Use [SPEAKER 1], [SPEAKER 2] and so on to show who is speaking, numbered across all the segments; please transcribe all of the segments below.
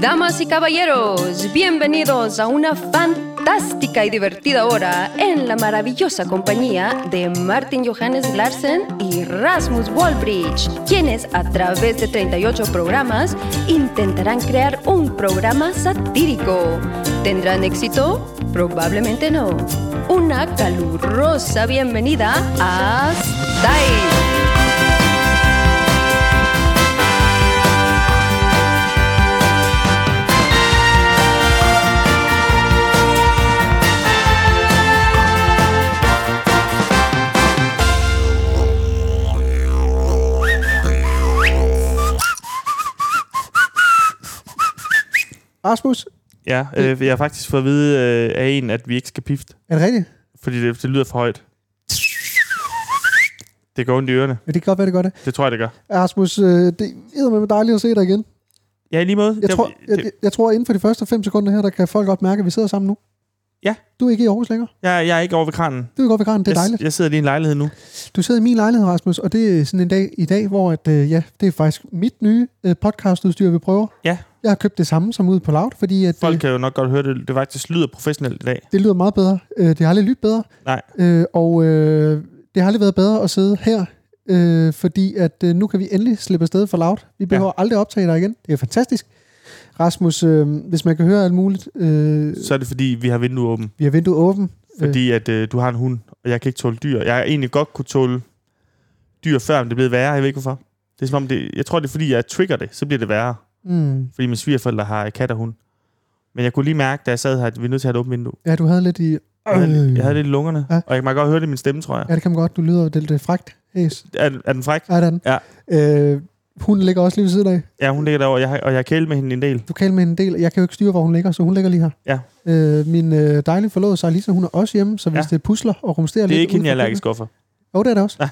[SPEAKER 1] Damas y caballeros, bienvenidos a una fantástica y divertida hora en la maravillosa compañía de Martin Johannes Larsen y Rasmus Wallbridge, quienes a través de 38 programas intentarán crear un programa satírico. ¿Tendrán éxito? Probablemente no. Una calurosa bienvenida a Style.
[SPEAKER 2] Rasmus,
[SPEAKER 3] Ja, øh, jeg har faktisk fået at vide øh, af en, at vi ikke skal pifte,
[SPEAKER 2] er det rigtigt?
[SPEAKER 3] fordi det, det lyder for højt. Det går ondt i ørerne.
[SPEAKER 2] Ja, det kan godt være, det gør det.
[SPEAKER 3] Det tror jeg, det gør.
[SPEAKER 2] Rasmus, øh, det er med dejligt at se dig igen.
[SPEAKER 3] Ja, i lige måde.
[SPEAKER 2] Jeg,
[SPEAKER 3] det,
[SPEAKER 2] tror, jeg,
[SPEAKER 3] det,
[SPEAKER 2] jeg, jeg tror, inden for de første 5 sekunder her, der kan folk godt mærke, at vi sidder sammen nu.
[SPEAKER 3] Ja.
[SPEAKER 2] Du er ikke i Aarhus længere.
[SPEAKER 3] jeg, jeg er ikke over ved kranen.
[SPEAKER 2] Det er godt ved granen, det er
[SPEAKER 3] jeg,
[SPEAKER 2] dejligt.
[SPEAKER 3] Jeg sidder lige i en lejlighed nu.
[SPEAKER 2] Du sidder i min lejlighed, Rasmus, og det er sådan en dag i dag, hvor at, øh, ja, det er faktisk mit nye øh, podcastudstyr, vi prøver.
[SPEAKER 3] Ja.
[SPEAKER 2] Jeg har købt det samme som ude på Loud, fordi at,
[SPEAKER 3] Folk
[SPEAKER 2] øh,
[SPEAKER 3] kan jo nok godt høre det. Det faktisk lyder professionelt i dag.
[SPEAKER 2] det lyder meget bedre. Øh, det har aldrig lyttet bedre.
[SPEAKER 3] Nej.
[SPEAKER 2] Øh, og øh, det har aldrig været bedre at sidde her, øh, fordi at øh, nu kan vi endelig slippe afsted for Loud. Vi behøver ja. aldrig optage dig igen. Det er fantastisk. Rasmus, øh, hvis man kan høre alt muligt, øh,
[SPEAKER 3] Så er det, fordi vi har vinduet åbent.
[SPEAKER 2] vi har vinduet åbent.
[SPEAKER 3] Fordi at øh, du har en hund, og jeg kan ikke tåle dyr. Jeg har egentlig godt kunne tåle dyr før, men det er blevet værre. Jeg ved ikke hvorfor. Det er som om det, jeg tror, det er fordi, jeg trigger det, så bliver det værre.
[SPEAKER 2] Mm.
[SPEAKER 3] Fordi min svigerforældre har kat og hund. Men jeg kunne lige mærke, da jeg sad her, at vi er nødt til at have et åbent vindue.
[SPEAKER 2] Ja, du havde lidt i...
[SPEAKER 3] Jeg havde, jeg havde lidt i lungerne,
[SPEAKER 2] Ja.
[SPEAKER 3] ja. og jeg kan godt høre det i min stemme, tror jeg.
[SPEAKER 2] Ja, det kan man godt. Du lyder lidt øh, frækt. Yes.
[SPEAKER 3] Er, er den fræk?
[SPEAKER 2] Ja, det er den.
[SPEAKER 3] Ja.
[SPEAKER 2] Øh, hun ligger også lige ved siden af.
[SPEAKER 3] Ja, hun ligger derovre, og jeg, har- og jeg har kælet med hende en del.
[SPEAKER 2] Du kan med en del. Jeg kan jo ikke styre, hvor hun ligger, så hun ligger lige her.
[SPEAKER 3] Ja.
[SPEAKER 2] Øh, min øh, dejlige forlovede, Sarlisa, hun er også hjemme, så hvis
[SPEAKER 3] Ja.
[SPEAKER 2] det pusler og rumsterer lidt...
[SPEAKER 3] Det er ikke
[SPEAKER 2] ude
[SPEAKER 3] hende, jeg er
[SPEAKER 2] for
[SPEAKER 3] allergisk overfor.
[SPEAKER 2] køkkenet- Jo, det er det også.
[SPEAKER 3] Nej.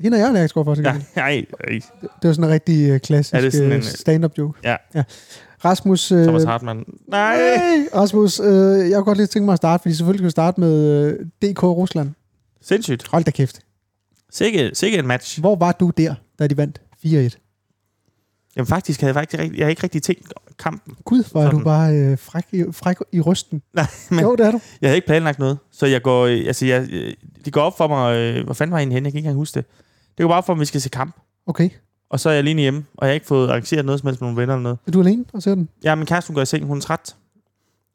[SPEAKER 2] Hende er jeg allergisk overfor, så
[SPEAKER 3] Ja,
[SPEAKER 2] ja.
[SPEAKER 3] nej, nej.
[SPEAKER 2] Det var sådan en rigtig øh, klassisk
[SPEAKER 3] Er det sådan
[SPEAKER 2] øh,
[SPEAKER 3] en-
[SPEAKER 2] stand-up joke.
[SPEAKER 3] Ja.
[SPEAKER 2] ja. Rasmus... Øh,
[SPEAKER 3] Thomas Hartmann. Nej!
[SPEAKER 2] Hey, Rasmus, øh, jeg kunne godt lige tænke mig at starte, fordi selvfølgelig kan vi starte med øh, DK Rusland.
[SPEAKER 3] Sindssygt.
[SPEAKER 2] Hold da kæft.
[SPEAKER 3] Sikke, sikke en match.
[SPEAKER 2] Hvor var du der, da de vandt 4-1?
[SPEAKER 3] Jamen faktisk havde jeg, faktisk, rigtig- jeg havde ikke rigtig tænkt kampen.
[SPEAKER 2] Gud, hvor er
[SPEAKER 3] Sådan.
[SPEAKER 2] du bare øh, fræk, i, fræk i rysten.
[SPEAKER 3] Nej,
[SPEAKER 2] Men...
[SPEAKER 3] men-
[SPEAKER 2] Jo, det er du.
[SPEAKER 3] Jeg havde ikke planlagt noget. Så jeg går, øh, altså jeg, øh, det går op for mig, øh, hvor fanden var jeg egentlig henne? Jeg kan ikke engang huske det. Det går bare op for mig, at vi skal se kamp.
[SPEAKER 2] Okay.
[SPEAKER 3] Og så er jeg alene hjemme, og jeg har ikke fået arrangeret noget som helst med nogle venner eller noget.
[SPEAKER 2] Er du alene og ser den?
[SPEAKER 3] Ja, min kæreste, hun går i seng, hun er træt.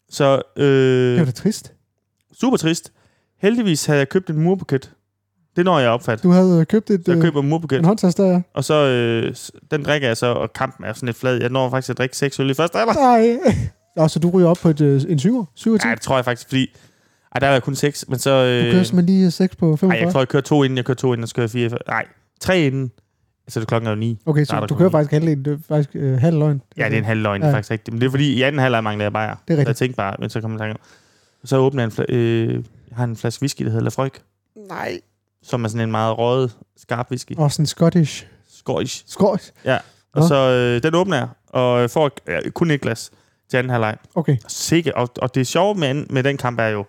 [SPEAKER 3] Så,
[SPEAKER 2] Det var
[SPEAKER 3] øh,
[SPEAKER 2] da trist.
[SPEAKER 3] super trist. Heldigvis havde jeg købt en murbuket. Det når jeg opfat.
[SPEAKER 2] Du havde øh, købt et,
[SPEAKER 3] Så jeg
[SPEAKER 2] øh,
[SPEAKER 3] køber en murbuket.
[SPEAKER 2] en håndtast der.
[SPEAKER 3] Og så, øh, s- den drikker jeg så, og kampen er sådan lidt flad. Jeg når faktisk at drikke seks øl i første alder.
[SPEAKER 2] Nej. Og så du ryger op på et, øh, en syver? Syver
[SPEAKER 3] Ja,
[SPEAKER 2] ja,
[SPEAKER 3] det tror jeg faktisk, fordi... Ej, der var jeg kun seks, men så... Øh,
[SPEAKER 2] Du kører simpelthen lige 6 på
[SPEAKER 3] ej,
[SPEAKER 2] 45?
[SPEAKER 3] jeg tror, jeg kører to inden, jeg kører to inden, og så kører jeg fire... før- Nej, tre inden. Altså, det klokken er jo ni.
[SPEAKER 2] okay,
[SPEAKER 3] Nej,
[SPEAKER 2] så
[SPEAKER 3] der
[SPEAKER 2] du
[SPEAKER 3] kommer
[SPEAKER 2] kører
[SPEAKER 3] lige.
[SPEAKER 2] faktisk halvdelen. Det er faktisk øh, halv løgn.
[SPEAKER 3] Ja, det er en halv løgn,
[SPEAKER 2] Ja.
[SPEAKER 3] ja. faktisk rigtigt. Men det er fordi, i anden halvleg mangler jeg bajer.
[SPEAKER 2] rigtigt.
[SPEAKER 3] Så Jeg tænkte bare, men så kommer jeg i tanke om. Så åbner jeg en, fla- øh, jeg har en flaske whisky, der hedder Lafroik,
[SPEAKER 2] Nej.
[SPEAKER 3] som er sådan en meget røget, skarp whisky.
[SPEAKER 2] Og sådan en scottish.
[SPEAKER 3] Skårish.
[SPEAKER 2] Scottish?
[SPEAKER 3] Og
[SPEAKER 2] Nå.
[SPEAKER 3] så øh, den åbner jeg, og får øh, kun et glas til anden halvleg.
[SPEAKER 2] Okay.
[SPEAKER 3] Sikke, og, og det sjove med, anden- med den kamp er jo,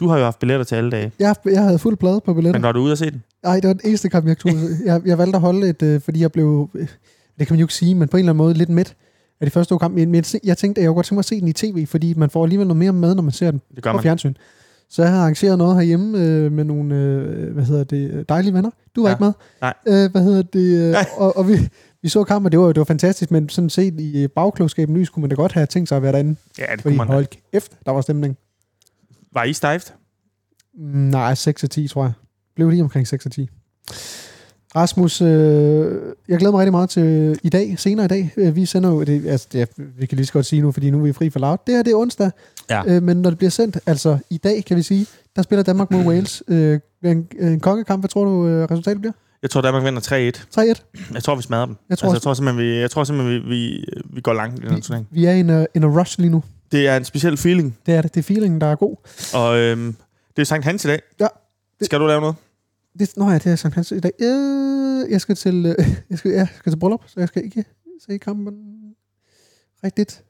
[SPEAKER 3] du har jo haft billetter til alle dage,
[SPEAKER 2] Jeg, jeg havde fuld plade på billetter.
[SPEAKER 3] men var du ude at se den?
[SPEAKER 2] Nej, det var den eneste kamp, jeg tog. jeg, jeg valgte at holde et, øh, fordi jeg blev, øh, det kan man jo ikke sige, men på en eller anden måde lidt midt af de første to kampe. Men jeg se- jeg tænkte, at jeg kunne godt tænke mig at se den i tv, fordi man får alligevel noget mere med, når man ser den
[SPEAKER 3] Det gør
[SPEAKER 2] på
[SPEAKER 3] man.
[SPEAKER 2] fjernsyn. Så jeg havde arrangeret noget herhjemme øh, med nogle, øh, hvad hedder det, øh, dejlige venner. Du var ja.
[SPEAKER 3] Ja.
[SPEAKER 2] ikke med.
[SPEAKER 3] Nej.
[SPEAKER 2] Øh, hvad hedder det? Øh,
[SPEAKER 3] Nej.
[SPEAKER 2] og, og vi, vi så kampen, og det var, det var fantastisk, men sådan set i øh, bagklogskabens lys kunne man da godt have tænkt sig at være derinde.
[SPEAKER 3] Ja, det
[SPEAKER 2] Fordi
[SPEAKER 3] kunne man.
[SPEAKER 2] hold kæft, der var stemning.
[SPEAKER 3] Var I stejft?
[SPEAKER 2] Mm, Nej, 6 og 10, tror jeg. Blev lige omkring 6 og 10. Rasmus, øh, jeg glæder mig rigtig meget til i dag, senere i dag. Øh, Vi sender jo, det, altså, det, er- vi kan lige så godt sige nu, fordi nu er vi fri for loud. Det her, det er onsdag.
[SPEAKER 3] Ja.
[SPEAKER 2] Øh, men når det bliver sendt, altså i dag, kan vi sige, der spiller Danmark mod Wales. Øh, en, en kongekamp, hvad tror du, øh, resultatet bliver?
[SPEAKER 3] Jeg tror, Danmark vinder 3-1.
[SPEAKER 2] 3-1.
[SPEAKER 3] Jeg tror, vi smadrer dem.
[SPEAKER 2] Jeg tror
[SPEAKER 3] altså,
[SPEAKER 2] også-
[SPEAKER 3] jeg tror simpelthen, vi, jeg tror simpelthen, vi, vi, vi går langt i den her turnering.
[SPEAKER 2] Vi er i en, øh, in a rush lige nu.
[SPEAKER 3] Det er en speciel feeling,
[SPEAKER 2] Det er det. Det er feelingen, der er god.
[SPEAKER 3] og øhm, det er Sankt Hans i dag.
[SPEAKER 2] Ja.
[SPEAKER 3] Skal du lave noget?
[SPEAKER 2] Det, nå ja, det er Sankt Hans i dag. Øh, jeg skal til, øh, jeg skal, ja, jeg skal til bryllup, så jeg skal ikke se kampen rigtigt.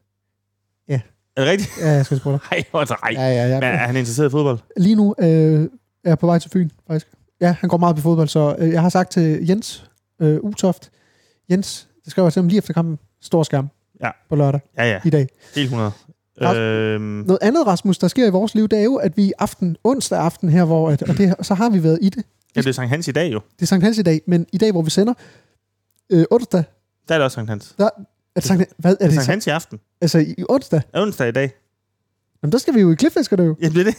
[SPEAKER 3] Er det rigtigt?
[SPEAKER 2] Ja, jeg skal til bryllup.
[SPEAKER 3] Nej, hvor er det ej.
[SPEAKER 2] Ja, ja, ja.
[SPEAKER 3] Men er han interesseret i fodbold?
[SPEAKER 2] Lige nu øh, er jeg på vej til Fyn, faktisk. Ja, han går meget op i fodbold, så øh, jeg har sagt til Jens øh, Utoft, Jens, det skrev jeg til ham lige efter kampen, stor skærm.
[SPEAKER 3] Ja.
[SPEAKER 2] på lørdag
[SPEAKER 3] Ja, ja.
[SPEAKER 2] i dag.
[SPEAKER 3] Helt 100.
[SPEAKER 2] Rasmus-
[SPEAKER 3] Øhm,
[SPEAKER 2] Noget andet, Rasmus, der sker i vores liv, det er jo, at vi i aften, onsdag aften her, hvor at, og det, så har vi været i det.
[SPEAKER 3] ja, det er Sankt Hans i dag jo.
[SPEAKER 2] Det er Sankt Hans i dag, men i dag, hvor vi sender, øh, onsdag,
[SPEAKER 3] Der er det også Sankt Hans.
[SPEAKER 2] er det Sankt, hvad er
[SPEAKER 3] Det
[SPEAKER 2] det?
[SPEAKER 3] er Sankt Hans i aften.
[SPEAKER 2] Altså i i onsdag?
[SPEAKER 3] Er onsdag i dag.
[SPEAKER 2] Jamen, der skal vi jo i klipfiskerne jo.
[SPEAKER 3] Jamen, det er det.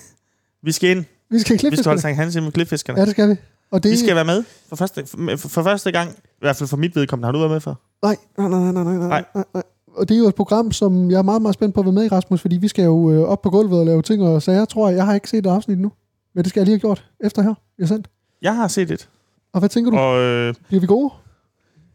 [SPEAKER 3] Vi skal ind.
[SPEAKER 2] Vi skal i
[SPEAKER 3] Vi skal
[SPEAKER 2] klipfiskerne.
[SPEAKER 3] holde Sankt Hans hjemme med klipfiskerne.
[SPEAKER 2] Ja, det skal vi. Og det,
[SPEAKER 3] Vi skal være med for første, for, for første gang. I hvert fald for mit vedkommende. Har du været med før?
[SPEAKER 2] Nej, nej, nej, nej, nej, nej,
[SPEAKER 3] Nej.
[SPEAKER 2] nej, nej. Og det er jo et program, som jeg er meget, meget spændt på at være med i, Rasmus, fordi vi skal jo øh, op på gulvet og lave ting og sager, tror jeg. Jeg har ikke set et afsnit nu, men det skal jeg lige have gjort efter her. Jeg er sendt.
[SPEAKER 3] Jeg har set et.
[SPEAKER 2] Og hvad tænker du?
[SPEAKER 3] Og, øh,
[SPEAKER 2] Bliver vi gode?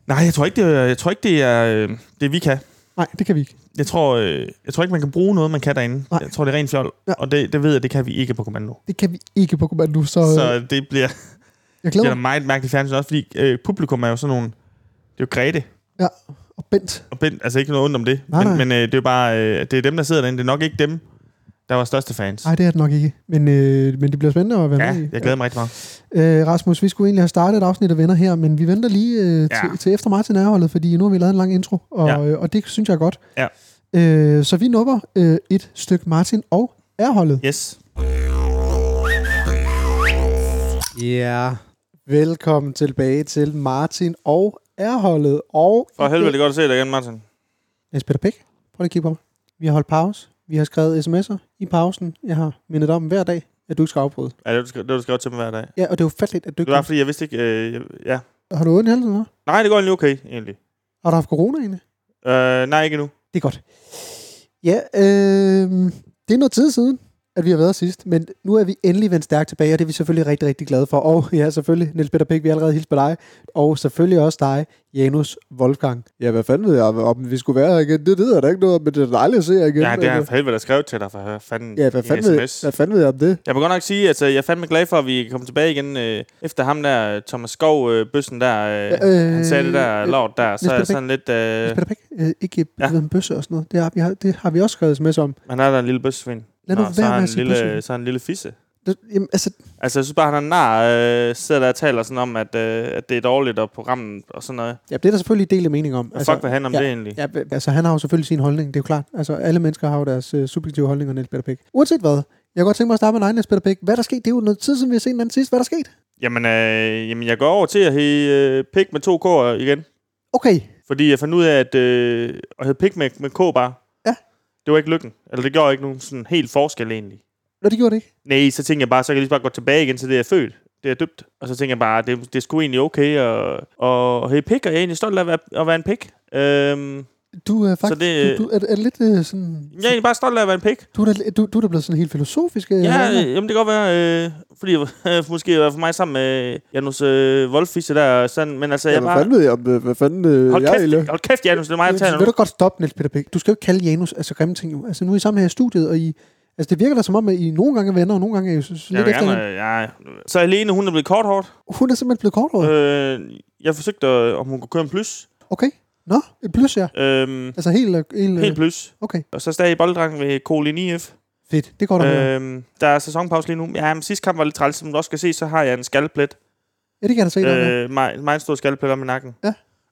[SPEAKER 3] nej, jeg tror ikke, det er, jeg tror ikke, det er øh, det, vi kan.
[SPEAKER 2] Nej, det kan vi ikke.
[SPEAKER 3] Jeg tror, øh, jeg tror ikke, man kan bruge noget, man kan derinde.
[SPEAKER 2] Nej.
[SPEAKER 3] Nej. Jeg tror, det er rent fjol.
[SPEAKER 2] Ja.
[SPEAKER 3] Ja. Og det, det ved jeg, det kan vi ikke på kommando.
[SPEAKER 2] Det kan vi ikke på kommando, så,
[SPEAKER 3] Så
[SPEAKER 2] så
[SPEAKER 3] det bliver,
[SPEAKER 2] jeg
[SPEAKER 3] bliver
[SPEAKER 2] glæder
[SPEAKER 3] da
[SPEAKER 2] mig.
[SPEAKER 3] meget mærkeligt fjernsyn. Også fordi øh, publikum er jo sådan nogle... Det er jo Grete
[SPEAKER 2] Og Bent,
[SPEAKER 3] og Bent. Altså ikke noget ondt om det.
[SPEAKER 2] Nej,
[SPEAKER 3] men
[SPEAKER 2] nej.
[SPEAKER 3] men øh, det er jo bare... Øh, det er dem, der sidder derinde. Det er nok ikke dem, der var største fans.
[SPEAKER 2] nej, det er det nok ikke, men, øh, men det bliver spændende at være
[SPEAKER 3] Ja,
[SPEAKER 2] med i.
[SPEAKER 3] jeg glæder mig rigtig meget.
[SPEAKER 2] Øh, Rasmus, vi skulle egentlig have startet et afsnit af Venner her, men vi venter lige øh, ja. til, til efter Martin er holdet, fordi nu har vi lavet en lang intro, og, ja.
[SPEAKER 3] Ja.
[SPEAKER 2] øh, og det synes jeg er godt.
[SPEAKER 3] Ja.
[SPEAKER 2] Øh, så vi nupper øh, et stykke Martin og Erholdet.
[SPEAKER 3] Yes.
[SPEAKER 2] Ja. Yeah. Velkommen tilbage til Martin og Erholdet. Og
[SPEAKER 3] For helvede, det er godt at se dig igen, Martin.
[SPEAKER 2] Niels Peter Pick, prøv lige at kigge på mig. Vi har holdt pause. Vi har skrevet sms'er i pausen. Jeg har mindet dig om hver dag, at du ikke skal afbryde.
[SPEAKER 3] Ja, det var du skrev, det var du skrev til mig hver dag.
[SPEAKER 2] Ja, og det er ufatteligt, at du
[SPEAKER 3] Det
[SPEAKER 2] ikke...
[SPEAKER 3] var fordi, jeg vidste ikke... Øh, jeg- ja.
[SPEAKER 2] Har du ondt i halsen? hva'?
[SPEAKER 3] Nej, det går egentlig okay, egentlig.
[SPEAKER 2] Har du haft corona egentlig?
[SPEAKER 3] Øh, nej, ikke endnu.
[SPEAKER 2] Det er godt. Ja, øh, det er noget tid siden, at vi har været sidst, men nu er vi endelig vendt stærkt tilbage, og det er vi selvfølgelig rigtig, rigtig glade for. Og ja, selvfølgelig, Niels Peter Pick, vi har allerede hilst på dig, og selvfølgelig også dig, Janus Wolfgang. Ja, hvad fanden ved jeg, om vi skulle være her igen? Det ved jeg da ikke noget, men det er dejligt at se jer igen.
[SPEAKER 3] Ja, det er for helvede, der skrev til dig for fanden
[SPEAKER 2] Ja, hvad
[SPEAKER 3] i
[SPEAKER 2] fanden, ved,
[SPEAKER 3] sms.
[SPEAKER 2] hvad fanden ved jeg om det?
[SPEAKER 3] Jeg vil godt nok sige, at altså, jeg er fandme glad for, at vi er kommet tilbage igen øh, efter ham der, øh, Thomas Skov, øh, bøssen der, øh, øh, han sagde det der lort der, så er jeg
[SPEAKER 2] Peter
[SPEAKER 3] sådan lidt, øh,
[SPEAKER 2] Niels Peter Pick, øh, ikke
[SPEAKER 3] Ja.
[SPEAKER 2] ja. en bøsse og sådan noget. Det har, vi har, det har vi også skrevet sms om.
[SPEAKER 3] han har da en lille bøssesvin.
[SPEAKER 2] Lad nu
[SPEAKER 3] så
[SPEAKER 2] være med
[SPEAKER 3] har
[SPEAKER 2] at
[SPEAKER 3] han en
[SPEAKER 2] sige bøssesvin.
[SPEAKER 3] lille, så har han en lille fisse.
[SPEAKER 2] Det, jamen, altså,
[SPEAKER 3] Altså, jeg synes bare, han er en nar, øh, sidder der og taler sådan om, at, øh, at det er dårligt, og programmet og sådan noget.
[SPEAKER 2] ja, det er der selvfølgelig dele mening om.
[SPEAKER 3] Altså, fuck, hvad handler om
[SPEAKER 2] ja.
[SPEAKER 3] det egentlig?
[SPEAKER 2] Ja, b- altså han har jo selvfølgelig sin holdning, det er jo klart. Altså alle mennesker har jo deres øh, subjektive holdninger, Niels Peter Bæk. Uanset hvad, jeg kunne godt tænke mig at starte med dig, Niels Peter Bæk. Hvad er der sket? Det er jo noget tid, siden vi har set hinanden sidst. Hvad er der sket?
[SPEAKER 3] Jamen, øh, jamen, jeg går over til at hedde øh, pik med to k'er igen.
[SPEAKER 2] Okay,
[SPEAKER 3] Fordi jeg fandt ud af, at øh, at hedde pik med, med k bare,
[SPEAKER 2] Ja.
[SPEAKER 3] det var ikke lykken. Eller det gjorde ikke nogen sådan helt forskel egentlig.
[SPEAKER 2] Nå, det gjorde det ikke.
[SPEAKER 3] Nej, så tænkte jeg bare, så kan jeg lige så bare gå tilbage igen til det, jeg er født. Det er dybt. Og så tænkte jeg bare, det, det er sgu egentlig okay. Og, og, og hey, pik, og jeg er egentlig stolt af at være, at være en pik. Øhm,
[SPEAKER 2] Du er faktisk...
[SPEAKER 3] Så det-
[SPEAKER 2] du, du, er, er det lidt øh, sådan...
[SPEAKER 3] jeg er egentlig bare stolt af at være en pik.
[SPEAKER 2] Du, er da, du, du er da blevet sådan helt filosofisk. øh,
[SPEAKER 3] Ja,
[SPEAKER 2] her.
[SPEAKER 3] øh, jamen det kan godt være, øh, fordi øh, måske var for mig sammen med Janus øh, Wolfisse der, og sådan, men altså, jeg
[SPEAKER 4] Jamen, hvad
[SPEAKER 3] bare...
[SPEAKER 4] fanden ved jeg om, øh, hvad fanden øh,
[SPEAKER 3] Hold
[SPEAKER 4] jeg
[SPEAKER 3] kæft,
[SPEAKER 4] egentlig?
[SPEAKER 3] hold kæft, Janus, det er mig, jeg taler
[SPEAKER 2] Øh, Vil
[SPEAKER 3] nu.
[SPEAKER 2] du godt stoppe, Niels Peter Bæk? Du skal jo ikke kalde Janus altså grimme ting. Jo. Altså nu er I sammen her i studiet, og I... Altså det virker da som om, at I nogle gange er venner, og nogle gange er I så, så
[SPEAKER 3] Jeg
[SPEAKER 2] lidt
[SPEAKER 3] vil
[SPEAKER 2] efter
[SPEAKER 3] gerne,
[SPEAKER 2] hinanden.
[SPEAKER 3] øh, ja. Så Helene, hun er blevet korthårdt.
[SPEAKER 2] Hun er simpelthen blevet kortere. Øh.
[SPEAKER 3] Øh, jeg forsøgte, øh, om hun kunne køre en plus.
[SPEAKER 2] Okay. Nå, et plus, ja.
[SPEAKER 3] Øh,
[SPEAKER 2] Altså helt... øh, helt, øh,
[SPEAKER 3] helt plus.
[SPEAKER 2] Okay,
[SPEAKER 3] Og så stadig i bolddrengen ved Kolin IF.
[SPEAKER 2] fedt. Det går da øh.
[SPEAKER 3] Øhm, der er sæsonpause lige nu. Ja, men sidste kamp var lidt træls, som du også skal se, så har jeg en skalplet.
[SPEAKER 2] Ja, det kan jeg da se. Øh, der.
[SPEAKER 3] Øh, meget, meget stor skalplet om i nakken.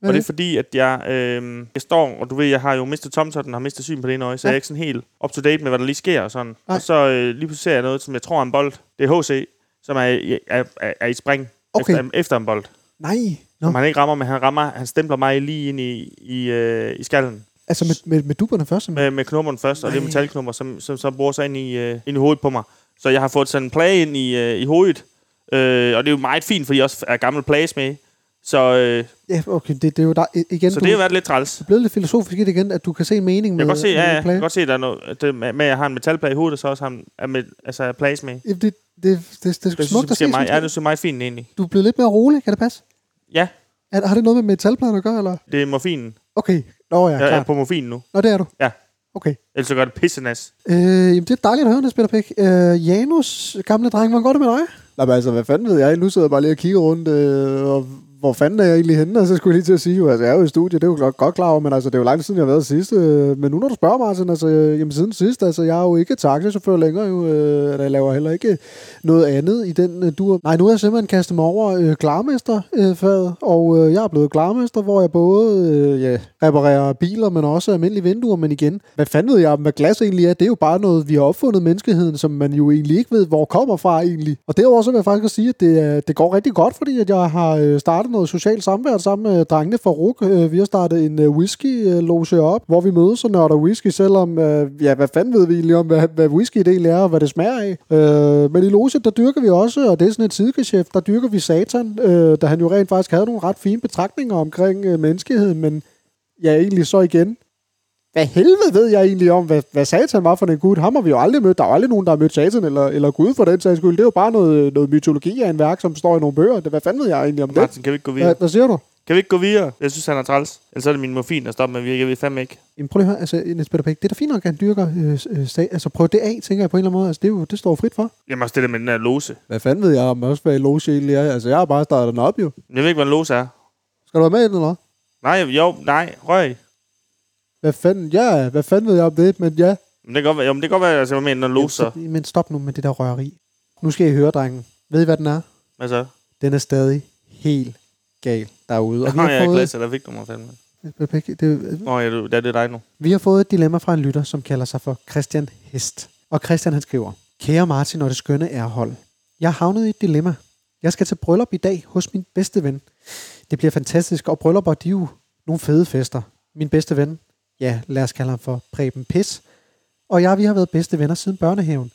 [SPEAKER 2] Hvad
[SPEAKER 3] og det
[SPEAKER 2] er
[SPEAKER 3] er fordi, at jeg, øh, jeg står, og du ved, jeg har jo mistet tomtotten og har mistet syn på det ene øje, så
[SPEAKER 2] Ja.
[SPEAKER 3] jeg er ikke sådan helt up to date med, hvad der lige sker og sådan.
[SPEAKER 2] Nej.
[SPEAKER 3] Og så øh, lige pludselig ser jeg noget, som jeg tror er en bold. Det er HC, som er, i- er, er, er i spring
[SPEAKER 2] Okay.
[SPEAKER 3] efter, efter en bold.
[SPEAKER 2] Nej. Nå.
[SPEAKER 3] Som han ikke rammer, men han rammer, han stempler mig lige ind i, i, øh, i skallen
[SPEAKER 2] Altså med, med, med duberne først? simpelthen?
[SPEAKER 3] med, med knopperne først, og det er
[SPEAKER 2] Nej.
[SPEAKER 3] metalknopper, som, som, som bruger sig ind i, øh, ind i hovedet på mig. Så jeg har fået sådan en plage ind i, øh, i hovedet, øh, og det er jo meget fint, fordi jeg også er gammel plages med. Så, øh,
[SPEAKER 2] Ja, okay, det, det er jo der, i- igen,
[SPEAKER 3] så
[SPEAKER 2] du
[SPEAKER 3] det har
[SPEAKER 2] er
[SPEAKER 3] været lidt træls.
[SPEAKER 2] blevet lidt filosofisk i det igen, at du kan se en mening med...
[SPEAKER 3] Jeg kan godt se, ja, ja, jeg
[SPEAKER 2] med
[SPEAKER 3] kan
[SPEAKER 2] plage.
[SPEAKER 3] godt se, der er noget, at det med, med, at jeg har en metalplade i hovedet, og så også har en, er med, altså er plads med.
[SPEAKER 2] Ja, Det, det, det, det, det er
[SPEAKER 3] Det
[SPEAKER 2] smukt at
[SPEAKER 3] synes
[SPEAKER 2] se.
[SPEAKER 3] jeg, meget,
[SPEAKER 2] sådan
[SPEAKER 3] ja, det
[SPEAKER 2] noget.
[SPEAKER 3] synes jeg meget fint egentlig.
[SPEAKER 2] Du er blevet lidt mere rolig, kan det passe?
[SPEAKER 3] Ja.
[SPEAKER 2] Er, har det noget med metalpladen at gøre, eller?
[SPEAKER 3] Det er morfinen.
[SPEAKER 2] Okay, nå ja,
[SPEAKER 3] Jeg er
[SPEAKER 2] klart.
[SPEAKER 3] på morfinen nu.
[SPEAKER 2] Nå, det er du.
[SPEAKER 3] Ja.
[SPEAKER 2] Okay.
[SPEAKER 3] Ellers så gør det pissenas.
[SPEAKER 2] Øh, jamen, det er dejligt at høre, Niels Peter Pick. Øh, Janus, gamle dreng, hvordan går det med dig?
[SPEAKER 4] Nå, men altså, hvad fanden ved jeg? Nu sidder jeg bare lige og kigger rundt, øh, og
[SPEAKER 2] hvor fanden er jeg egentlig henne? Og så skulle jeg lige til at sige, jo, altså, jeg er jo i studiet, det er jo godt, godt klar over, men altså, det er jo lang tid siden, jeg har været sidst. Øh, men nu når du spørger, Martin, altså, øh, jamen, siden sidst, altså, jeg er jo ikke taxichauffør længere, jo, øh, eller jeg laver heller ikke noget andet i den øh, dur. Nej, nu har jeg simpelthen kastet mig over øh, klarmesterfaget, øh, faget, og øh, jeg er blevet klarmester, hvor jeg både øh, ja, reparerer biler, men også almindelige vinduer, men igen, hvad fanden ved jeg, hvad glas egentlig er, det er jo bare noget, vi har opfundet menneskeheden, som man jo egentlig ikke ved, hvor kommer fra egentlig. Og derudover så vil jeg faktisk også sige, at det, er- det går rigtig godt, fordi at jeg har øh, startet noget socialt samvær sammen med drengene fra RUK. Øh, Vi har startet en øh, whisky-loge op, hvor vi mødes og nørder whisky, selvom, øh, ja, hvad fanden ved vi egentlig om, hvad, hvad whisky det egentlig er, og hvad det smager af. Øh, Men i logen, der dyrker vi også, og det er sådan et sidegeschæft, der dyrker vi satan, øh, da han jo rent faktisk havde nogle ret fine betragtninger omkring øh, menneskeheden, men ja, egentlig så igen, hvad helvede ved jeg egentlig om, hvad, hvad satan var for en gud? Ham har vi jo aldrig mødt. Der er jo aldrig nogen, der har mødt satan eller, eller gud for den sags skyld. Det er jo bare noget, noget mytologi af en værk, som står i nogle bøger. Det, hvad fanden ved jeg egentlig om det?
[SPEAKER 3] Martin, kan vi ikke gå
[SPEAKER 2] Hvad,
[SPEAKER 3] videre?
[SPEAKER 2] hvad siger du?
[SPEAKER 3] Kan vi ikke gå videre? Jeg synes, han er træls. Ellers er det min morfin, der stopper med at virke. Jeg ved fandme ikke.
[SPEAKER 2] Jamen, prøv lige at høre, altså, Niels Peter Bæk, det er da fint nok, at han dyrker øh, øh, sag, altså, prøv det af, tænker jeg på en eller anden måde. Altså, det, er jo, det står frit for.
[SPEAKER 3] Jamen også det der med den der lose.
[SPEAKER 2] Hvad fanden ved jeg om også, hvad loge egentlig er? Altså, jeg har bare startet den op, jo.
[SPEAKER 3] Jeg ved ikke, hvad en lose er.
[SPEAKER 2] Skal du være med i den, eller
[SPEAKER 3] Nej, jo, nej, røg.
[SPEAKER 2] Hvad fanden, ja, hvad fanden ved jeg om det? Men ja,
[SPEAKER 3] Men det kan godt være, jo, men det kan godt være, altså, jeg mener, en lose.
[SPEAKER 2] Jamen, så- Men stop nu med det der røgeri. Nu skal I høre, drengen. Ved I, hvad den er?
[SPEAKER 3] Hvad så?
[SPEAKER 2] Den er stadig helt gal derude.
[SPEAKER 3] Nå, jeg er glad til, der fik du mig fandme.
[SPEAKER 2] Perfekt. Det,
[SPEAKER 3] Nå, ja, det, det er dig nu.
[SPEAKER 2] vi har fået et dilemma fra en lytter, som kalder sig for Christian Hest. Og Christian han skriver, Kære Martin og det skønne ærhold, jeg er havnet i et dilemma. Jeg skal til bryllup i dag hos min bedste ven. Det bliver fantastisk, og bryllupper de er jo nogle fede fester. Min bedste ven, ja, lad os kalde ham for Preben Pis, og jeg, vi har været bedste venner siden børnehaven.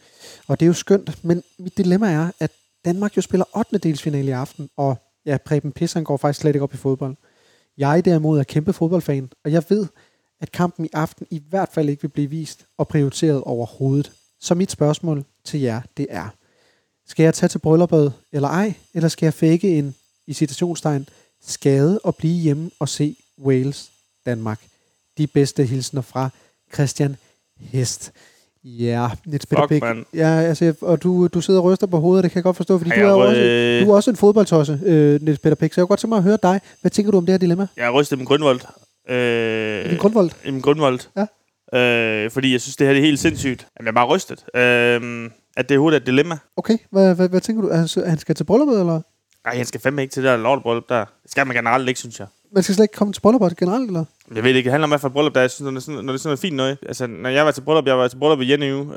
[SPEAKER 2] Og det er jo skønt, men mit dilemma er, at Danmark jo spiller 8. delsfinale i aften, og ja, Preben Piss, han går faktisk slet ikke op i fodbold. Jeg derimod er kæmpe fodboldfan, og jeg ved, at kampen i aften i hvert fald ikke vil blive vist og prioriteret overhovedet. Så mit spørgsmål til jer, det er, skal jeg tage til brylluppet eller ej, eller skal jeg fække en, i citationstegn, skade og blive hjemme og se Wales, Danmark? De bedste hilsner fra Christian Hest. Ja, Niels Peter
[SPEAKER 3] Fuck,
[SPEAKER 2] Bech.
[SPEAKER 3] mand.
[SPEAKER 2] Ja, altså, og du, du sidder og ryster på hovedet, det kan jeg godt forstå, fordi
[SPEAKER 3] Ej,
[SPEAKER 2] du er,
[SPEAKER 3] jeg øh,
[SPEAKER 2] jo også,
[SPEAKER 3] rø-
[SPEAKER 2] du er også en fodboldtosse, øh, Niels Peter Pick, så jeg kunne godt tænke mig at høre dig. Hvad tænker du om det her dilemma?
[SPEAKER 3] Jeg har rystet min grundvold.
[SPEAKER 2] Øh,
[SPEAKER 3] Øh,
[SPEAKER 2] det er grundvold.
[SPEAKER 3] I min grundvold.
[SPEAKER 2] Ja.
[SPEAKER 3] Øh, fordi jeg synes, det her det er helt sindssygt. Jamen, jeg er bare rystet. Øh, at det overhovedet er et dilemma.
[SPEAKER 2] Okay, hvad, hvad, hvad tænker du? Altså, han skal til brylluppet, eller?
[SPEAKER 3] Nej, han skal fandme ikke til det der lortebryllup der. Det skal man generelt ikke, synes jeg.
[SPEAKER 2] Man skal slet ikke komme til brylluppet generelt, eller?
[SPEAKER 3] Jeg ved ikke, det handler om, hvad for et bryllup der er. Jeg synes, når det er sådan, når det er sådan noget fint noget. Altså, når jeg var til bryllup, jeg var til bryllup i Jenny, øh,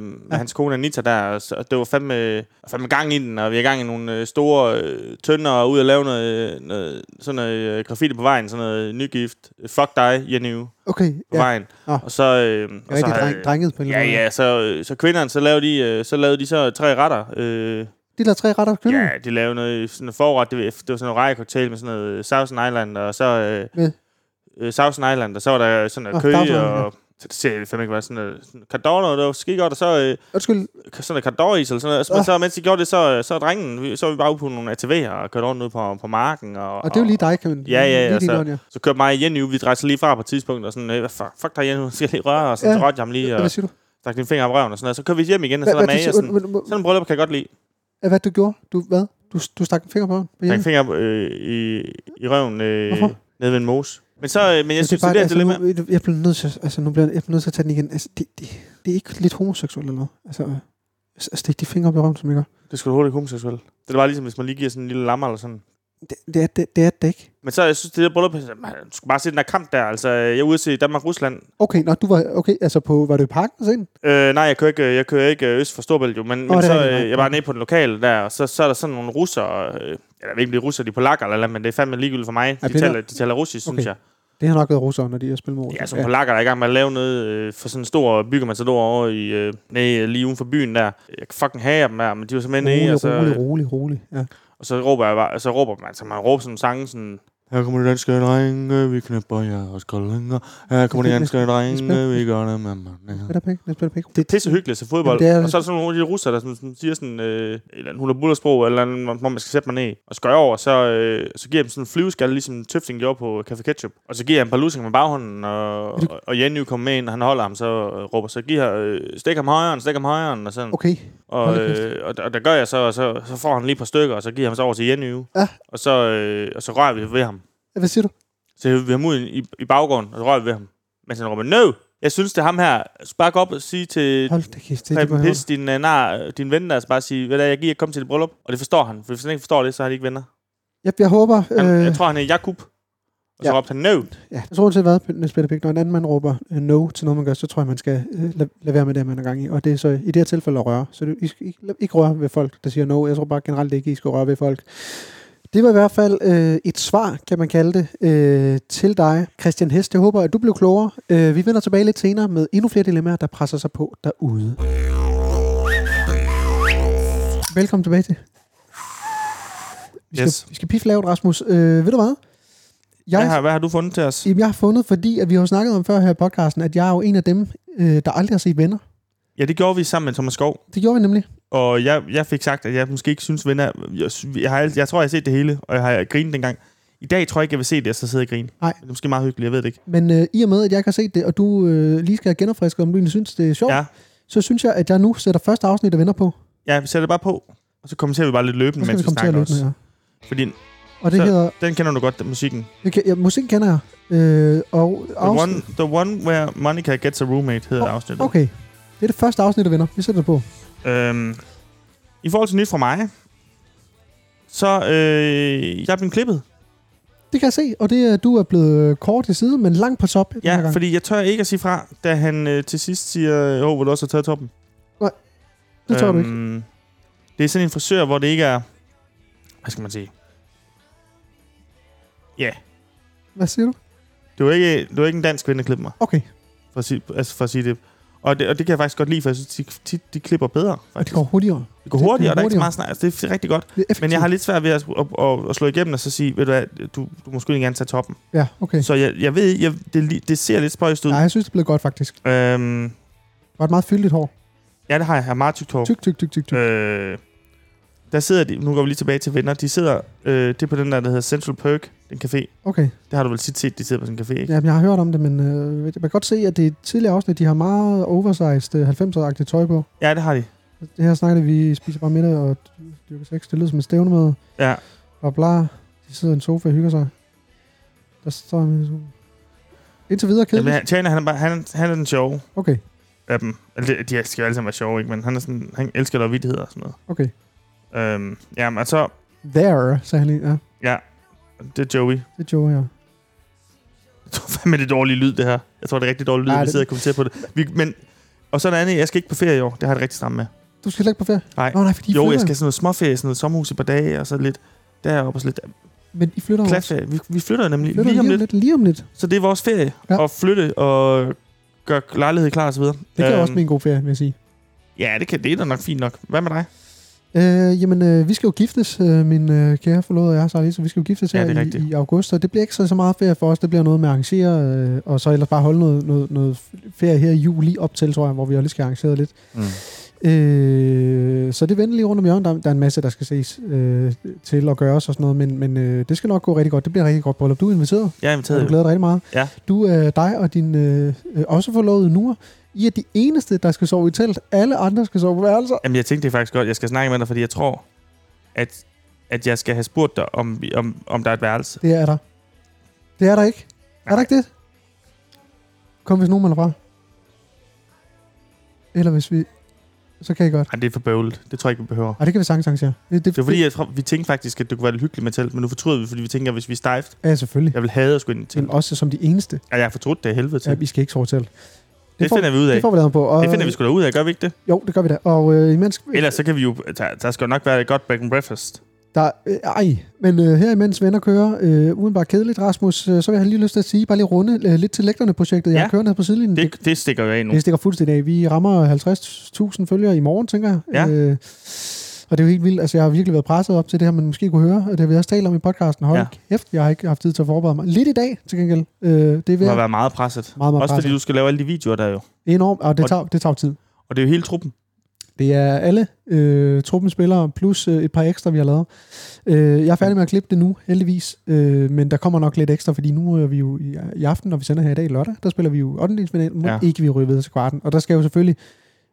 [SPEAKER 3] med ja. hans kone Anita der, og, så, og det var fandme, fandme gang i den, og vi har gang i nogle øh, store øh, tønder, og ud og lave noget, øh, noget sådan noget øh, graffiti på vejen, sådan noget nygift. øh, Fuck dig, Jenny, på
[SPEAKER 2] Okay,
[SPEAKER 3] ja. vejen.
[SPEAKER 2] Nå.
[SPEAKER 3] Og så, øh,
[SPEAKER 2] Jeg er rigtig dreng,
[SPEAKER 3] øh,
[SPEAKER 2] drenget på en eller
[SPEAKER 3] Ja,
[SPEAKER 2] anden måde.
[SPEAKER 3] ja, så, øh, så kvinderne, så lavede de, øh, så lavede de så tre retter. Øh,
[SPEAKER 2] De der tre retter kylling.
[SPEAKER 3] ja, de lavede noget, sådan noget forret, det, var- det var sådan noget rejecocktail med sådan noget øh, Thousand Island, og så... Øh,
[SPEAKER 2] Med?
[SPEAKER 3] øh, Thousand Island, og så var der sådan noget
[SPEAKER 2] Nå,
[SPEAKER 3] køge,
[SPEAKER 2] Thousand Island,
[SPEAKER 3] og... Så det ser jeg fandme ikke, hvad sådan noget... Sådan cardano, det var skide godt, og så øh,
[SPEAKER 2] Undskyld,
[SPEAKER 3] sådan noget cardoris, eller sådan noget. Så,
[SPEAKER 2] Ah.
[SPEAKER 3] men så, mens de gjorde det, så, øh, så er drengen, vi- så var vi bare ude på nogle ATV'er og kørte rundt ud på, på marken. Og,
[SPEAKER 2] og det er jo lige dig, kan man.
[SPEAKER 3] Ja, ja, altså, ja,
[SPEAKER 2] Lige din
[SPEAKER 3] så-
[SPEAKER 2] ånd, ja.
[SPEAKER 3] Så kørte mig igen nu, vi drejte lige fra på et tidspunkt, og sådan, øh, hvad fuck, fuck dig igen nu, skal jeg lige røre, og så
[SPEAKER 2] Ja.
[SPEAKER 3] ja. rørte jeg ham lige, og
[SPEAKER 2] Hvad siger du?
[SPEAKER 3] stak din finger op i røven, og sådan noget. Så kørte vi hjem igen, og
[SPEAKER 2] Hvad,
[SPEAKER 3] så var
[SPEAKER 2] hvad,
[SPEAKER 3] mage,
[SPEAKER 2] du
[SPEAKER 3] og sådan,
[SPEAKER 2] siger- hvad,
[SPEAKER 3] sådan en bryllup kan jeg godt lide.
[SPEAKER 2] hvad, hvad, du gjorde? Du, hvad? Du, du stak en finger på ham? På
[SPEAKER 3] Jeg
[SPEAKER 2] hjernen?
[SPEAKER 3] fik finger op, øh, i, i røven øh,
[SPEAKER 2] Mm. Hvorfor?
[SPEAKER 3] nede ved en mose. Men, så, øh, men jeg
[SPEAKER 2] Men
[SPEAKER 3] synes, det, det er
[SPEAKER 2] altså,
[SPEAKER 3] dilemma.
[SPEAKER 2] nu, jeg bliver nødt til, altså, nu bliver jeg bliver nødt til at tage den igen. Altså, det, det, det er ikke lidt homoseksuelt eller noget. Altså, øh, s- stik de fingre op i røven, som jeg gør.
[SPEAKER 3] Det skulle hurtigt homoseksuel. Det er bare ligesom, hvis man lige giver sådan en lille lammer eller sådan.
[SPEAKER 2] Det, det, er, det, det er det ikke.
[SPEAKER 3] Men så, jeg synes, det der bryllup, altså, man, du skal bare se den der kamp der. Altså, jeg er ude til Danmark-Rusland.
[SPEAKER 2] Okay, nå, du var, okay, altså på, var det i parken sen?
[SPEAKER 3] Øh, nej, jeg kører ikke, jeg kører ikke øh, øst for Storbælt, jo, men,
[SPEAKER 2] det er
[SPEAKER 3] men så
[SPEAKER 2] rigtigt, nej.
[SPEAKER 3] øh, jeg var nede på den lokale der, og så, så er der sådan nogle russere, øh, jeg ved ikke, om de er russere, de er polakker eller noget, men det er fandme ligegyldigt for mig. De,
[SPEAKER 2] det er-
[SPEAKER 3] taler, de taler russisk, okay.
[SPEAKER 2] Okay.
[SPEAKER 3] synes jeg.
[SPEAKER 2] Det har nok været russere, når de har spillet mod
[SPEAKER 3] Ja, som ja. polakker, der er i gang med at lave noget øh, for sådan en stor byggematador over i, øh, nede, lige uden for byen der. Jeg kan fucking have dem der, men de var simpelthen nede,
[SPEAKER 2] Rolig,
[SPEAKER 3] og så,
[SPEAKER 2] rolig, rolig, rolig. Ja.
[SPEAKER 3] og så råber jeg bare, så råber man, altså man råber sådan en sang, sådan, Her kommer de danske drenge, vi knipper jer og skoldinger. Her kommer de danske drenge, vi gør det med mig.
[SPEAKER 2] Peter Pæk, Niels Peter Pæk.
[SPEAKER 3] Det er pisse hyggeligt til fodbold.
[SPEAKER 2] Jamen, det er-
[SPEAKER 3] Og så er der sådan nogle af de russere, der sådan, sådan, siger sådan øh, et eller andet hulabullersprog, eller andet, hvor hvor man skal sætte mig ned og skøre over, så, øh, så giver jeg dem sådan en flyveskalle, ligesom Tøfting gjorde på Café Ketchup. Og så giver jeg ham et par lusinger med baghånden, og, og, og Jenny kommer med ind, og han holder ham, så og råber så, giv her, øh, stik ham højre, stik ham højre, og sådan.
[SPEAKER 2] Okay.
[SPEAKER 3] Og,
[SPEAKER 2] Hold da kæft.
[SPEAKER 3] øh, og, der- og der gør jeg så, og så, så får han lige et par stykker, og så giver jeg ham så over til Jenny.
[SPEAKER 2] Ja.
[SPEAKER 3] Og, så, øh, og så rører vi ved ham.
[SPEAKER 2] Hvad siger du?
[SPEAKER 3] Så vi ham ud i, i baggården, og så rører vi ved ham. Men han råber, no! Jeg synes, det er ham her. Spark op og sige til,
[SPEAKER 2] Hold da kæft. Det, er det,
[SPEAKER 3] Preben
[SPEAKER 2] man
[SPEAKER 3] Pis, din, uh, nar, din ven der, altså bare sige, hvad der, jeg giver, kom til et bryllup. Og det forstår han, for hvis han ikke forstår det, så er de ikke venner.
[SPEAKER 2] hører. Jep, jeg håber...
[SPEAKER 3] Han, øh.
[SPEAKER 2] øh,
[SPEAKER 3] Jeg tror, han er Jakub. Og så
[SPEAKER 2] Ja.
[SPEAKER 3] ja. råbte han, no.
[SPEAKER 2] Ja, jeg tror uanset hvad, Niels Peter Pick, når en anden mand råber øh, no til noget, man gør, så tror jeg, man skal øh, lade, lade være med det, man er gang i. Og det er så i det her tilfælde at røre. Så det, I skal ikke, lad- ikke røre ved folk, der siger no. Jeg tror bare generelt ikke, I skal røre ved folk. Det var i hvert fald øh, et svar, kan man kalde det, øh, til dig, Christian Hest. Jeg håber, at du blev klogere. Øh, vi vender tilbage lidt senere med endnu flere dilemmaer, der presser sig på derude. Velkommen tilbage til. Vi skal,
[SPEAKER 3] Yes.
[SPEAKER 2] vi skal piffe lavt, Rasmus. Øh, ved du hvad?
[SPEAKER 3] Hvad har, hvad har du fundet til os?
[SPEAKER 2] Jamen, jeg har fundet, fordi at vi har jo snakket om før her i podcasten, at jeg er jo en af dem, øh, der aldrig har set venner.
[SPEAKER 3] Ja, det gjorde vi sammen med Thomas Skov.
[SPEAKER 2] Det gjorde vi nemlig.
[SPEAKER 3] Og jeg, jeg fik sagt, at jeg måske ikke synes, venner... Jeg, sy- jeg, har, alt- jeg tror, jeg har set det hele, og jeg har grinet dengang. I dag tror jeg ikke, jeg vil se det, og så sidder jeg og griner.
[SPEAKER 2] Nej.
[SPEAKER 3] Det er måske meget hyggeligt, jeg ved det ikke.
[SPEAKER 2] Men øh, i og med, at jeg ikke har set det, og du øh, lige skal have genopfrisket, om du egentlig synes, det er sjovt, ja.
[SPEAKER 3] Ja,
[SPEAKER 2] så synes jeg, at jeg nu sætter første afsnit af venner på. Så
[SPEAKER 3] ja vi sætter det bare på. Og så kommenterer vi bare lidt løbende,
[SPEAKER 2] skal
[SPEAKER 3] mens
[SPEAKER 2] vi
[SPEAKER 3] vi,
[SPEAKER 2] komme til at
[SPEAKER 3] snakker
[SPEAKER 2] løbe med jer.
[SPEAKER 3] også. Fordi
[SPEAKER 2] Og det så.
[SPEAKER 3] Så-
[SPEAKER 2] hedder...
[SPEAKER 3] den kender du godt, den musikken.
[SPEAKER 2] Det kan, ja, musikken kender jeg. Øh, og
[SPEAKER 3] The one,
[SPEAKER 2] afsnit...
[SPEAKER 3] the one Where Monica Gets a Roommate hedder
[SPEAKER 2] Oh,
[SPEAKER 3] oh, afsnittet.
[SPEAKER 2] Okay. Det er det første afsnit af venner. Vi sætter det på.
[SPEAKER 3] Øhm, I forhold til nyt fra mig, så øh, jeg er blevet klippet.
[SPEAKER 2] Det kan jeg se, og det er, du er blevet øh, kort til side, men langt på top. den her
[SPEAKER 3] Ja,
[SPEAKER 2] gang.
[SPEAKER 3] fordi jeg tør ikke at sige fra, da han øh, til sidst siger, jeg håber, du også har taget toppen.
[SPEAKER 2] Det tør
[SPEAKER 3] øhm,
[SPEAKER 2] du ikke.
[SPEAKER 3] Det er sådan en frisør, hvor det ikke er... Hvad skal man sige?
[SPEAKER 2] Hvad siger du?
[SPEAKER 3] Det var ikke, det var ikke en dansk ven, der klippede mig,
[SPEAKER 2] Okay,
[SPEAKER 3] for at sige, altså for at sige det. Og det, og det kan jeg faktisk godt lide, for jeg synes, de, tit, de klipper bedre.
[SPEAKER 2] og det
[SPEAKER 3] Faktisk.
[SPEAKER 2] går hurtigere.
[SPEAKER 3] Det går hurtigere, og der er ikke så
[SPEAKER 2] hurtigere.
[SPEAKER 3] meget snak. Altså, det er rigtig godt.
[SPEAKER 2] Det er effektivt.
[SPEAKER 3] Men jeg har lidt svært ved at, at, at, at slå igennem og så sige, ved du hvad, du, du må sgu egentlig gerne tage toppen.
[SPEAKER 2] Ja, okay.
[SPEAKER 3] Så jeg, jeg ved, ikke, jeg, det, li- det ser lidt spøjst ud.
[SPEAKER 2] Nej, jeg synes, det blev godt faktisk.
[SPEAKER 3] Øhm,
[SPEAKER 2] Det var et meget fyldigt hår.
[SPEAKER 3] ja, det har jeg. Jeg har meget tykt hår.
[SPEAKER 2] Tyk, tyk, tyk, tyk, tyk.
[SPEAKER 3] Øh, der sidder de, nu går vi lige tilbage til venner, de sidder, øh, det er på den der, der hedder Central Perk, den café.
[SPEAKER 2] Okay.
[SPEAKER 3] Det har du vel tit set, de sidder på sådan en café, ikke?
[SPEAKER 2] Jamen, jeg har hørt om det, men øh, man kan godt se, at det er et tidligere afsnit, de har meget oversized øh, 90'er-agtigt tøj på.
[SPEAKER 3] Ja, det har de.
[SPEAKER 2] Det her snakker vi spiser bare middag og dyrker sex. Det lyder som et stævnemøde.
[SPEAKER 3] Ja.
[SPEAKER 2] Bla bla. De sidder i en sofa og hygger sig. Der står en... Indtil videre
[SPEAKER 3] Jamen,
[SPEAKER 2] kedeligt.
[SPEAKER 3] han- Tjana, han er, bare, han, han er den sjove
[SPEAKER 2] Okay,
[SPEAKER 3] af dem. Altså, det- de skal jo alle sammen være sjove, ikke? Men han, er sådan, han elsker lovvittigheder og sådan noget.
[SPEAKER 2] okay.
[SPEAKER 3] Øhm, jamen, og så,
[SPEAKER 2] There, sagde han lige. Ja,
[SPEAKER 3] det er Joey.
[SPEAKER 2] det er Joe her.
[SPEAKER 3] Jeg tror fandme, det er dårlig lyd, det her. Jeg tror, det er rigtig dårlig lyd,
[SPEAKER 2] Nej,
[SPEAKER 3] vi
[SPEAKER 2] det-
[SPEAKER 3] sidder og kommenterer på det. Vi, men, og så er der andet, jeg skal ikke på ferie i år. Det har jeg det rigtig stramt med.
[SPEAKER 2] Du skal slet ikke på ferie?
[SPEAKER 3] Nej.
[SPEAKER 2] Nå, nej, fordi I
[SPEAKER 3] jo,
[SPEAKER 2] flytter.
[SPEAKER 3] jeg skal sådan noget småferie, sådan noget sommerhus i et par dage, og så lidt deroppe og så lidt
[SPEAKER 2] Men I flytter jo også.
[SPEAKER 3] klasseferie. Vi, vi flytter nemlig
[SPEAKER 2] Flytter
[SPEAKER 3] lige om lidt.
[SPEAKER 2] Lige om lidt.
[SPEAKER 3] Så det er vores ferie.
[SPEAKER 2] Ja.
[SPEAKER 3] Ja. At flytte og gøre lejlighed klar og så videre.
[SPEAKER 2] Det kan
[SPEAKER 3] Øhm,
[SPEAKER 2] øhm. også blive en god ferie, vil jeg sige.
[SPEAKER 3] Ja, det, kan, det er da nok fint nok. Hvad med dig?
[SPEAKER 2] Øh, jamen, øh, vi skal jo giftes, øh, min øh, kære forlod og jeg, Sarah Lise, vi skal jo giftes
[SPEAKER 3] Ja, det
[SPEAKER 2] her
[SPEAKER 3] er
[SPEAKER 2] i,
[SPEAKER 3] rigtigt.
[SPEAKER 2] i august, og det bliver ikke så, så meget ferie for os, det bliver noget med at arrangere, øh, og så ellers bare holde noget, noget, noget ferie her i juli op til, tror jeg, hvor vi også lige skal arrangere lidt.
[SPEAKER 3] Mm.
[SPEAKER 2] Øh, så det venter lige rundt om hjørnet, der, der er en masse, der skal ses øh, til og gøres og sådan noget, men, men øh, det skal nok gå rigtig godt, det bliver et rigtig godt bryllup. Du er inviteret,
[SPEAKER 3] Jeg er
[SPEAKER 2] og
[SPEAKER 3] inviteret.
[SPEAKER 2] du
[SPEAKER 3] jo.
[SPEAKER 2] glæder dig rigtig meget.
[SPEAKER 3] Ja.
[SPEAKER 2] Du, øh, dig og din øh, øh, også forlovede nu, I er de eneste, der skal sove i telt, alle andre skal sove på værelser.
[SPEAKER 3] Jamen, jeg tænkte det faktisk godt. Jeg skal snakke med dig, fordi jeg tror, at, at jeg skal have spurgt dig, om, vi- om, om der er et værelse.
[SPEAKER 2] Det er der. Det er der ikke. Er der
[SPEAKER 3] Nej.
[SPEAKER 2] ikke det? Kom, hvis nogen melder fra. Eller hvis vi... Så kan I godt.
[SPEAKER 3] Ej, det er for bøvlet. Det tror jeg ikke, vi behøver.
[SPEAKER 2] Ej, det kan vi sagtens arrangere. Det,
[SPEAKER 3] Det var fordi, jeg, tror- vi tænkte faktisk, at det kunne være lidt hyggeligt med telt, men nu fortryder vi, fordi vi tænker, at hvis vi er stejft,
[SPEAKER 2] Ja, selvfølgelig.
[SPEAKER 3] jeg vil have at skulle ind i
[SPEAKER 2] Men
[SPEAKER 3] telt.
[SPEAKER 2] også som de eneste.
[SPEAKER 3] Ja, jeg har fortrudt det af helvede til.
[SPEAKER 2] Ja, vi skal ikke sove til. Det,
[SPEAKER 3] det
[SPEAKER 2] får,
[SPEAKER 3] finder vi ud af.
[SPEAKER 2] det får vi lavet på. Og,
[SPEAKER 3] Det finder vi sgu da ud af, gør vi ikke det?
[SPEAKER 2] Jo, det gør vi da. Og øh, imens...
[SPEAKER 3] Ellers så kan vi jo... Der, der skal jo nok være et godt back and breakfast.
[SPEAKER 2] Der, øh, ej, men øh, her imens venner kører, øh, uden bare kedeligt, Rasmus, øh, så vil jeg lige lyst til at sige, bare lige runde øh, lidt til lægterne-projektet. Jeg
[SPEAKER 3] Ja.
[SPEAKER 2] har kørt ned på sidelinjen.
[SPEAKER 3] Det, det stikker jo af nu.
[SPEAKER 2] Det stikker fuldstændig af. Vi rammer 50.000 følgere i morgen, tænker jeg.
[SPEAKER 3] Ja.
[SPEAKER 2] Øh, Og det er jo helt vildt. Altså, jeg har virkelig været presset op til det her, man måske kunne høre. og Det har vi også talt om i podcasten. Hold
[SPEAKER 3] Ja.
[SPEAKER 2] ja. kæft, jeg har ikke haft tid til at forberede mig. Lidt i dag, til gengæld. Øh, det er
[SPEAKER 3] Du
[SPEAKER 2] ved
[SPEAKER 3] har
[SPEAKER 2] at-
[SPEAKER 3] været meget presset.
[SPEAKER 2] Meget, meget
[SPEAKER 3] Også fordi
[SPEAKER 2] presset.
[SPEAKER 3] du skal lave alle de videoer der jo.
[SPEAKER 2] enormt, og det
[SPEAKER 3] Og-
[SPEAKER 2] tager, det tager jo tid.
[SPEAKER 3] Og det er jo hele truppen.
[SPEAKER 2] Det er alle øh, truppen spillere, plus øh, et par ekstra, vi har lavet. Øh, jeg er færdig med at klippe det nu, heldigvis. Øh, men der kommer nok lidt ekstra, fordi nu er vi jo i, i aften, når vi sender her i dag lørdag, der spiller vi jo 8. mod
[SPEAKER 3] Ja.
[SPEAKER 2] ja. ikke vi ryger videre til kvarten. Og der skal jo selvfølgelig...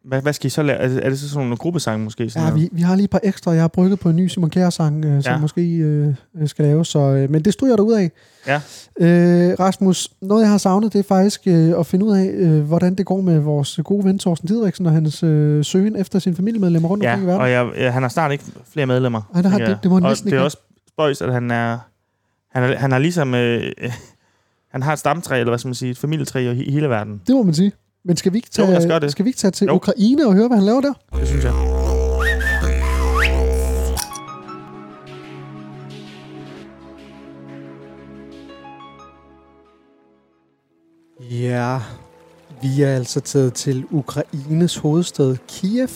[SPEAKER 3] Hvad, hvad skal I så lave? Er, det- er det så sådan nogle gruppesange måske? Sådan
[SPEAKER 2] Ja,
[SPEAKER 3] noget?
[SPEAKER 2] vi, vi har lige et par ekstra. Jeg har brygget på en ny Simon Kjær-sang, øh, som
[SPEAKER 3] Ja.
[SPEAKER 2] ja. måske øh, skal laves. Så, øh, men det stryger ud af.
[SPEAKER 3] Ja.
[SPEAKER 2] Øh, Rasmus, noget jeg har savnet, det er faktisk øh, at finde ud af, øh, hvordan det går med vores gode ven Thorsten Didriksen og hans øh, søgen efter sine familiemedlemmer rundt omkring i
[SPEAKER 3] ja
[SPEAKER 2] verden.
[SPEAKER 3] og jeg, jeg, han har snart ikke flere medlemmer.
[SPEAKER 2] Ej, det har-
[SPEAKER 3] tænker
[SPEAKER 2] det-
[SPEAKER 3] jeg.
[SPEAKER 2] det må han
[SPEAKER 3] og
[SPEAKER 2] næsten
[SPEAKER 3] det er
[SPEAKER 2] ikke
[SPEAKER 3] også spøjs, at han er... Han er, han er ligesom... Øh, øh, han har et stamtræ, eller hvad skal man sige, et familietræ i he- hele verden.
[SPEAKER 2] Det må man sige. Men skal vi ikke
[SPEAKER 3] Jo,
[SPEAKER 2] tage,
[SPEAKER 3] lad os gøre det.
[SPEAKER 2] Skal vi ikke tage til
[SPEAKER 3] Jo.
[SPEAKER 2] jo. Ukraine og høre, hvad han laver der?
[SPEAKER 3] Det synes jeg.
[SPEAKER 2] Ja, vi er altså taget til Ukraines hovedstad Kiev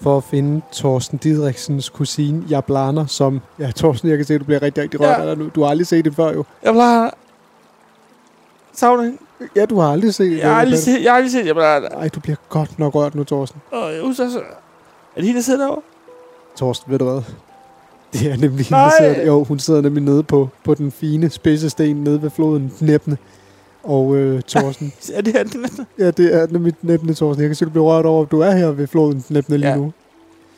[SPEAKER 2] for at finde Torsten Didriksens kusine Jablana, som... Ja, Torsten, jeg kan se, at du bliver rigtig, rigtig rørt
[SPEAKER 3] Ja.
[SPEAKER 2] ja. af det nu. Du har aldrig set det før, jo.
[SPEAKER 3] Jeg plejer... Savne hende.
[SPEAKER 2] Ja, du har aldrig set
[SPEAKER 3] Jeg har aldrig set... Jeg har aldrig set... Jeg plejer...
[SPEAKER 2] Nej, du bliver godt nok rørt nu, Torsten.
[SPEAKER 3] Og jeg husker så... Er det hende, der sidder derovre?
[SPEAKER 2] Torsten, ved du hvad? Det er nemlig hende,
[SPEAKER 3] Nej.
[SPEAKER 2] der sidder, jo, hun sidder nemlig nede på, på den fine spidse sten nede ved floden Dnepne. Og øh, Torsten,
[SPEAKER 3] Er det her den?
[SPEAKER 2] Ja, det er nemlig næbne, Thorsten. Jeg kan se, du bliver rørt over, at du er her ved floden næbne lige
[SPEAKER 3] Ja.
[SPEAKER 2] ja. nu.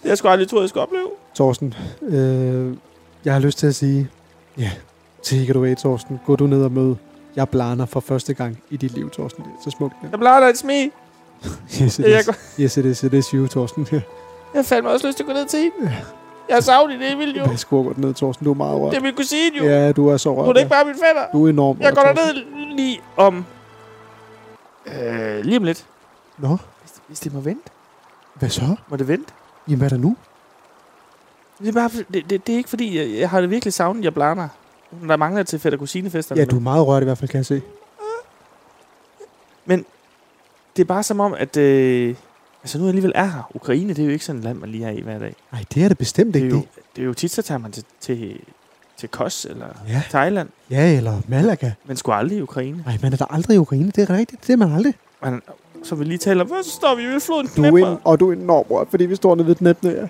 [SPEAKER 3] Jeg skulle aldrig tro, jeg skulle opleve.
[SPEAKER 2] Thorsten, øh, jeg har lyst til at sige, ja, yeah, take it away, Thorsten. Gå du ned og mød. Jeg blander for første gang i dit liv, Thorsten. Det er så smukt. Ja.
[SPEAKER 3] Jeg plejer dig et smil.
[SPEAKER 2] Yes, it
[SPEAKER 3] Jeg, jeg,
[SPEAKER 2] is. Yes, it is. It is you, Thorsten. Ja.
[SPEAKER 3] jeg fandt mig også lyst til at gå ned til hende. Jeg savner det, Emil jo.
[SPEAKER 2] Jeg skulle godt ned, Thorsten. Du er meget
[SPEAKER 3] Det
[SPEAKER 2] rørt.
[SPEAKER 3] er min kusine jo.
[SPEAKER 2] Ja, du er så
[SPEAKER 3] Hun
[SPEAKER 2] rørt.
[SPEAKER 3] er
[SPEAKER 2] ja.
[SPEAKER 3] ikke bare min fætter.
[SPEAKER 2] Du er enormt
[SPEAKER 3] Jeg
[SPEAKER 2] rørt,
[SPEAKER 3] går
[SPEAKER 2] Thorsten.
[SPEAKER 3] derned lige om... Øh, lige om lidt.
[SPEAKER 2] Nå,
[SPEAKER 3] Hvis, hvis det må vente.
[SPEAKER 2] hvad så?
[SPEAKER 3] Må det vente?
[SPEAKER 2] Jamen, hvad er der nu?
[SPEAKER 3] Det er, bare, det, det, det er ikke fordi, jeg, jeg har det virkelig savnet, jeg blander. Der mangler til fætter kusinefesterne.
[SPEAKER 2] Ja, du er meget rørt i hvert fald, kan jeg se.
[SPEAKER 3] Det er bare som om, at... Øh, altså nu jeg alligevel er her. Ukraine, det er jo ikke sådan et land, man lige er i hver dag.
[SPEAKER 2] Nej, det er det bestemt
[SPEAKER 3] Det er
[SPEAKER 2] ikke.
[SPEAKER 3] jo,
[SPEAKER 2] Det
[SPEAKER 3] det er jo tit, så tager man til, til, til Kos eller
[SPEAKER 2] Ja.
[SPEAKER 3] Thailand.
[SPEAKER 2] ja, eller Malaga.
[SPEAKER 3] Men skulle aldrig i Ukraine.
[SPEAKER 2] Nej, man er der aldrig i Ukraine. Det er rigtigt. Det er man aldrig.
[SPEAKER 3] Man, så vi lige taler om, hvor står vi ved floden
[SPEAKER 2] Du er
[SPEAKER 3] knæpper.
[SPEAKER 2] en, og du er enormt rørt, fordi vi står nede ved den næbne. Ja.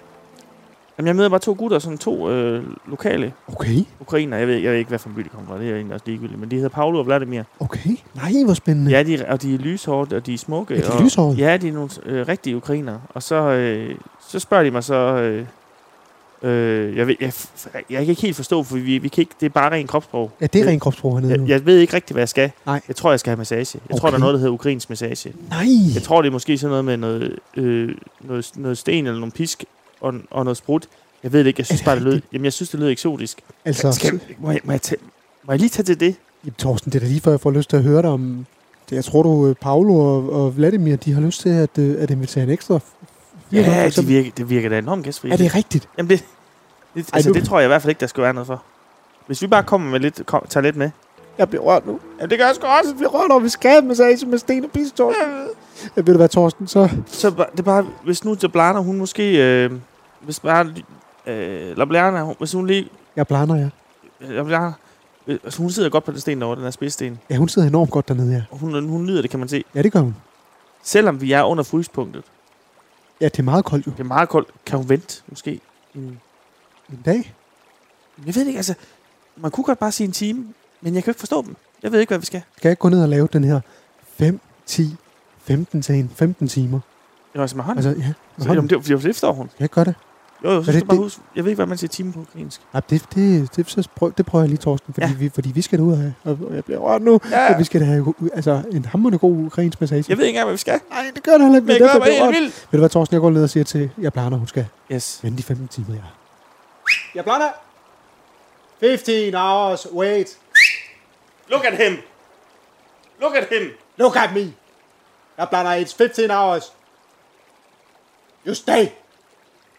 [SPEAKER 3] Jamen, jeg møder bare to gutter, sådan to øh, lokale
[SPEAKER 2] Okay,
[SPEAKER 3] ukrainer. Jeg ved, jeg ved ikke, hvad for en by de kommer fra. Det er egentlig også ligegyldigt. Men de hedder Paolo og Vladimir.
[SPEAKER 2] okay. Nej, hvor spændende.
[SPEAKER 3] Ja, de, er- og de er lyshårde, og de er smukke.
[SPEAKER 2] Er de
[SPEAKER 3] og-
[SPEAKER 2] lyshårede?
[SPEAKER 3] Ja, de er nogle øh, rigtige ukrainer. Og så, øh, så spørger de mig så... Øh, øh, jeg, ved, jeg, jeg, jeg kan ikke helt forstå, for vi, vi kan ikke, det er bare ren kropssprog.
[SPEAKER 2] ja det er ren kropsprog hernede nu.
[SPEAKER 3] Jeg, jeg ved ikke rigtigt, hvad jeg skal.
[SPEAKER 2] Nej.
[SPEAKER 3] Jeg tror, jeg skal have massage. Jeg okay. tror,
[SPEAKER 2] Okay.
[SPEAKER 3] der er noget, der hedder ukrainsk massage.
[SPEAKER 2] Nej,
[SPEAKER 3] Jeg tror, det er måske sådan noget med noget, øh, noget, noget sten eller nogle pisk og, og noget sprut. Jeg ved det ikke. Jeg synes
[SPEAKER 2] det
[SPEAKER 3] bare, det lød,
[SPEAKER 2] rigtigt?
[SPEAKER 3] jamen, jeg synes, det lød eksotisk.
[SPEAKER 2] altså,
[SPEAKER 3] Skal, må, jeg, må, jeg tage, må jeg lige tage til det?
[SPEAKER 2] jamen, Torsten, det er da lige før, jeg får lyst til at høre dig om... Det, jeg tror, du, øh, Paolo og, og Vladimir, de har lyst til at, øh, at invitere en ekstra.
[SPEAKER 3] Ja,
[SPEAKER 2] for
[SPEAKER 3] det,
[SPEAKER 2] eksempel.
[SPEAKER 3] virker, det virker da enormt gæstfrit.
[SPEAKER 2] altså, Er det rigtigt?
[SPEAKER 3] Jamen det, det,
[SPEAKER 2] Ej,
[SPEAKER 3] altså,
[SPEAKER 2] nu-
[SPEAKER 3] det tror jeg i hvert fald ikke, der skal være noget for. Hvis vi bare kommer med lidt, kom, tager lidt med.
[SPEAKER 2] Jeg bliver rørt nu.
[SPEAKER 3] Jamen det gør jeg sgu også.
[SPEAKER 2] Jeg bliver rørt over, vi skal have massage med sten og pisse, Torsten. Ja, ved du hvad, Torsten, så...
[SPEAKER 3] Så ba- det er bare, hvis nu Jablana, hun måske... Øh, hvis bare... Øh, Lablana, hun, hvis hun lige...
[SPEAKER 2] Jeg blander jer.
[SPEAKER 3] øh, Lablana, øh, altså, hun sidder godt på den sten derovre, den her spidssten.
[SPEAKER 2] Ja, hun sidder enormt godt dernede, ja.
[SPEAKER 3] Og Hun, hun nyder det, kan man se.
[SPEAKER 2] Ja, det gør hun.
[SPEAKER 3] Selvom vi er under fryspunktet.
[SPEAKER 2] Ja, det er meget koldt jo.
[SPEAKER 3] Det er meget koldt. Kan hun vente, måske? Mm.
[SPEAKER 2] En dag?
[SPEAKER 3] Jeg ved det ikke, altså... Man kunne godt bare sige en time, men jeg kan jo ikke forstå dem. Jeg ved ikke, hvad vi skal.
[SPEAKER 2] Skal jeg ikke gå ned og lave den her 5, 10, 15 til 15 timer?
[SPEAKER 3] Det var altså med hånden.
[SPEAKER 2] Altså, ja.
[SPEAKER 3] så, jamen, det, det, det forstår hun.
[SPEAKER 2] Skal jeg ikke gøre det?
[SPEAKER 3] Jo, jo, så
[SPEAKER 2] Er
[SPEAKER 3] skal
[SPEAKER 2] det
[SPEAKER 3] du bare
[SPEAKER 2] det-
[SPEAKER 3] huske. Jeg ved ikke, hvad man siger time på ukrainsk.
[SPEAKER 2] Nej, det, det, det, så prøv, det prøver jeg lige, Torsten, fordi,
[SPEAKER 3] Ja.
[SPEAKER 2] ja. vi, fordi vi skal ud af, og og jeg bliver rørt nu, ja. vi skal da have u- altså, en hammerende god ukrainsk massage.
[SPEAKER 3] Jeg ved ikke engang, hvad vi skal.
[SPEAKER 2] Nej, det gør det heller ikke,
[SPEAKER 3] Men jeg glæder
[SPEAKER 2] derfor
[SPEAKER 3] mig
[SPEAKER 2] bliver
[SPEAKER 3] helt
[SPEAKER 2] rørt.
[SPEAKER 3] vildt.
[SPEAKER 2] Ved du hvad, Torsten, jeg går ned og siger til, jeg planer, hun skal
[SPEAKER 3] Yes.
[SPEAKER 2] vente de 15 timer, jeg er.
[SPEAKER 4] Jeg blander. 15 hours, wait.
[SPEAKER 3] Look at him. Look at him.
[SPEAKER 4] Look at me. Jeg blander, it's 15 hours. You stay.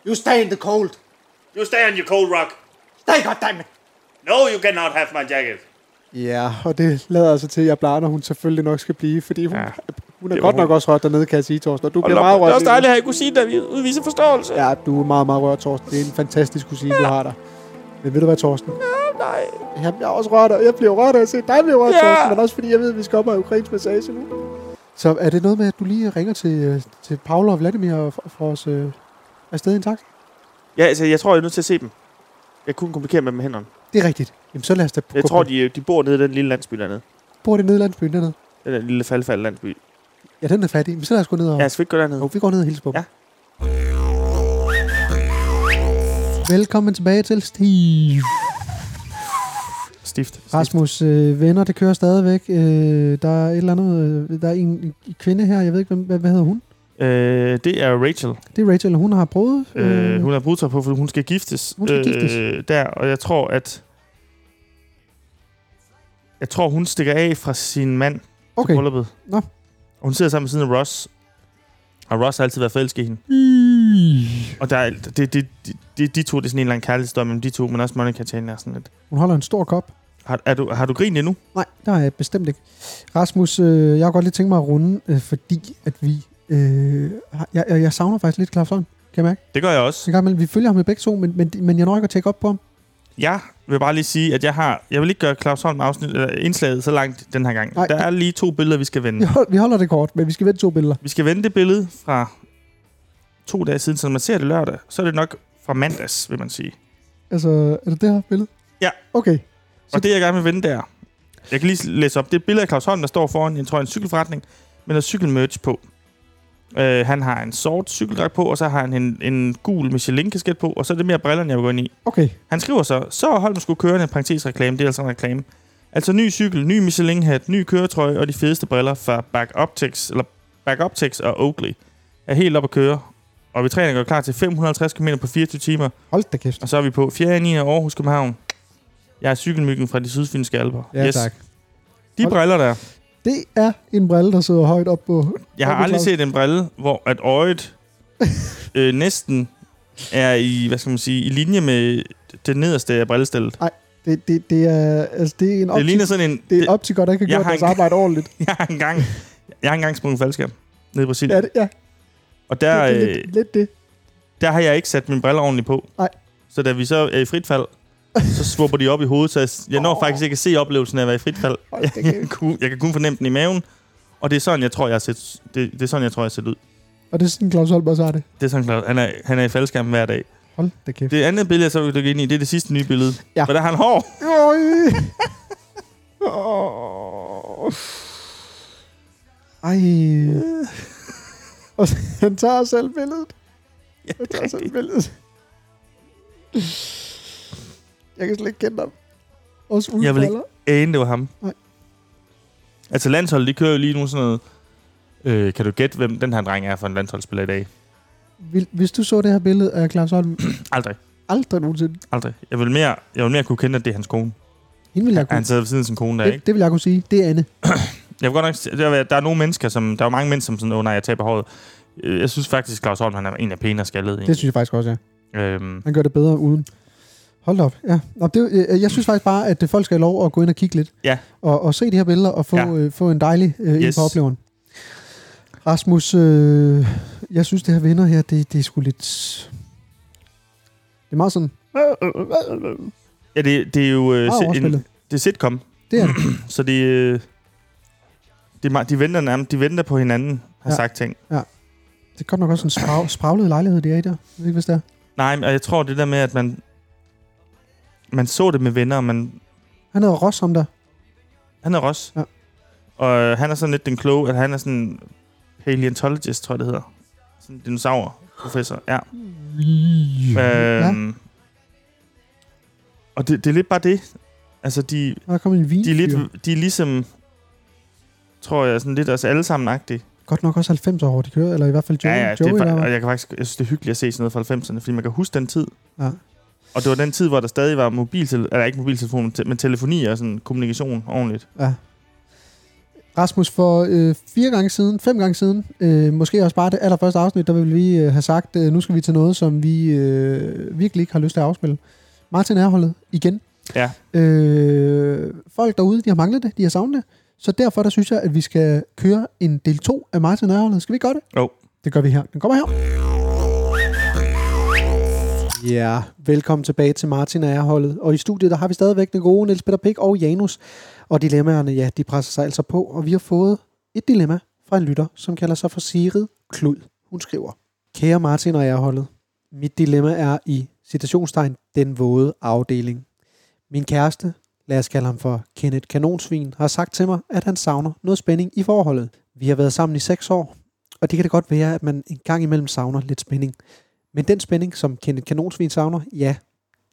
[SPEAKER 4] You stay in the cold.
[SPEAKER 3] You stay on your cold rock.
[SPEAKER 4] Stay, goddammit.
[SPEAKER 3] No, you cannot have my jacket.
[SPEAKER 2] Ja, og det lader altså til, at jeg planer, hun selvfølgelig nok skal blive, fordi hun,
[SPEAKER 3] Ja.
[SPEAKER 2] ja. Hun er
[SPEAKER 3] Det var
[SPEAKER 2] godt
[SPEAKER 3] hun.
[SPEAKER 2] nok også rørt dernede, kan jeg sige, Torsten. Og du
[SPEAKER 3] Og
[SPEAKER 2] bliver meget
[SPEAKER 3] det er
[SPEAKER 2] rørt.
[SPEAKER 3] også dejligt, at I kunne sige det, at vi udviser forståelse.
[SPEAKER 2] Ja, du er meget, meget rørt, Torsten. Det er en fantastisk kusine, du har der. Men ved du hvad, Torsten?
[SPEAKER 3] Nej.
[SPEAKER 2] Jamen, jeg er også rørt, og jeg bliver rørt af at se dig blive rørt,
[SPEAKER 3] Ja.
[SPEAKER 2] ja. Torsten, men også fordi jeg ved, at vi skal op og ukrainsk massage nu. Så er det noget med, at du lige ringer til, øh, til Paula og Vladimir og f- får os øh, afsted i en taxa?
[SPEAKER 3] Ja, altså, jeg tror, jeg er nødt til at se dem. Jeg kunne komplikere med dem med hænderne.
[SPEAKER 2] Det er rigtigt. Jamen, så lad os da
[SPEAKER 3] Jeg
[SPEAKER 2] gå
[SPEAKER 3] tror,
[SPEAKER 2] på-
[SPEAKER 3] de, de bor nede i den lille landsby dernede.
[SPEAKER 2] bor det nede i landsbyen dernede.
[SPEAKER 3] Den der lille faldfald landsby.
[SPEAKER 2] Ja, den er fattig. Men så lad os gå ned og...
[SPEAKER 3] Ja, skal vi ikke gå dernede?
[SPEAKER 2] Jo, vi går ned og hilser på dem.
[SPEAKER 3] Ja.
[SPEAKER 2] Velkommen tilbage til Steve.
[SPEAKER 3] Stift. Stift.
[SPEAKER 2] Rasmus, øh, venner, det kører stadigvæk. Øh, der er et eller andet... Øh, der er en kvinde her, jeg ved ikke, hvem, hvad, hvad hedder hun?
[SPEAKER 3] Øh, det er Rachel.
[SPEAKER 2] Det er Rachel, og hun har prøvet.
[SPEAKER 3] Øh, hun har brudt sig på, for hun skal giftes.
[SPEAKER 2] Mm. Hun skal
[SPEAKER 3] Øh,
[SPEAKER 2] giftes.
[SPEAKER 3] der, og jeg tror, at... Jeg tror, hun stikker af fra sin mand okay.
[SPEAKER 2] okay.
[SPEAKER 3] til brylluppet.
[SPEAKER 2] Nå.
[SPEAKER 3] Og hun sidder sammen ved siden af Ross. Og Ross har altid været forelsket i hende. Og der er, det, det, det, det, de to, det er sådan en lang kærlighedsdom mellem de to, men også Monica Chandler er sådan lidt.
[SPEAKER 2] Hun holder en stor kop.
[SPEAKER 3] Har, er du, har du grinet endnu?
[SPEAKER 2] Nej, der er jeg bestemt ikke. Rasmus, øh, jeg har godt lige tænkt mig at runde, øh, fordi at vi... Øh, har- jeg, jeg, jeg savner faktisk lidt Claus Holm, kan jeg mærke.
[SPEAKER 3] Det gør jeg også.
[SPEAKER 2] Så en gang imellem, vi følger ham med begge to, men, men, men jeg når ikke at tjekke op på ham.
[SPEAKER 3] Jeg vil bare lige sige, at jeg har... Jeg vil ikke gøre Claus Holm afsnit, eller indslaget så langt den her gang.
[SPEAKER 2] Nej,
[SPEAKER 3] der
[SPEAKER 2] det-
[SPEAKER 3] er lige to billeder, vi skal vende.
[SPEAKER 2] Vi holder, vi holder det kort, men vi skal vente to billeder.
[SPEAKER 3] Vi skal vende det billede fra to dage siden, så når man ser det lørdag, så er det nok fra mandags, vil man sige.
[SPEAKER 2] Altså, er det det her billede?
[SPEAKER 3] Ja.
[SPEAKER 2] Okay. Så-
[SPEAKER 3] Og det, jeg gerne vil vende, der. Jeg kan lige læse op. Det er et billede af Claus Holm, der står foran jeg tror, en cykelforretning med noget cykelmerch på. Øh, han har en sort cykeldragt på, og så har han en, en gul Michelin-kasket på, og så er det mere brillerne, jeg vil gå ind i.
[SPEAKER 2] Okay.
[SPEAKER 3] Han skriver så, så er Holm skulle køre en parentesreklame, det er altså en reklame. Altså ny cykel, ny Michelin-hat, ny køretrøje og de fedeste briller fra Back Optics, eller Back Optics og Oakley er helt op at køre. Og vi træner går klar til 550 km på 24 timer,
[SPEAKER 2] Hold da kæft.
[SPEAKER 3] og så er vi på 4. 9. Aarhus København. Jeg er cykelmyggen fra de sydfynske alper. De
[SPEAKER 2] Hold-
[SPEAKER 3] briller der.
[SPEAKER 2] Det er en brille, der sidder højt op på...
[SPEAKER 3] Jeg har
[SPEAKER 2] Hold
[SPEAKER 3] aldrig
[SPEAKER 2] da
[SPEAKER 3] set en brille, hvor at øjet øh, næsten er i, hvad skal man sige, i linje med det nederste af brillestillet.
[SPEAKER 2] Det, det, det, er, altså, det er en
[SPEAKER 3] Det
[SPEAKER 2] optik,
[SPEAKER 3] ligner sådan en...
[SPEAKER 2] det er en optiker, der ikke har
[SPEAKER 3] Jeg
[SPEAKER 2] gjort
[SPEAKER 3] har
[SPEAKER 2] deres
[SPEAKER 3] en-
[SPEAKER 2] arbejde ordentligt.
[SPEAKER 3] Jeg har engang, jeg har engang sprunget faldskærm nede i Brasilien.
[SPEAKER 2] Ja, det,
[SPEAKER 3] Ja,
[SPEAKER 2] ja,
[SPEAKER 3] og
[SPEAKER 2] det,
[SPEAKER 3] der,
[SPEAKER 2] det, er
[SPEAKER 3] det,
[SPEAKER 2] lidt, lidt det.
[SPEAKER 3] der har jeg ikke sat mine briller ordentligt på.
[SPEAKER 2] Nej.
[SPEAKER 3] Så da vi så er i frit fald, så svupper de op i hovedet, så jeg, jeg når oh. faktisk ikke at se oplevelsen af at være i frit fald.
[SPEAKER 2] Hold da
[SPEAKER 3] Jeg, jeg,
[SPEAKER 2] kæft.
[SPEAKER 3] kan kun, jeg kan kun fornemme den i maven, og det er sådan, jeg tror, jeg har set, det, det er sådan, jeg tror, jeg har set ud.
[SPEAKER 2] Og det er sådan, Claus Holm også har det.
[SPEAKER 3] Det er sådan klart. Han er, han er i faldskærm hver dag.
[SPEAKER 2] Hold da kæft.
[SPEAKER 3] Det andet billede, jeg så vil dykke ind i, det er det sidste nye billede.
[SPEAKER 2] Ja.
[SPEAKER 3] For der har han hår.
[SPEAKER 2] Øj. Ej.
[SPEAKER 3] Øh.
[SPEAKER 2] Og han tager selv billedet.
[SPEAKER 3] Ja,
[SPEAKER 2] Han tager selv billedet. Jeg kan slet ikke kende ham. Også uden
[SPEAKER 3] Jeg vil
[SPEAKER 2] briller.
[SPEAKER 3] ane, det var ham.
[SPEAKER 2] Nej.
[SPEAKER 3] Altså landsholdet, de kører jo lige nu sådan noget... Øh, kan du gætte, hvem den her dreng er for en landsholdsspiller i dag?
[SPEAKER 2] Vil- Hvis du så det her billede af Claus Holm,
[SPEAKER 3] Aldrig.
[SPEAKER 2] aldrig nogensinde.
[SPEAKER 3] Aldrig. Jeg vil mere, jeg vil mere kunne kende, at det er hans kone.
[SPEAKER 2] Hende vil jeg
[SPEAKER 3] Han
[SPEAKER 2] kunne,
[SPEAKER 3] sidder ved siden af sin kone der, ikke?
[SPEAKER 2] det, det vil jeg kunne sige. Det er Anne.
[SPEAKER 3] Jeg vil godt nok, sige- der, er- der er nogle mennesker, som... Der er jo mange mænd, som sådan, åh oh, nej, jeg taber håret. Øh, Jeg synes faktisk, Claus Holm, han er en af pænere skaldet.
[SPEAKER 2] Det
[SPEAKER 3] egentlig.
[SPEAKER 2] synes jeg faktisk også, ja.
[SPEAKER 3] Øhm,
[SPEAKER 2] Han gør det bedre uden. Hold da op, ja. Nå, det, øh, jeg synes faktisk bare, at øh, folk skal have lov at gå ind og kigge lidt.
[SPEAKER 3] Ja.
[SPEAKER 2] Og, og se de her billeder og få,
[SPEAKER 3] Ja.
[SPEAKER 2] ja. øh, få en dejlig øh, yes.
[SPEAKER 3] Yes.
[SPEAKER 2] på opleveren. Rasmus, øh, jeg synes, det her venner her, det, det er sgu lidt... Det er meget sådan... øh,
[SPEAKER 3] ja, det, det er jo... Øh,
[SPEAKER 2] Meget
[SPEAKER 3] si- en,
[SPEAKER 2] overspillet.
[SPEAKER 3] det er sitcom,
[SPEAKER 2] Det er det.
[SPEAKER 3] så det... Øh, det er, meget- de venter nærmest, de venter på hinanden, har
[SPEAKER 2] Ja.
[SPEAKER 3] ja. sagt ting.
[SPEAKER 2] Det er godt nok også en sprav, spraglet lejlighed, det er i der. Jeg ved ikke, hvis det er.
[SPEAKER 3] Nej, men jeg tror det der med, at man... Man så det med venner, og man,
[SPEAKER 2] Han hedder Ross, ham der.
[SPEAKER 3] Han er Ross.
[SPEAKER 2] Ja.
[SPEAKER 3] Og øh, han er sådan lidt den kloge, at han er sådan paleontologist, tror jeg det hedder. Sådan en dinosaur-professor, ja.
[SPEAKER 2] Mhm.
[SPEAKER 3] Øhm, Og det, det er lidt bare det. Altså, de,
[SPEAKER 2] Og der kommer en vin.
[SPEAKER 3] de, er, lidt, de er ligesom, tror jeg, sådan lidt os alle sammen agtige.
[SPEAKER 2] Godt nok også 90 år, de kører. Eller i hvert fald Joey.
[SPEAKER 3] ja, ja,
[SPEAKER 2] Joey
[SPEAKER 3] det er,
[SPEAKER 2] der,
[SPEAKER 3] fa-
[SPEAKER 2] var.
[SPEAKER 3] og jeg kan faktisk, jeg synes, det er hyggeligt at se sådan noget fra 90'erne, fordi man kan huske den tid.
[SPEAKER 2] Ja.
[SPEAKER 3] Og det var den tid, hvor der stadig var mobiltelefon, eller ikke mobiltelefon, men te- men telefoni og sådan kommunikation ordentligt.
[SPEAKER 2] Ja. Rasmus, for øh, fire gange siden, fem gange siden, øh, måske også bare det allerførste afsnit, der ville vi øh, have sagt, øh, nu skal vi til noget, som vi øh, virkelig ikke har lyst til at afspille. Martin Erholdet, igen.
[SPEAKER 3] Ja.
[SPEAKER 2] Øh, folk derude, de har manglet det, de har savnet det. Så derfor der synes jeg, at vi skal køre en del 2 af Martin Nørholdet. Skal vi gøre det?
[SPEAKER 3] Jo.
[SPEAKER 2] Det gør vi her. Den kommer her. Ja, velkommen tilbage til Martin og Erholdet. Og i studiet, der har vi stadigvæk den gode Niels Peter Pick og Janus. Og dilemmaerne, ja, de presser sig altså på. Og vi har fået et dilemma fra en lytter, som kalder sig for Sigrid Klud. Hun skriver, Kære Martin og Erholdet, mit dilemma er i citationstegn den våde afdeling. Min kæreste, lad os kalde ham for Kenneth Kanonsvin, har sagt til mig, at han savner noget spænding i forholdet. Vi har været sammen i seks år, og det kan det godt være, at man en gang imellem savner lidt spænding. Men den spænding, som Kenneth Kanonsvin savner, ja,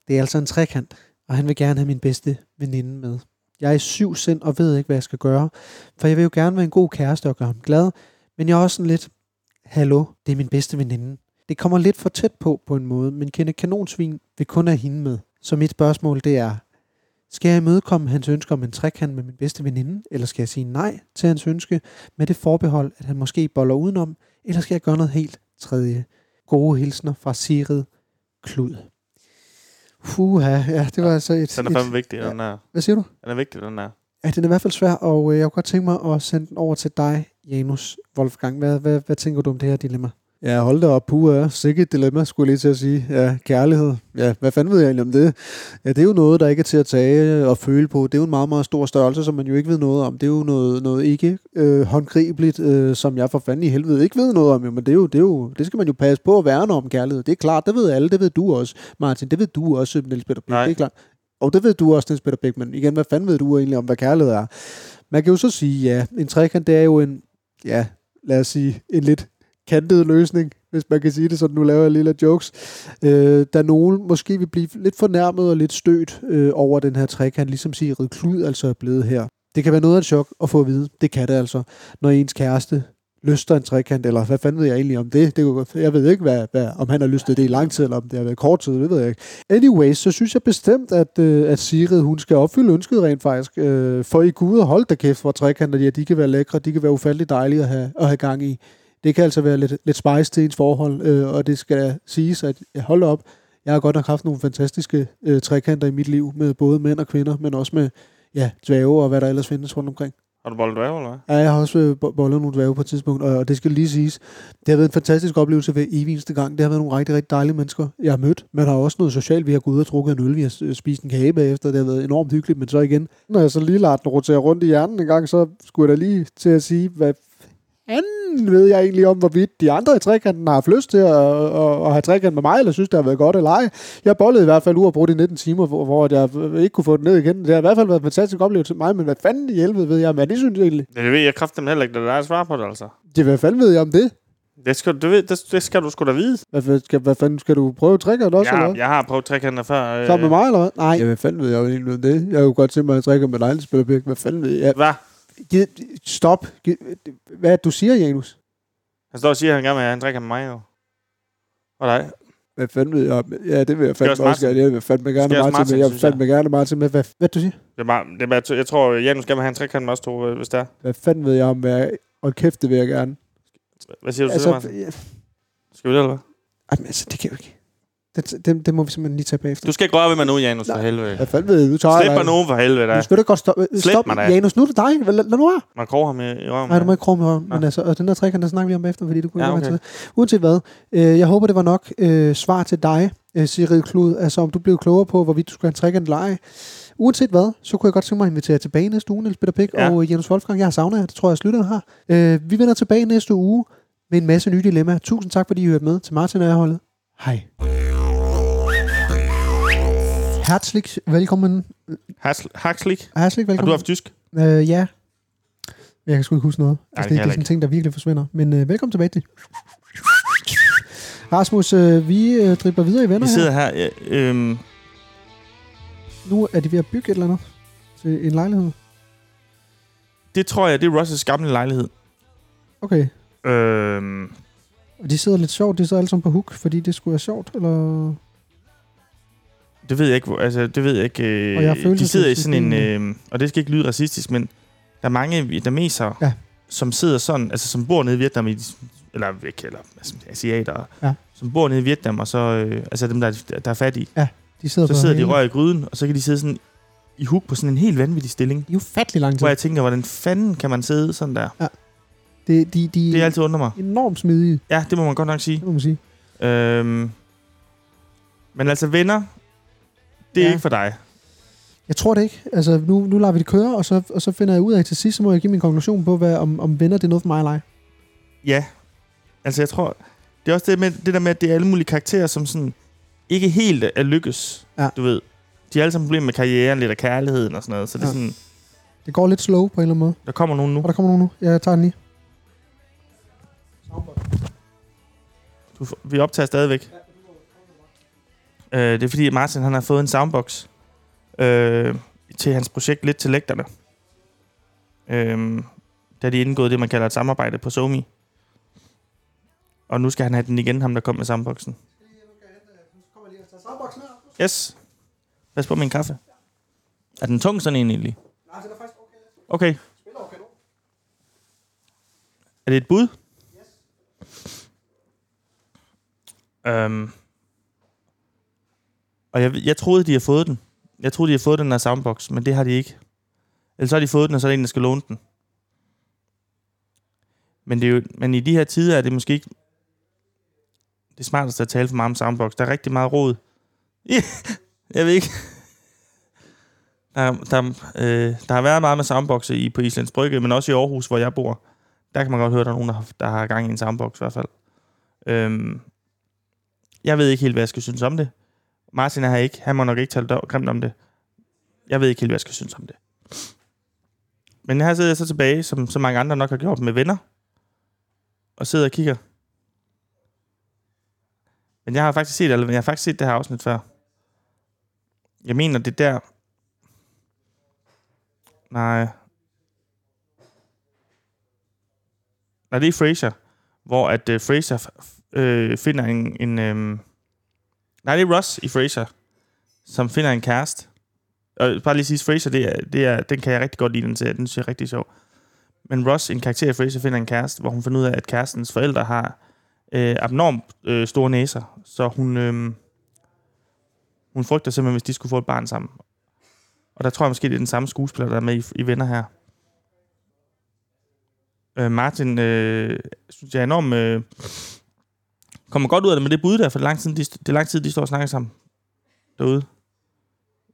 [SPEAKER 2] det er altså en trekant, og han vil gerne have min bedste veninde med. Jeg er i syv sind og ved ikke, hvad jeg skal gøre, for jeg vil jo gerne være en god kæreste og gøre ham glad, men jeg er også sådan lidt, hallo, det er min bedste veninde. Det kommer lidt for tæt på på en måde, men Kenneth Kanonsvin vil kun have hende med. Så mit spørgsmål det er, skal jeg imødekomme hans ønske om en trekant med min bedste veninde, eller skal jeg sige nej til hans ønske med det forbehold, at han måske boller udenom, eller skal jeg gøre noget helt tredje? Gode hilsner fra Sigrid Klud. Fuha, ja, det var altså et...
[SPEAKER 3] Den er
[SPEAKER 2] et-
[SPEAKER 3] fandme vigtig, den der.
[SPEAKER 2] Hvad siger du?
[SPEAKER 3] Den er vigtig, den der.
[SPEAKER 2] Ja, den er i hvert fald svær, og øh, jeg kunne godt tænke mig at sende den over til dig, Janus Wolfgang. Hvad, hvad, hvad tænker du om det her dilemma? Ja, hold da op, puha. Sikke et dilemma, skulle jeg lige til at sige. Ja, kærlighed. Ja, hvad fanden ved jeg egentlig om det? Ja, det er jo noget, der ikke er til at tage og føle på. Det er jo en meget, meget stor størrelse, som man jo ikke ved noget om. Det er jo noget, noget ikke øh, håndgribeligt, øh, som jeg for fanden i helvede ikke ved noget om. Jo, men det, er jo, det, er jo, det skal man jo passe på at værne om, kærlighed. Det er klart, det ved alle. Det ved du også, Martin. Det ved du også, Niels Peter Blik.
[SPEAKER 3] Nej.
[SPEAKER 2] Det er klart. Og det ved du også, Niels Peter Blik, men igen, hvad fanden ved du egentlig om, hvad kærlighed er? Man kan jo så sige, ja, en trekant, det er jo en, ja, lad os sige, en lidt kantet løsning, hvis man kan sige det sådan. Nu laver jeg lille jokes. Øh, der nogen måske vil blive lidt fornærmet og lidt stødt øh, over den her trekant, ligesom Sigrid Klud altså er blevet her. Det kan være noget af et chok at få at vide. Det kan det altså, når ens kæreste lyster en trekant, eller hvad fanden ved jeg egentlig om det? det kunne, godt- jeg ved ikke, hvad, hvad, om han har lystet det i lang tid, eller om det har været kort tid, det ved jeg ikke. Anyways, så synes jeg bestemt, at, øh, at Sigrid, hun skal opfylde ønsket rent faktisk. Øh, for i gud og hold da kæft, hvor trekanter de er. De kan være lækre, de kan være ufattelig dejlige at have, at have gang i. Det kan altså være lidt, lidt spice til ens forhold, øh, og det skal siges, at ja, hold da op, jeg har godt nok haft nogle fantastiske øh, trekanter i mit liv, med både mænd og kvinder, men også med ja, dvæve og hvad der ellers findes rundt omkring.
[SPEAKER 3] Har du bollet dværge, eller hvad?
[SPEAKER 2] Ja, jeg har også øh, bo- bollet nogle dværge på et tidspunkt, og, og det skal lige siges, det har været en fantastisk oplevelse hver evig eneste gang. Det har været nogle rigtig, rigtig dejlige mennesker, jeg har mødt. Man har også noget socialt, vi har gået ud og drukket en øl, vi har øh, spist en kage bagefter, det har været enormt hyggeligt, men så igen. Når jeg så lige lader den rotere rundt i hjernen en gang, så skulle jeg da lige til at sige, hvad fanden ved jeg egentlig om, hvorvidt de andre i trekanten har haft lyst til at, at, at have trekant med mig, eller synes, det har været godt eller ej. Jeg bollede i hvert fald ud og brugte i 19 timer, hvor, hvor jeg øh, ikke kunne få den ned igen. Det har i hvert fald været en fantastisk oplevelse for mig, men hvad fanden i helvede ved jeg, om, hvad det synes egentlig?
[SPEAKER 3] Ja, Det ved jeg kraftigt heller ikke, det er dig, der svarer på det, altså.
[SPEAKER 2] Det, hvad fanden ved jeg om det?
[SPEAKER 3] Det skal, det, ved, det, det skal du sgu da vide.
[SPEAKER 2] Hvad, hvad, skal, hvad fanden skal du prøve trikkerne også, eller
[SPEAKER 3] Jeg,
[SPEAKER 2] hvad?
[SPEAKER 3] jeg har prøvet trekanter før. Øh,
[SPEAKER 2] Sammen med mig, eller hvad? Nej. Ja, hvad fanden ved jeg jo egentlig om det? Jeg kunne godt tænke mig at trikke med dig, der spiller pik. Hvad fanden ved jeg?
[SPEAKER 3] Hvad?
[SPEAKER 2] Gid- Stop. Gid- Hvad er det, du siger, Janus?
[SPEAKER 3] Han står og siger, at han gerne vil have en trekant med mig, jo. Og dig.
[SPEAKER 2] Hvad fanden ved jeg om? Ja, det vil jeg
[SPEAKER 3] også Martin.
[SPEAKER 2] gerne. Jeg vil fandme
[SPEAKER 3] Skal også Martin, synes jeg.
[SPEAKER 2] gerne Martin med. Hvad, hvad du siger?
[SPEAKER 3] Det er bare, det er bare, jeg tror, Janus gerne vil have en trekant med os to, øh, hvis det er.
[SPEAKER 2] Hvad fanden ved jeg om? Hvad? Og kæft, det vil jeg gerne.
[SPEAKER 3] Hvad siger du altså, til det, Martin?
[SPEAKER 2] ja.
[SPEAKER 3] Skal vi det, eller hvad?
[SPEAKER 2] Jamen, altså, det kan jeg jo ikke. Det, det, det, må vi simpelthen lige tage bagefter.
[SPEAKER 3] Du skal ikke røre ved mig nu, Janus, for
[SPEAKER 2] Nej.
[SPEAKER 3] helvede.
[SPEAKER 2] Hvad fanden ved jeg? Du tager...
[SPEAKER 3] Slip mig nogen for helvede,
[SPEAKER 2] Nu
[SPEAKER 3] da.
[SPEAKER 2] skal du godt stoppe.
[SPEAKER 3] Slip
[SPEAKER 2] Stop,
[SPEAKER 3] mig da.
[SPEAKER 2] Janus, nu er det dig. Hvad- Lad, lad nu være.
[SPEAKER 3] Man kroger ham i, i røven.
[SPEAKER 2] Nej, du må ikke krumme hånden.
[SPEAKER 3] Nå.
[SPEAKER 2] Men altså, og den der trekant, der snakker vi om efter, fordi det kunne
[SPEAKER 3] Ja,
[SPEAKER 2] ja, okay.
[SPEAKER 3] okay.
[SPEAKER 2] til. Uanset hvad, øh, jeg håber, det var nok øh, svar til dig, øh, Sigrid Klud. Altså, om du blev klogere på, hvorvidt du skulle have en trekant eller ej. Uanset hvad, så kunne jeg godt tænke mig at invitere jer tilbage næste uge, Niels Peter Pick
[SPEAKER 3] Ja.
[SPEAKER 2] ja. og øh, Jens Wolfgang. Jeg har savnet jer, det tror jeg, at lytterne har. Øh, vi vender tilbage næste uge med en masse nye dilemmaer. Tusind tak, fordi I hørte med til Martin og jeg holdet. Hej. Herzlich velkommen.
[SPEAKER 3] Hasl- Hakslik.
[SPEAKER 2] Herzlich
[SPEAKER 3] Har du
[SPEAKER 2] velkommen.
[SPEAKER 3] haft tysk?
[SPEAKER 2] Øh, ja. Jeg kan sgu ikke huske noget.
[SPEAKER 3] kan
[SPEAKER 2] Altså, det,
[SPEAKER 3] jeg
[SPEAKER 2] er- det er
[SPEAKER 3] heller
[SPEAKER 2] sådan en ting, der virkelig forsvinder. Men øh, velkommen tilbage til. Rasmus, øh, vi øh, dribler videre i venner
[SPEAKER 3] Vi
[SPEAKER 2] her.
[SPEAKER 3] sidder her. Ja, øhm,
[SPEAKER 2] Nu er de ved at bygge et eller andet til en lejlighed.
[SPEAKER 3] det tror jeg, det er Russes gamle lejlighed.
[SPEAKER 2] Okay.
[SPEAKER 3] Øhm,
[SPEAKER 2] Og de sidder lidt sjovt. De sidder alle sammen på hook, fordi det skulle være sjovt, eller...
[SPEAKER 3] det ved jeg ikke. hvor- Altså, det ved jeg ikke. Øh,
[SPEAKER 2] Og jeg har
[SPEAKER 3] de sidder i sådan en...
[SPEAKER 2] følelsesmæssigt
[SPEAKER 3] Øh, og det skal ikke lyde racistisk, men der er mange vietnamesere,
[SPEAKER 2] Ja.
[SPEAKER 3] som sidder sådan, altså som bor nede i Vietnam, i, eller væk, eller altså, asiater,
[SPEAKER 2] Ja.
[SPEAKER 3] som bor nede i Vietnam, og så, øh, altså dem, der, er- der er fattige,
[SPEAKER 2] De sidder
[SPEAKER 3] så
[SPEAKER 2] på
[SPEAKER 3] sidder de og
[SPEAKER 2] hele-
[SPEAKER 3] rører i gryden, og så kan de sidde sådan i hug på sådan en helt vanvittig stilling.
[SPEAKER 2] I ufattelig lang tid.
[SPEAKER 3] Hvor jeg tænker, hvordan fanden kan man sidde sådan der?
[SPEAKER 2] Det, de, de,
[SPEAKER 3] Det er altid under mig.
[SPEAKER 2] enormt smidige,
[SPEAKER 3] Ja, det må man godt nok sige.
[SPEAKER 2] det må man sige.
[SPEAKER 3] Øhm, men altså, venner, det er
[SPEAKER 2] Ja.
[SPEAKER 3] ja. ikke for dig.
[SPEAKER 2] Jeg tror det ikke. Altså, nu, nu lader vi det køre, og så, og så finder jeg ud af til sidst, så må jeg give min konklusion på, hvad, om, om venner det er noget for mig eller ej.
[SPEAKER 3] Ja. Altså, jeg tror... Det er også det, med, det der med, at det er alle mulige karakterer, som sådan ikke helt er lykkes,
[SPEAKER 2] Ja.
[SPEAKER 3] ja. du ved. De har alle sammen problemer med karrieren, lidt af kærligheden og sådan noget. Så det er
[SPEAKER 2] Ja.
[SPEAKER 3] ja. sådan,
[SPEAKER 2] Det går lidt slow på en eller anden måde.
[SPEAKER 3] der kommer nogen nu.
[SPEAKER 2] Og der kommer nogen nu. Jeg tager den lige.
[SPEAKER 3] Du, får- vi optager stadigvæk. Øh, det er fordi, at Martin han har fået en soundbox øh, til hans projekt Lidt til lægterne. Øh, der er de indgået det, man kalder et samarbejde på Somi. Og nu skal han have den igen, ham der kom med soundboxen. Yes. Pas på min kaffe. Er den tung sådan en egentlig? Okay. Er det et bud? Øhm. Og jeg, jeg troede, de har fået den. Jeg troede, de har fået den af Soundbox, men det har de ikke. Eller så har de fået den, og så er der en, der skal låne den. Men, det er jo, men i de her tider er det måske ikke det smarteste at tale for meget om Soundbox. Der er rigtig meget råd. Ja, jeg ved ikke. Der, der, øh, der har været meget med soundboxer i, på Islands Brygge, men også i Aarhus, hvor jeg bor. Der kan man godt høre, at der er nogen, der har, der har gang i en soundbox i hvert fald. Øhm, jeg ved ikke helt, hvad jeg skal synes om det. Martin er her ikke. Han må nok ikke tale dog- grimt om det. Jeg ved ikke helt, hvad jeg skal synes om det. Men her sidder jeg så tilbage, som så mange andre nok har gjort med venner. Og sidder og kigger. Men jeg har faktisk set, eller jeg har faktisk set det her afsnit før. Jeg mener, det er der... Nej. Nej, det er Fraser. Hvor at uh, Fraser f- f- øh, finder en... en øhm, Nej, det er Ross i Fraser, som finder en kæreste. Og bare lige sige, Fraser, det er, det er, den kan jeg rigtig godt lide, den serie. Den synes jeg er rigtig sjov. Men Ross, en karakter i Fraser, finder en kæreste, hvor hun finder ud af, at kærestens forældre har øh, abnormt øh, store næser. Så hun, øh, hun frygter simpelthen, hvis de skulle få et barn sammen. Og der tror jeg måske, det er den samme skuespiller, der er med i, i Venner her. Øh, Martin, øh, synes jeg er enormt... Øh, kommer godt ud af det med det bud der, for det er lang tid, de, det er lang tid, de står og snakker sammen derude.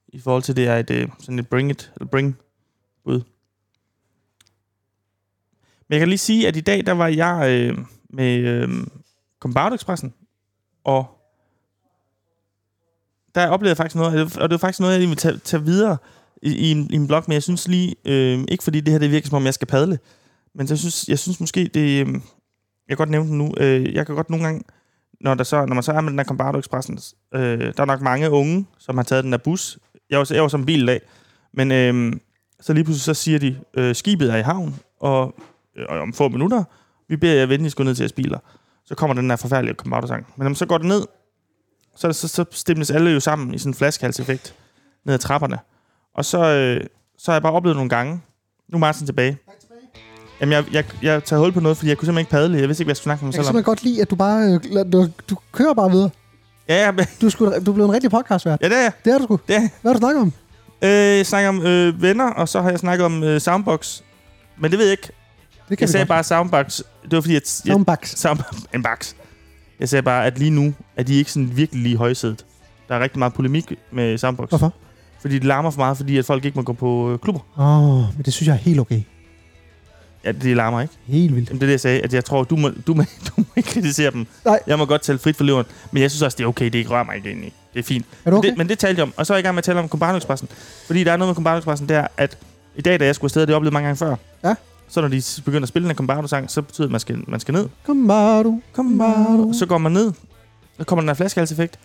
[SPEAKER 3] I forhold til, det er et, øh, sådan et bring it, eller bring bud. Men jeg kan lige sige, at i dag, der var jeg øh, med øh, Compound Expressen, og der oplevede jeg faktisk noget, og det var- og det var faktisk noget, jeg lige vil tage, tage videre i, i, en, i en blog, men jeg synes lige, øh, ikke fordi det her det virker som om, jeg skal padle, men jeg synes, jeg synes måske, det, øh, jeg kan godt nævne den nu, øh, jeg kan godt nogle gange, når, der så, når man så er med den her Combardo Expressen, øh, der er nok mange unge, som har taget den der bus. Jeg var, jeg var som bil i dag, men øh, så lige pludselig så siger de, øh, skibet er i havn, og, øh, og om få minutter, vi beder jer venligst gå ned til jeres biler. Så kommer den der forfærdelige Combardo-sang. Men når man så går det ned, så, så, så stemmes alle jo sammen i sådan en flaskehalseffekt ned ad trapperne. Og så, øh, så har jeg bare oplevet nogle gange, nu er Martin tilbage. Jamen, jeg, jeg, jeg tager hul på noget, fordi jeg kunne simpelthen ikke padle. Jeg vidste ikke, hvad jeg skulle snakke med mig
[SPEAKER 2] Jeg kan
[SPEAKER 3] selv
[SPEAKER 2] simpelthen
[SPEAKER 3] om.
[SPEAKER 2] godt lide, at du bare øh, lad- du, du kører bare videre.
[SPEAKER 3] Ja, ja, men-
[SPEAKER 2] Du, er sgu, du er blevet en rigtig podcastvært.
[SPEAKER 3] ja, det er jeg.
[SPEAKER 2] Det er du sgu.
[SPEAKER 3] Det er jeg.
[SPEAKER 2] Hvad har du snakket om?
[SPEAKER 3] Øh, jeg snakker om øh, venner, og så har jeg snakket om øh, soundbox. Men det ved jeg ikke.
[SPEAKER 2] Det kan
[SPEAKER 3] Jeg
[SPEAKER 2] vi
[SPEAKER 3] sagde
[SPEAKER 2] godt.
[SPEAKER 3] bare soundbox. Det var fordi, at... Jeg,
[SPEAKER 2] Soundbox.
[SPEAKER 3] sound, en box. Jeg sagde bare, at lige nu er de ikke sådan virkelig lige i højsædet. Der er rigtig meget polemik med soundbox.
[SPEAKER 2] Hvorfor?
[SPEAKER 3] Fordi det larmer for meget, fordi at folk ikke må gå på øh, klubber.
[SPEAKER 2] Åh, oh, men det synes jeg er helt okay.
[SPEAKER 3] Ja, det larmer ikke.
[SPEAKER 2] Helt vildt.
[SPEAKER 3] Jamen, det er det, jeg sagde, at jeg tror, du må, du må, du må ikke kritisere dem.
[SPEAKER 2] Nej.
[SPEAKER 3] Jeg må godt tale frit for leveren, men jeg synes også, det er okay, det ikke rører mig ikke egentlig. Det er fint.
[SPEAKER 2] Er du
[SPEAKER 3] Men,
[SPEAKER 2] okay?
[SPEAKER 3] det, men det talte jeg om, og så er jeg i gang med at tale om Combarno Expressen. Fordi der er noget med Combarno Expressen, der at i dag, da jeg skulle afsted, og det oplevede mange gange før,
[SPEAKER 2] Ja.
[SPEAKER 3] så når de s- begynder at spille den her Combarno-sang, så betyder det, at man skal, man skal ned.
[SPEAKER 2] Kom bare du.
[SPEAKER 3] Combarno. Så går man ned, så kommer den her flaskehalseffekt,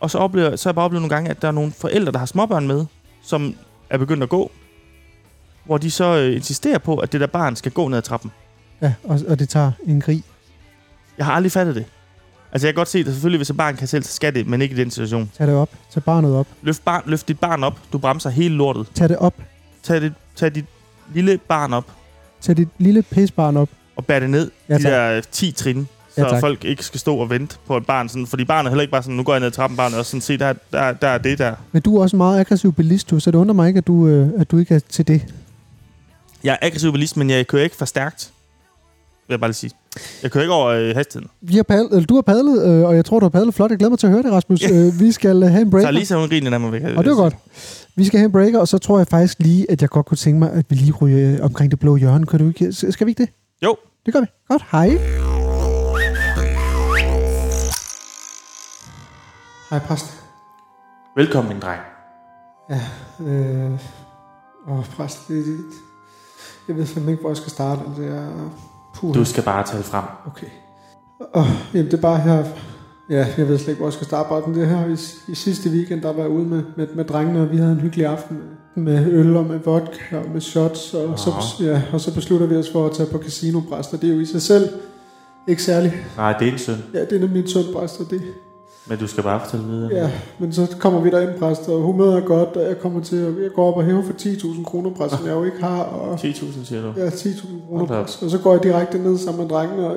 [SPEAKER 3] og så, oplever, så har jeg bare oplevet nogle gange, at der er nogle forældre, der har småbørn med, som er begyndt at gå, hvor de så øh, insisterer på, at det der barn skal gå ned ad trappen.
[SPEAKER 2] Ja, og, og det tager en krig.
[SPEAKER 3] Jeg har aldrig fattet det. Altså, jeg kan godt se det selvfølgelig, hvis et barn kan selv, så skal det, men ikke i den situation.
[SPEAKER 2] Tag det op. Tag barnet op.
[SPEAKER 3] Løft, barn, løft dit barn op. Du bremser hele lortet.
[SPEAKER 2] Tag det op.
[SPEAKER 3] Tag, det, tag dit lille barn op
[SPEAKER 2] Tag dit lille pisbarn op.
[SPEAKER 3] og bær det ned.
[SPEAKER 2] Ja,
[SPEAKER 3] Ja, de
[SPEAKER 2] tak.
[SPEAKER 3] der øh, 10 trin. så
[SPEAKER 5] tak.
[SPEAKER 3] folk ikke skal stå og vente på et barn. Sådan, fordi barnet er heller ikke bare sådan, nu går jeg ned ad trappen, barnet er også sådan, se, der, der, der er det der.
[SPEAKER 5] Men du er også en meget aggressiv bilist, du, så det undrer mig ikke, at du, øh, at du ikke er til det.
[SPEAKER 3] Jeg er aggressiv bilist, men jeg kører ikke for stærkt. Vil jeg bare lige sige. Jeg kører ikke over øh, hastigheden.
[SPEAKER 5] Vi har padlet, eller, du har padlet, øh, og jeg tror, du har padlet flot. Jeg glæder mig til at høre det, Rasmus.
[SPEAKER 3] Ja.
[SPEAKER 5] Øh, vi skal øh, have en
[SPEAKER 3] Så
[SPEAKER 5] breaker.
[SPEAKER 3] lige Øh, så hun griner, når man væk.
[SPEAKER 5] Og det var godt. Vi skal have en breaker, og så tror jeg faktisk lige, at jeg godt kunne tænke mig, at vi lige ryger øh, omkring det blå hjørne. Kan du ikke? s- Skal vi ikke det?
[SPEAKER 3] Jo,
[SPEAKER 5] Det gør vi. Godt. Hej. Hej, præst.
[SPEAKER 3] velkommen, min dreng.
[SPEAKER 5] Øh, åh, præst, det, det, jeg ved fandme ikke, hvor jeg skal starte. Altså, jeg, puh,
[SPEAKER 3] Du skal bare tale frem.
[SPEAKER 5] okay. Åh, jamen, det er bare her... Ja, jeg ved slet ikke, hvor jeg skal starte. Bare den det her i, i, sidste weekend, der var jeg ude med, med, med drengene, og vi havde en hyggelig aften med øl og med vodka og med shots. Og, så, ja, og så beslutter vi os for at tage på casino, præst, og det er jo i sig selv ikke særlig.
[SPEAKER 3] Nej, det er en synd,
[SPEAKER 5] Ja, det er nemlig en sund præst, og det,
[SPEAKER 3] men du skal bare fortælle videre.
[SPEAKER 5] Ja, men så kommer vi derind, præst, og humøret er godt, og jeg kommer til at jeg går op og hæver for 10.000 kroner, præst, som jeg jo ikke har, og
[SPEAKER 3] 10.000, siger du.
[SPEAKER 5] ja, 10.000 kroner,
[SPEAKER 3] Hold da op.
[SPEAKER 5] præst, og så går jeg direkte ned sammen med drengene, og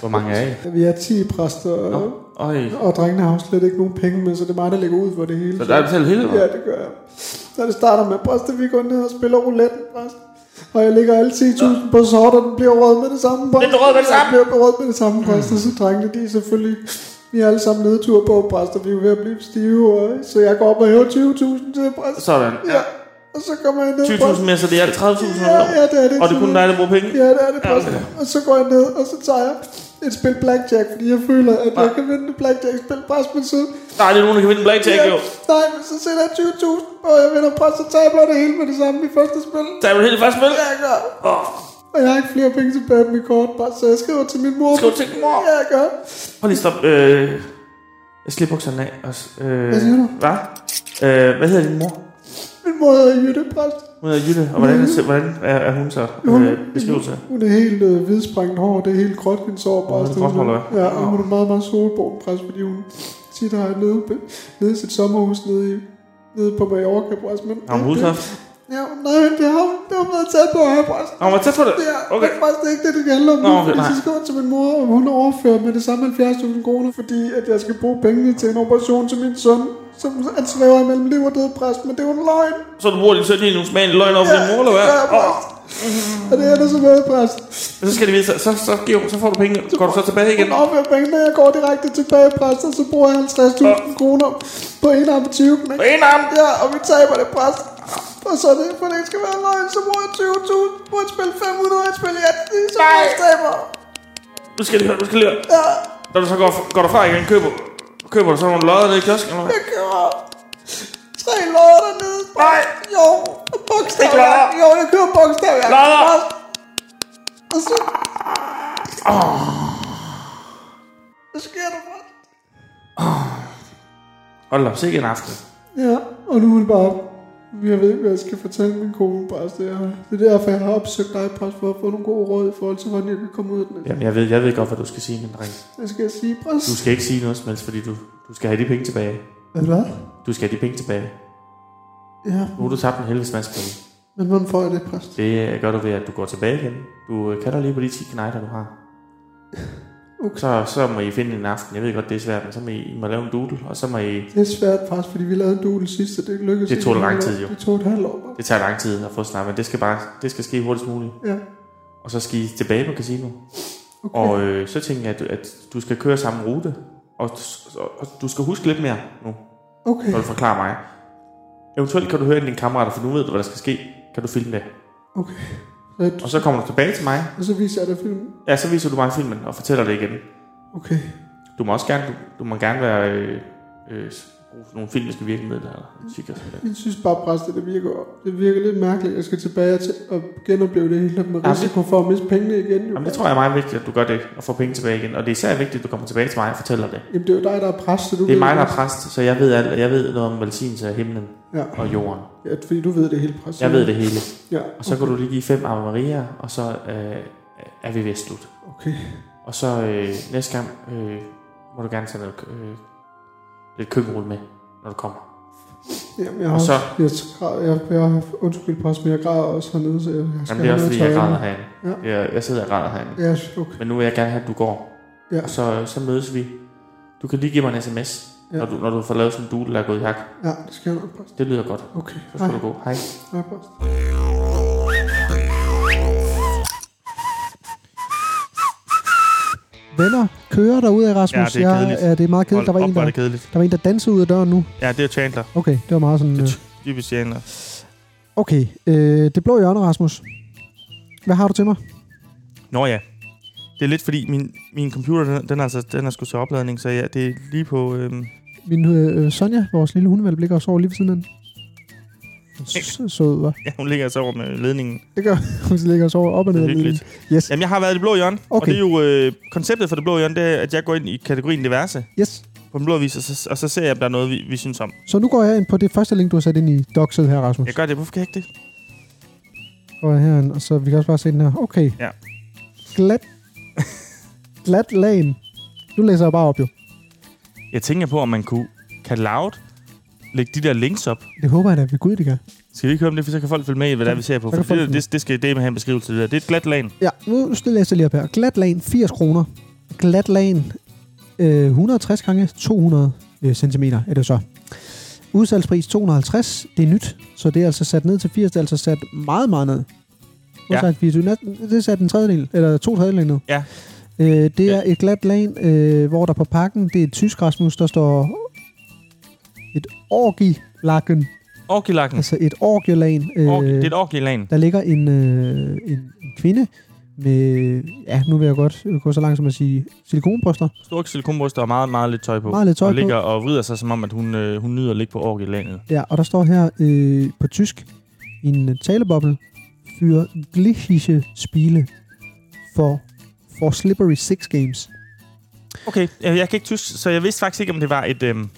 [SPEAKER 3] Hvor mange er I?
[SPEAKER 5] vi er 10 præster, og,
[SPEAKER 3] Øj.
[SPEAKER 5] og drengene har jo slet ikke nogen penge med, så det er mig, der lægger ud for det hele.
[SPEAKER 3] Så der er betalt hele, eller?
[SPEAKER 5] Ja, det gør jeg. Så det starter med, præst, at vi går ned og spiller roulette, præst. Og jeg lægger alle 10.000 på sort, og den bliver rød med det samme, præst. Den
[SPEAKER 3] bliver rød med det samme? Mm.
[SPEAKER 5] Den bliver rød med det samme, præst. Og så drengene, de er selvfølgelig... Vi er alle sammen nedtur på, præst, og vi er ved at blive stive. Og, så jeg går op og hæver 20.000 til, præst.
[SPEAKER 3] Sådan, ja.
[SPEAKER 5] Ja, og så kommer jeg ned, præst.
[SPEAKER 3] 20.000 mere, så det er 30.000
[SPEAKER 5] Ja, ja, det er det.
[SPEAKER 3] Og det er kun dig, der bruger penge?
[SPEAKER 5] Ja, det er det, præst. Og så går jeg ned, og så tager jeg et spil blackjack, fordi jeg føler, at jeg kan vinde blackjack-spil, præst, men så
[SPEAKER 3] Nej, Ah. det er nogen, der kan vinde en blackjack, jo.
[SPEAKER 5] Nej, men så sætter jeg 20.000 på, og jeg vinder præst, så taber jeg det hele med det samme i første spil.
[SPEAKER 3] Så er du helt fast med?
[SPEAKER 5] Ja, jeg gør.
[SPEAKER 3] Åh,
[SPEAKER 5] Og jeg har ikke flere penge tilbage på mit kort, bare så jeg skriver til min mor.
[SPEAKER 3] Skriver til din mor?
[SPEAKER 5] Ja, jeg gør.
[SPEAKER 3] prøv lige stop. Øh, jeg slipper bukserne af. Og, s- øh,
[SPEAKER 5] Hvad siger du?
[SPEAKER 3] Hvad? Øh, hvad hedder din mor?
[SPEAKER 5] Min mor hedder Jytte Præst.
[SPEAKER 3] Hun hedder Jytte, og
[SPEAKER 5] Mhm.
[SPEAKER 3] hvordan, er, hvordan er, er hun så? Øh, beskriv til.
[SPEAKER 5] Hun er helt øh, hvidsprængt hår, det er helt gråt, hendes hår præst.
[SPEAKER 3] gråt hår, eller hvad?
[SPEAKER 5] ja, og hun er meget, meget solbrun præst, fordi hun tit har nede, nede i sit sommerhus nede, i, nede på Mallorca præst. Men,
[SPEAKER 3] Har hun hudkræft?
[SPEAKER 5] Ja, nej, men det har hun, det har hun været tæt på her præst.
[SPEAKER 3] Nå, hun var tæt på det?
[SPEAKER 5] Ja, okay.
[SPEAKER 3] Okay.
[SPEAKER 5] det er faktisk ikke det, det handler om.
[SPEAKER 3] Nå,
[SPEAKER 5] Nå,
[SPEAKER 3] okay,
[SPEAKER 5] okay,
[SPEAKER 3] nej.
[SPEAKER 5] jeg skriver til min mor, og hun overfører med det samme 70.000 kroner, fordi at jeg skal bruge pengene til en operation til min søn, som han svæver imellem liv og død præst, men det er jo en løgn.
[SPEAKER 3] Så du bruger din søn i nogle smagende løgn over for din mor, eller hvad?
[SPEAKER 5] Ja,
[SPEAKER 3] Åh,
[SPEAKER 5] præst. Og det er der så været præst.
[SPEAKER 3] men så skal det vise, sig. så, så, giver, hun- så får du penge. Går du så tilbage igen?
[SPEAKER 5] Hun overfører pengene, og jeg går direkte tilbage præst, og så bruger jeg 50.000 kroner på en arm og 20 knæk.
[SPEAKER 3] På en arm?
[SPEAKER 5] Ja, og vi taber det præst. Og så er det, for det ikke skal være løgn, så bruger jeg 20.000 på et spil 500, et spil ja, det er så
[SPEAKER 3] Nej.
[SPEAKER 5] jeg taber.
[SPEAKER 3] Nu skal jeg lige høre, nu skal jeg lige høre.
[SPEAKER 5] Ja,
[SPEAKER 3] Når du så går, går derfra igen, køber, køber du så nogle lodder nede i kiosken, eller hvad?
[SPEAKER 5] jeg køber tre lodder dernede.
[SPEAKER 3] Nej.
[SPEAKER 5] Jo, og bogstavjagt.
[SPEAKER 3] lodder.
[SPEAKER 5] Jo, jeg køber bogstavjagt.
[SPEAKER 3] Lodder.
[SPEAKER 5] Præst. Og så...
[SPEAKER 3] Ah.
[SPEAKER 5] Hvad sker der, præst?
[SPEAKER 3] Hold da op, sikke en aften.
[SPEAKER 5] Ja, og nu er det bare... Jeg ved ikke, hvad jeg skal fortælle min kone, præst. Det er, det er derfor, jeg har opsøgt dig, præst, for at få nogle gode råd i forhold til, hvordan jeg kan komme ud af den.
[SPEAKER 3] Jamen, jeg ved, jeg ved godt, hvad du skal sige, min dreng.
[SPEAKER 5] Hvad skal jeg sige, præst?
[SPEAKER 3] Du skal ikke sige noget som helst, fordi du, du skal have de penge tilbage.
[SPEAKER 5] Hvad?
[SPEAKER 3] Du skal have de penge tilbage.
[SPEAKER 5] Ja,
[SPEAKER 3] Nu har du tabt en helvedes masse penge.
[SPEAKER 5] men hvordan får jeg det, præst?
[SPEAKER 3] Det øh, gør du ved, at du går tilbage igen. Du øh, kalder lige på de 10 knejder, du har.
[SPEAKER 5] Okay.
[SPEAKER 3] Så, så må I finde en aften. Jeg ved godt, det er svært, men så må I, I må lave en doodle, og så må I...
[SPEAKER 5] Det er svært, præst, fordi vi lavede en duel sidst, og det lykkedes
[SPEAKER 3] Det tog
[SPEAKER 5] ikke.
[SPEAKER 3] da lang tid, jo.
[SPEAKER 5] Det tog et halvt år, præst.
[SPEAKER 3] Det tager lang tid at få snart, men det skal, bare, det skal ske hurtigst muligt.
[SPEAKER 5] Ja.
[SPEAKER 3] Og så skal I tilbage på casino.
[SPEAKER 5] Okay.
[SPEAKER 3] Og øh, så tænker jeg, at, du- at du skal køre samme rute. Og, du- og, og du skal huske lidt mere nu,
[SPEAKER 5] Okay,
[SPEAKER 3] når du forklarer mig. Eventuelt kan du høre din kammerater, for nu ved du, hvad der skal ske. Kan du filme det.
[SPEAKER 5] okay. Så,
[SPEAKER 3] Og så kommer du tilbage til mig.
[SPEAKER 5] og så viser jeg dig filmen.
[SPEAKER 3] Ja, så viser du mig filmen og fortæller det igen.
[SPEAKER 5] Okay.
[SPEAKER 3] Du må også gerne, du, du må gerne være, øh, øh, bruge sådan nogle filmiske virkemidler eller musik og sådan noget.
[SPEAKER 5] Jeg synes bare, præst, at det virker, det virker lidt mærkeligt. Jeg skal tilbage til at genopleve det hele med
[SPEAKER 3] det-
[SPEAKER 5] risiko for at miste pengene igen. Jo.
[SPEAKER 3] Jamen, det tror jeg er meget vigtigt, at du gør det og får penge tilbage igen. Og det er især vigtigt, at du kommer tilbage til mig og fortæller det.
[SPEAKER 5] Jamen, det er jo dig, der er præst, så du
[SPEAKER 3] Det er
[SPEAKER 5] ved
[SPEAKER 3] mig, der er
[SPEAKER 5] det.
[SPEAKER 3] præst, så jeg ved alt. og Jeg ved noget om velsignelse af himlen
[SPEAKER 5] Ja.
[SPEAKER 3] og jorden.
[SPEAKER 5] ja, fordi du ved det hele, præst.
[SPEAKER 3] Jeg ved det hele.
[SPEAKER 5] Ja,
[SPEAKER 3] Og så kan du lige give fem Ave Maria, og så øh, er vi ved at slutte.
[SPEAKER 5] okay.
[SPEAKER 3] Og så øh, næste gang øh, må du gerne tage noget, kø- øh, lidt køkkenrulle med, når du kommer.
[SPEAKER 5] Jamen, jeg har
[SPEAKER 3] Og så-
[SPEAKER 5] også, jeg, græder- jeg, jeg, undskyld, præst, men jeg græder også hernede, så jeg, jeg skal
[SPEAKER 3] Jamen, det er også
[SPEAKER 5] have noget
[SPEAKER 3] fordi, jeg
[SPEAKER 5] tøj.
[SPEAKER 3] græder herinde.
[SPEAKER 5] Ja.
[SPEAKER 3] Jeg, jeg sidder og græder herinde.
[SPEAKER 5] Ja, okay.
[SPEAKER 3] Men nu vil jeg gerne have, at du går.
[SPEAKER 2] Ja.
[SPEAKER 5] Og så, så mødes vi. Du kan lige give mig en sms,
[SPEAKER 2] Ja.
[SPEAKER 5] ja. når, du, når du får lavet sådan en doodle, der er gået i hak.
[SPEAKER 2] Ja, det skal jeg nok post.
[SPEAKER 5] Det lyder godt.
[SPEAKER 2] Okay,
[SPEAKER 5] Så
[SPEAKER 2] hej.
[SPEAKER 5] skal du gå. Hej.
[SPEAKER 2] Hej, post. Venner, kører derude af Rasmus.
[SPEAKER 5] Ja, det er kedeligt.
[SPEAKER 2] Ja, det er meget kedeligt. Der var, en,
[SPEAKER 5] Hold op,
[SPEAKER 2] der,
[SPEAKER 5] var det kedeligt.
[SPEAKER 2] der var en, der dansede ud af døren nu.
[SPEAKER 5] Ja, det er Chandler.
[SPEAKER 2] Okay, det var meget sådan...
[SPEAKER 5] Det
[SPEAKER 2] øh,
[SPEAKER 5] er ty- typisk Chandler.
[SPEAKER 2] Okay, øh, det blå hjørne, Rasmus. Hvad har du til mig?
[SPEAKER 5] Nå ja. Det er lidt fordi, min, min computer, den, den, er altså, den er sgu til opladning, så ja, det er lige på... Øhm,
[SPEAKER 2] Min øh, øh, Sonja, vores lille hundevalg, ligger og sover lige ved siden af den. Så sød, hva'?
[SPEAKER 5] ja, hun ligger altså over med ledningen.
[SPEAKER 2] Det gør hun. ligger og sover op og
[SPEAKER 5] Det
[SPEAKER 2] ned.
[SPEAKER 5] er
[SPEAKER 2] ad
[SPEAKER 5] hyggeligt.
[SPEAKER 2] ledningen. Yes,
[SPEAKER 5] Jamen, jeg har været i det blå hjørne, okay. og
[SPEAKER 2] Okay.
[SPEAKER 5] det er jo... Øh, konceptet for det blå hjørne, det er, at jeg går ind i kategorien diverse
[SPEAKER 2] yes.
[SPEAKER 5] på den blå vis, og så, og så ser jeg, om der er noget, vi, vi synes om.
[SPEAKER 2] Så nu går jeg ind på det første link, du har sat ind i doxet her, Rasmus.
[SPEAKER 5] Jeg gør det. Hvorfor kan jeg ikke det?
[SPEAKER 2] Går jeg herhen, og så vi kan også bare se den her. Okay.
[SPEAKER 5] Ja.
[SPEAKER 2] Glat. Glat lane. Nu læser jeg bare op, jo.
[SPEAKER 5] Jeg tænker på, om man kunne kan loud lægge de der links op.
[SPEAKER 2] Det håber jeg da, ved Gud, det gør.
[SPEAKER 5] Skal vi ikke høre om det, for så kan folk følge med i, hvad der vi ser på.
[SPEAKER 2] Så
[SPEAKER 5] For
[SPEAKER 2] kan folk
[SPEAKER 5] det,
[SPEAKER 2] følge
[SPEAKER 5] det, det, skal det med have en beskrivelse. Det, der. det er et glat lagen.
[SPEAKER 2] Ja, nu skal jeg læse lige op her. Glat lane, 80 kroner. Glat lane, øh, 160 gange 200 cm er det så. Udsalgspris 250, det er nyt, så det er altså sat ned til 80, det er altså sat meget, meget ned.
[SPEAKER 5] Ja.
[SPEAKER 2] Udsalgsvis, det er næsten- det er sat en tredjedel, eller to tredjedel ned.
[SPEAKER 5] Ja.
[SPEAKER 2] Øh, det er
[SPEAKER 5] Ja.
[SPEAKER 2] et glat lane, øh, hvor der på pakken, det er et tysk Rasmus, der står et orgilakken,
[SPEAKER 5] Orkilakken.
[SPEAKER 2] altså et orgielan. Øh,
[SPEAKER 5] Ork, Mm. det er et orkilagen.
[SPEAKER 2] der ligger en, øh, en, en kvinde med, ja, nu vil jeg godt gå så langt som at sige, silikonbryster.
[SPEAKER 5] Stor silikonbryster og meget, meget lidt tøj på.
[SPEAKER 2] Meget lidt tøj
[SPEAKER 5] og
[SPEAKER 2] på.
[SPEAKER 5] ligger og vrider sig, som om at hun, øh, hun nyder at ligge på orkilanet.
[SPEAKER 2] Ja, og der står her øh, på tysk, en taleboble, fyr glichische spile for, for slippery six games.
[SPEAKER 5] Okay, jeg, jeg kan ikke tysk, så jeg vidste faktisk ikke, om det var et... Øhm,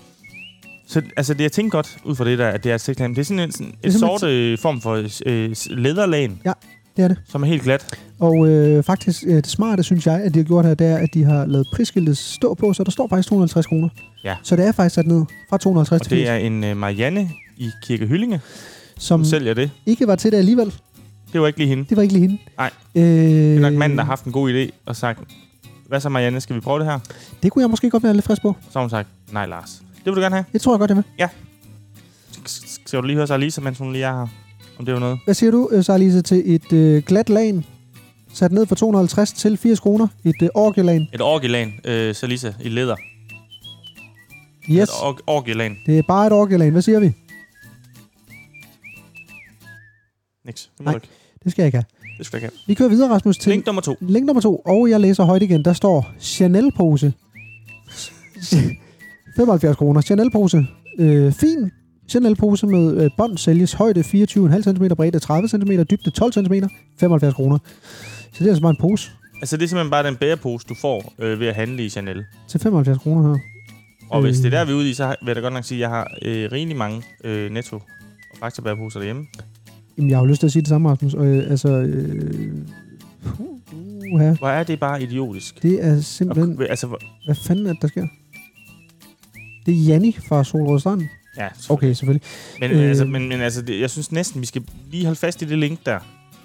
[SPEAKER 5] så, altså, det, jeg tænkte godt ud fra det der, at det er et sexlam. Det er sådan en, sådan
[SPEAKER 2] er
[SPEAKER 5] et
[SPEAKER 2] simpelthen-
[SPEAKER 5] sort øh, form for øh, s- læderlagen,
[SPEAKER 2] Det er det.
[SPEAKER 5] som er helt glat.
[SPEAKER 2] Og øh, faktisk, øh, det smarte, synes jeg, at de har gjort her, det er, at de har lavet prisskiltet stå på, så der står faktisk 250 kroner.
[SPEAKER 5] Ja.
[SPEAKER 2] Så det er faktisk sat ned fra 250
[SPEAKER 5] Og
[SPEAKER 2] til
[SPEAKER 5] det
[SPEAKER 2] 80,
[SPEAKER 5] er en øh, Marianne i Kirke Hyllinge,
[SPEAKER 2] som
[SPEAKER 5] som sælger det.
[SPEAKER 2] ikke var til det alligevel.
[SPEAKER 5] Det var ikke lige hende.
[SPEAKER 2] Det var ikke lige hende.
[SPEAKER 5] Nej.
[SPEAKER 2] Øh, det
[SPEAKER 5] Det er nok manden, der har haft en god idé og sagt, hvad så Marianne, skal vi prøve det her?
[SPEAKER 2] Det kunne jeg måske godt være lidt frisk på.
[SPEAKER 5] Så har hun sagt, nej Lars, det vil du gerne have.
[SPEAKER 2] Det tror jeg godt, jeg vil.
[SPEAKER 5] S- s- Skal du lige høre sig Lisa, mens hun lige er her? Om det var noget.
[SPEAKER 2] Hvad siger du, Sarlise, til et øh, glat lagen, sat ned fra 250 til 80 kroner? Et øh, orgelagen.
[SPEAKER 5] Et orgelan, øh, så Lisa, i leder.
[SPEAKER 2] Yes.
[SPEAKER 5] Et or- orgelan.
[SPEAKER 2] Det er bare et orgelagen. Hvad siger vi?
[SPEAKER 5] Niks. Det må
[SPEAKER 2] Nej.
[SPEAKER 5] du ikke.
[SPEAKER 2] Det skal jeg ikke have.
[SPEAKER 5] Det skal du ikke have.
[SPEAKER 2] Vi kører videre, Rasmus, til
[SPEAKER 5] Link nummer to.
[SPEAKER 2] link nummer to. Og jeg læser højt igen. Der står Chanel-pose. 75 kroner. Chanel-pose. Øh, fin. Chanel-pose med øh, bånd sælges højde 24,5 cm, bredde 30 cm, dybde 12 cm, 75 kroner. Så det er altså bare en pose
[SPEAKER 5] Altså det er simpelthen bare den bærepose, du får øh, ved at handle i Chanel.
[SPEAKER 2] til 75 kroner her.
[SPEAKER 5] Og
[SPEAKER 2] Øh.
[SPEAKER 5] hvis det er der, vi er ude i, så har- vil jeg da godt nok sige, at jeg har øh, rimelig mange øh, netto og fakta bæreposer derhjemme.
[SPEAKER 2] Jamen, jeg har jo lyst til at sige det samme, Rasmus. Og, øh, altså, øh, uha.
[SPEAKER 5] Hvor er det bare idiotisk.
[SPEAKER 2] Det er
[SPEAKER 5] Og,
[SPEAKER 2] simpelthen...
[SPEAKER 5] altså, hvor-
[SPEAKER 2] Hvad fanden er det, der sker? Det er Janni fra Solrød Strand.
[SPEAKER 5] ja,
[SPEAKER 2] Okay, selvfølgelig.
[SPEAKER 5] Men,
[SPEAKER 2] Øh.
[SPEAKER 5] øh. altså, men, men altså, det, jeg synes næsten, vi skal lige holde fast i det link der.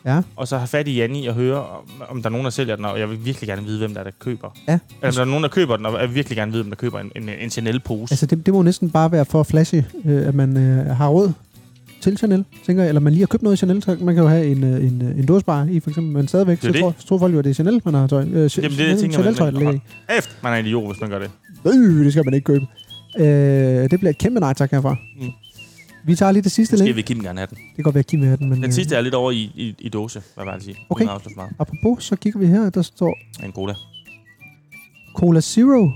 [SPEAKER 2] Ja.
[SPEAKER 5] Og så have fat i Janni og høre, om, om der er nogen, der sælger den. Og jeg vil virkelig gerne vide, hvem der er, der køber.
[SPEAKER 2] Ja.
[SPEAKER 5] Eller om der er nogen, der køber den, og jeg vil virkelig gerne vide, hvem der køber en, en, en Chanel-pose.
[SPEAKER 2] Altså, det, det må næsten bare være for at flashe, øh, at man øh, har råd til Chanel, tænker jeg. Eller man lige har købt noget i Chanel. Så man kan jo have en, øh, en, øh, en dåsbar i, for eksempel. Men stadigvæk,
[SPEAKER 5] Det er
[SPEAKER 2] så
[SPEAKER 5] det.
[SPEAKER 2] tror, så tror folk jo, at det er Chanel, man har tøj. Øh, Jamen, det
[SPEAKER 5] Jamen, det er det, jeg tænker,
[SPEAKER 2] Chanel, tøj, der
[SPEAKER 5] man,
[SPEAKER 2] ligger i.
[SPEAKER 5] man, Efter, man er en idiot, hvis man gør det.
[SPEAKER 2] Øh, det skal man ikke købe. Øh, det bliver et kæmpe nej tak herfra.
[SPEAKER 5] Mm.
[SPEAKER 2] Vi tager lige det sidste
[SPEAKER 5] Måske
[SPEAKER 2] link.
[SPEAKER 5] vil Kim gerne have den.
[SPEAKER 2] Det kan godt være, at Kim er den, men... øh,
[SPEAKER 5] Den sidste er lidt over i, i, i dåse, hvad var det sige.
[SPEAKER 2] Øhm. Okay.
[SPEAKER 5] Uden at afsløre for meget.
[SPEAKER 2] Apropos, så kigger vi her, der står
[SPEAKER 5] En cola.
[SPEAKER 2] Cola Zero,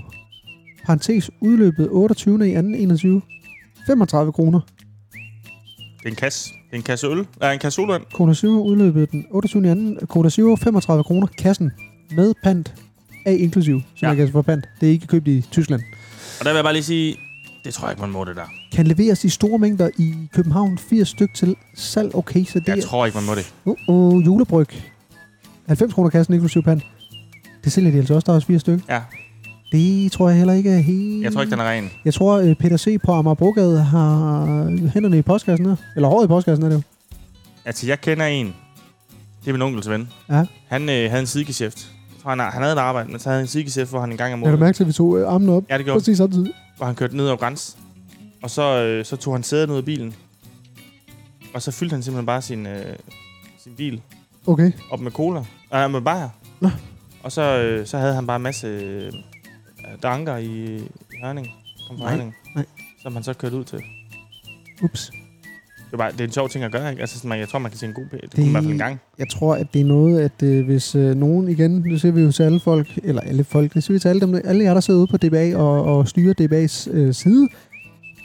[SPEAKER 2] parentes udløbet 28. i 2. 21. 35 kroner.
[SPEAKER 5] Det er en kasse. Det er en kasse øl. Er en kasse solvand.
[SPEAKER 2] Cola Zero udløbet den 28. i 2. Cola Zero, 35 kroner. Kassen med pant. A inklusiv, som
[SPEAKER 5] Ja.
[SPEAKER 2] ja. man kan få pant. Det er ikke købt i Tyskland.
[SPEAKER 5] Og der vil jeg bare lige sige, det tror jeg ikke, man må det der.
[SPEAKER 2] Kan leveres i store mængder i København. 80 styk til salg. Okay, så det
[SPEAKER 5] Jeg
[SPEAKER 2] er...
[SPEAKER 5] tror ikke, man må det.
[SPEAKER 2] Uh, uh, julebryg. 90 kroner kassen inklusiv pant. Det sælger de altså også. Der er også 4 styk.
[SPEAKER 5] Ja,
[SPEAKER 2] Det tror jeg heller ikke er helt...
[SPEAKER 5] jeg tror ikke, den er ren.
[SPEAKER 2] Jeg tror, øh, Peter C. på Amagerbrogade har hænderne i postkassen her. Eller håret i postkassen er det jo.
[SPEAKER 5] Altså, jeg kender en. Det er min onkels ven.
[SPEAKER 2] Ja.
[SPEAKER 5] Han øh, havde en sidegeschæft
[SPEAKER 3] tror, han, har- han havde et arbejde, men så havde han en sikkerhed for han en gang om
[SPEAKER 2] Jeg kan
[SPEAKER 3] måneden,
[SPEAKER 2] mærke til, at vi tog øh, armene op
[SPEAKER 3] Ja, det gjorde
[SPEAKER 2] præcis samtidig.
[SPEAKER 3] og han kørte ned over grænsen. Og så, øh, så tog han sædet ud af bilen. Og så fyldte han simpelthen bare sin, øh, sin bil
[SPEAKER 2] Okay.
[SPEAKER 3] op med cola. Nej, med bajer.
[SPEAKER 2] Nå.
[SPEAKER 3] Og så, øh, så havde han bare en masse øh, danker i i Hørning. Kom fra
[SPEAKER 2] Nej,
[SPEAKER 3] Hørning.
[SPEAKER 2] nej.
[SPEAKER 3] Som han så kørte ud til.
[SPEAKER 2] Ups.
[SPEAKER 3] Det er, bare, det er en sjov ting at gøre, ikke? Altså, sådan, man- jeg tror, man kan se en god p. Det, det
[SPEAKER 2] Det-
[SPEAKER 3] kunne man i hvert fald en gang.
[SPEAKER 2] Jeg tror, at det er noget, at øh, hvis øh, nogen igen, nu ser vi jo til alle folk, eller alle folk, det ser vi til alle, dem, alle jer, der sidder ude på DBA og, og styrer DBA's øh, side, det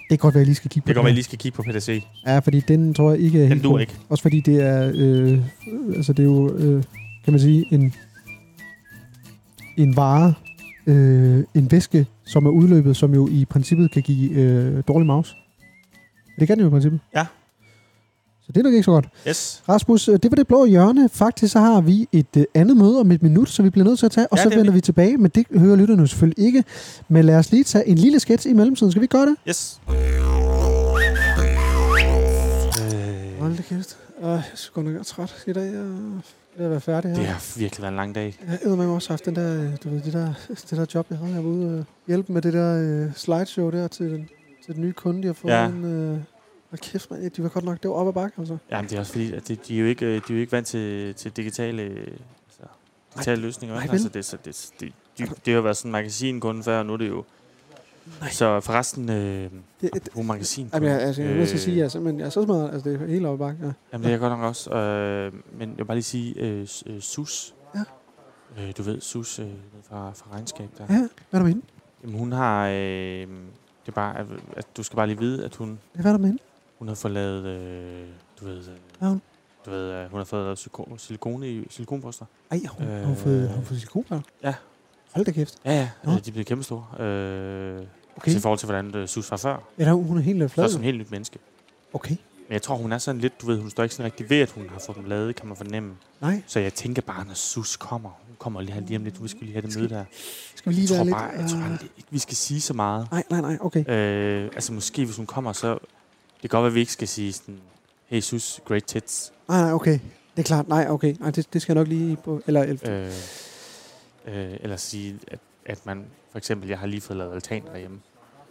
[SPEAKER 2] kan godt være, at I lige skal kigge på
[SPEAKER 3] Det kan godt være,
[SPEAKER 2] her.
[SPEAKER 3] I lige skal kigge på PDC.
[SPEAKER 2] Ja, fordi den tror jeg ikke er
[SPEAKER 3] Den
[SPEAKER 2] helt
[SPEAKER 3] dur
[SPEAKER 2] god.
[SPEAKER 3] ikke.
[SPEAKER 2] Også fordi det er, øh, altså det er jo, øh, kan man sige, en, en vare, øh, en væske, som er udløbet, som jo i princippet kan give øh, dårlig mouse. Det kan den jo i princippet.
[SPEAKER 3] Ja.
[SPEAKER 2] Så det er nok ikke så godt.
[SPEAKER 3] Yes.
[SPEAKER 2] Rasmus, øh, det var det blå hjørne. Faktisk så har vi et øh, andet møde om et minut, så vi bliver nødt til at tage, og
[SPEAKER 3] Ja,
[SPEAKER 2] så
[SPEAKER 3] det er
[SPEAKER 2] vender
[SPEAKER 3] vi.
[SPEAKER 2] vi tilbage, men det hører lytterne jo selvfølgelig ikke. Men lad os lige tage en lille sketch i mellemtiden. Skal vi gøre det?
[SPEAKER 3] Yes.
[SPEAKER 2] Hold da kæft. Øh, jeg er sgu nok træt i dag. Jeg er ved at være færdig her.
[SPEAKER 3] Det har virkelig været en lang dag.
[SPEAKER 2] Jeg har eddermame også haft den der, øh, du ved, det der, det der job, jeg havde. Jeg var ude og hjælpe med det der øh, slideshow der til den, til den nye kunde, de har fået.
[SPEAKER 3] Ja.
[SPEAKER 2] Ja. En, øh, og kæft, man, de var godt nok, det var op ad bakke, altså.
[SPEAKER 3] Jamen, det er også fordi, at de, de, er jo ikke, øh, de er jo ikke vant til, til digitale, øh, altså, digitale løsninger.
[SPEAKER 2] nej,
[SPEAKER 3] Nej,
[SPEAKER 2] vel?
[SPEAKER 3] altså, det, så det, det, de, det har været sådan en magasinkunde før, og nu er det jo... Nej. Så forresten, øh,
[SPEAKER 2] Det, det,
[SPEAKER 3] på magasin. Øh,
[SPEAKER 2] Jamen, jeg, altså, jeg er nødt til at sige, at jeg, er simpelthen, jeg er så smadret. Altså, det er helt op ad bakke. Ja.
[SPEAKER 3] Jamen, det er jeg godt nok også. Øh, men jeg vil bare lige sige, øh, s- øh, SUS.
[SPEAKER 2] Ja.
[SPEAKER 3] Øh, du ved, SUS øh, nede fra, fra regnskab der.
[SPEAKER 2] ja, hvad er der med hende?
[SPEAKER 3] Jamen, hun har... Øh, det er bare, at, at, du skal bare lige vide, at hun,
[SPEAKER 2] Hvad er der med hende?
[SPEAKER 3] hun har fået lavet... Øh, du ved... Øh,
[SPEAKER 2] Hvad har hun?
[SPEAKER 3] Du ved, øh, hun har fået lavet silikon, silikone i silikonbryster.
[SPEAKER 2] Ej, har hun, øh, har hun
[SPEAKER 3] Øh.
[SPEAKER 2] fået, har hun fået silikonbriller?
[SPEAKER 3] Ja.
[SPEAKER 2] Hold da kæft.
[SPEAKER 3] Ja, ja.
[SPEAKER 2] Nå.
[SPEAKER 3] Øh, de er blevet kæmpestore. Øh,
[SPEAKER 2] Okay.
[SPEAKER 3] okay. I forhold til, hvordan øh, SUS var før.
[SPEAKER 2] Eller hun hun er helt øh,
[SPEAKER 3] Så er
[SPEAKER 2] flad.
[SPEAKER 3] hun som et helt nyt menneske.
[SPEAKER 2] Okay.
[SPEAKER 3] Men jeg tror, hun er sådan lidt... Du ved, hun står ikke sådan rigtig ved, at hun har fået dem lavet, kan man fornemme.
[SPEAKER 2] Nej,
[SPEAKER 3] Så jeg tænker bare, når Sus kommer, hun kommer lige her lige om lidt, vi skal lige have det møde der.
[SPEAKER 2] skal vi
[SPEAKER 3] Jeg
[SPEAKER 2] lige være
[SPEAKER 3] tror
[SPEAKER 2] lidt... Ah. øh,
[SPEAKER 3] bare, jeg tror aldrig, ikke, vi skal sige så meget.
[SPEAKER 2] Nej, nej, nej, okay.
[SPEAKER 3] Øh, altså måske, hvis hun kommer, så det kan godt være, at vi ikke skal sige sådan, hey Sus, great tits.
[SPEAKER 2] Nej, nej, okay. Det er klart, nej, okay. Nej, det, det skal jeg nok lige på... Eller, øh.
[SPEAKER 3] Øh, øh, eller sige, at, at man, for eksempel, jeg har lige fået lavet altan derhjemme.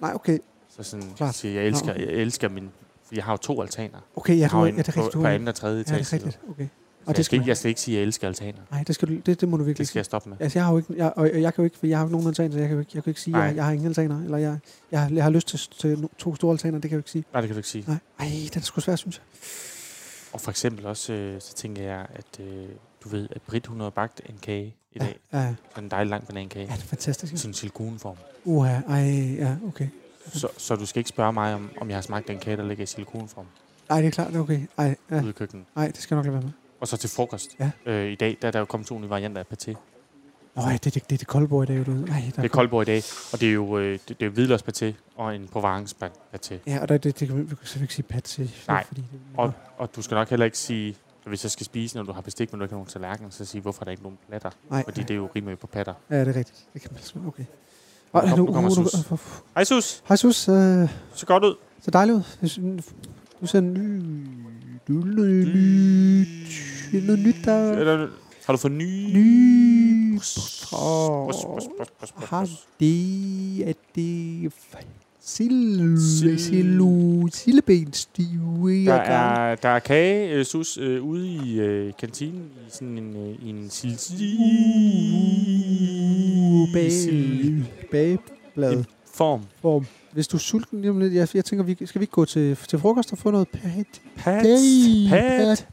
[SPEAKER 2] nej, okay.
[SPEAKER 3] Så sådan,
[SPEAKER 2] Klart.
[SPEAKER 3] siger, jeg elsker,
[SPEAKER 2] Nå.
[SPEAKER 3] jeg elsker min, for jeg har jo to altaner.
[SPEAKER 2] Okay, ja,
[SPEAKER 3] Jeg
[SPEAKER 2] du,
[SPEAKER 3] har jo
[SPEAKER 2] ja,
[SPEAKER 3] en
[SPEAKER 2] det er rigtigt,
[SPEAKER 3] på,
[SPEAKER 2] du
[SPEAKER 3] på
[SPEAKER 2] har
[SPEAKER 3] anden og tredje
[SPEAKER 2] Ja,
[SPEAKER 3] etage.
[SPEAKER 2] det er rigtigt. Okay.
[SPEAKER 3] Så
[SPEAKER 2] Og det skal
[SPEAKER 3] jeg, skal,
[SPEAKER 2] man-
[SPEAKER 3] ikke- jeg skal ikke sige, at jeg elsker altaner.
[SPEAKER 2] Nej, det, skal du, det, det må du virkelig
[SPEAKER 3] Det skal jeg
[SPEAKER 2] ikke.
[SPEAKER 3] stoppe med.
[SPEAKER 2] Altså, jeg har jo ikke, jeg, og jeg kan jo ikke, for jeg har jo ikke nogen altaner, så jeg kan jo ikke, jeg kan jo ikke sige,
[SPEAKER 3] Nej.
[SPEAKER 2] at jeg, jeg har ingen altaner, eller jeg, jeg, har- jeg har lyst til, til no- to store altaner, det kan jeg jo ikke sige.
[SPEAKER 3] Nej, det kan du ikke sige.
[SPEAKER 2] Nej, Ej, det er sgu svært, synes jeg.
[SPEAKER 3] Og for eksempel også, øh, så tænker jeg, at øh, du ved, at Britt, hun har bagt en kage i dag.
[SPEAKER 2] Ja, ja,
[SPEAKER 3] Sådan en dejlig lang banankage.
[SPEAKER 2] ja, det er fantastisk.
[SPEAKER 3] I sådan en silikonform.
[SPEAKER 2] Uha, ej, ja, okay.
[SPEAKER 3] Så, så du skal ikke spørge mig, om, om jeg har smagt den kage, der ligger i silikonform
[SPEAKER 2] Ej, det er klart, det er okay. Ej, ja,
[SPEAKER 3] ja. ude i køkkenet.
[SPEAKER 2] ej, det skal jeg nok lade være med.
[SPEAKER 3] Og så til frokost.
[SPEAKER 2] Ja.
[SPEAKER 3] Øh, I dag der er der jo kommet to nye varianter af paté.
[SPEAKER 2] Nå, ja, det, det, det, er det kolde bord i dag, jo, du ved. Ej, der
[SPEAKER 3] Det er koldbord i dag, og det er jo øh, det, det er hvidløgspaté og en provence-paté.
[SPEAKER 2] Ja, og der, det, det, kan vi vi kan selvfølgelig ikke sige pat til.
[SPEAKER 3] Nej.
[SPEAKER 2] Fordi det,
[SPEAKER 3] Og, og du skal nok heller ikke sige, hvis jeg skal spise, når du har bestik, men du ikke har nogen tallerken, så sige, hvorfor er der ikke nogen platter?
[SPEAKER 2] nej,
[SPEAKER 3] Fordi det er jo rimelig på patter.
[SPEAKER 2] Ja, det er rigtigt. Det kan man altså, okay. Og,
[SPEAKER 3] Nu kom-
[SPEAKER 2] nu,
[SPEAKER 3] nu kommer
[SPEAKER 2] nu, nu,
[SPEAKER 3] Sus. Hej Sus,
[SPEAKER 2] Hej Sus, øh,
[SPEAKER 3] du ser godt ud.
[SPEAKER 2] så dejligt ud. Jeg synes, Du ser ny... Du er noget nyt. Det er noget nyt, der...
[SPEAKER 3] Eller, har du fået nye...
[SPEAKER 2] Nyt.
[SPEAKER 3] Åh.
[SPEAKER 2] Har det... Er det... Sille...
[SPEAKER 3] Sild-
[SPEAKER 2] Sille... Sillebenstive...
[SPEAKER 3] Der er, der er kage, øh, sus, øh, ude i øh, kantinen i sådan en, øh, i en sil- sil-
[SPEAKER 2] Bagblad.
[SPEAKER 3] en form.
[SPEAKER 2] Form. Hvis du er sulten lige om lidt, jeg, jeg tænker, vi, skal vi ikke gå til, til frokost og få noget pat?
[SPEAKER 3] Pat,
[SPEAKER 2] Hey,
[SPEAKER 3] pat,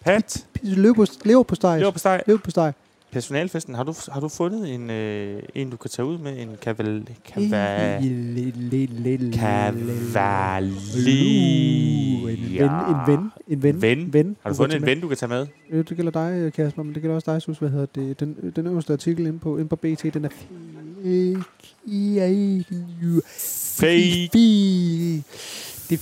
[SPEAKER 3] pat, pat.
[SPEAKER 2] Leverpostej. Leverpostej.
[SPEAKER 3] Det var på steg.
[SPEAKER 2] Leverpostej.
[SPEAKER 3] Personalfesten, har du, har du fundet en, øh, en, du kan tage ud med? En kaval... kaval...
[SPEAKER 2] Lu- En ven, en ven, en ven,
[SPEAKER 3] Ven?
[SPEAKER 2] ven.
[SPEAKER 3] Har du fundet en ven, du kan tage med?
[SPEAKER 2] Øh, Det gælder dig, Kasper, men det gælder også dig, Sus. Hvad hedder det? Den, øh, den øverste artikel inde på, inde på BT, den er...
[SPEAKER 3] Fake.
[SPEAKER 2] Fake. Det er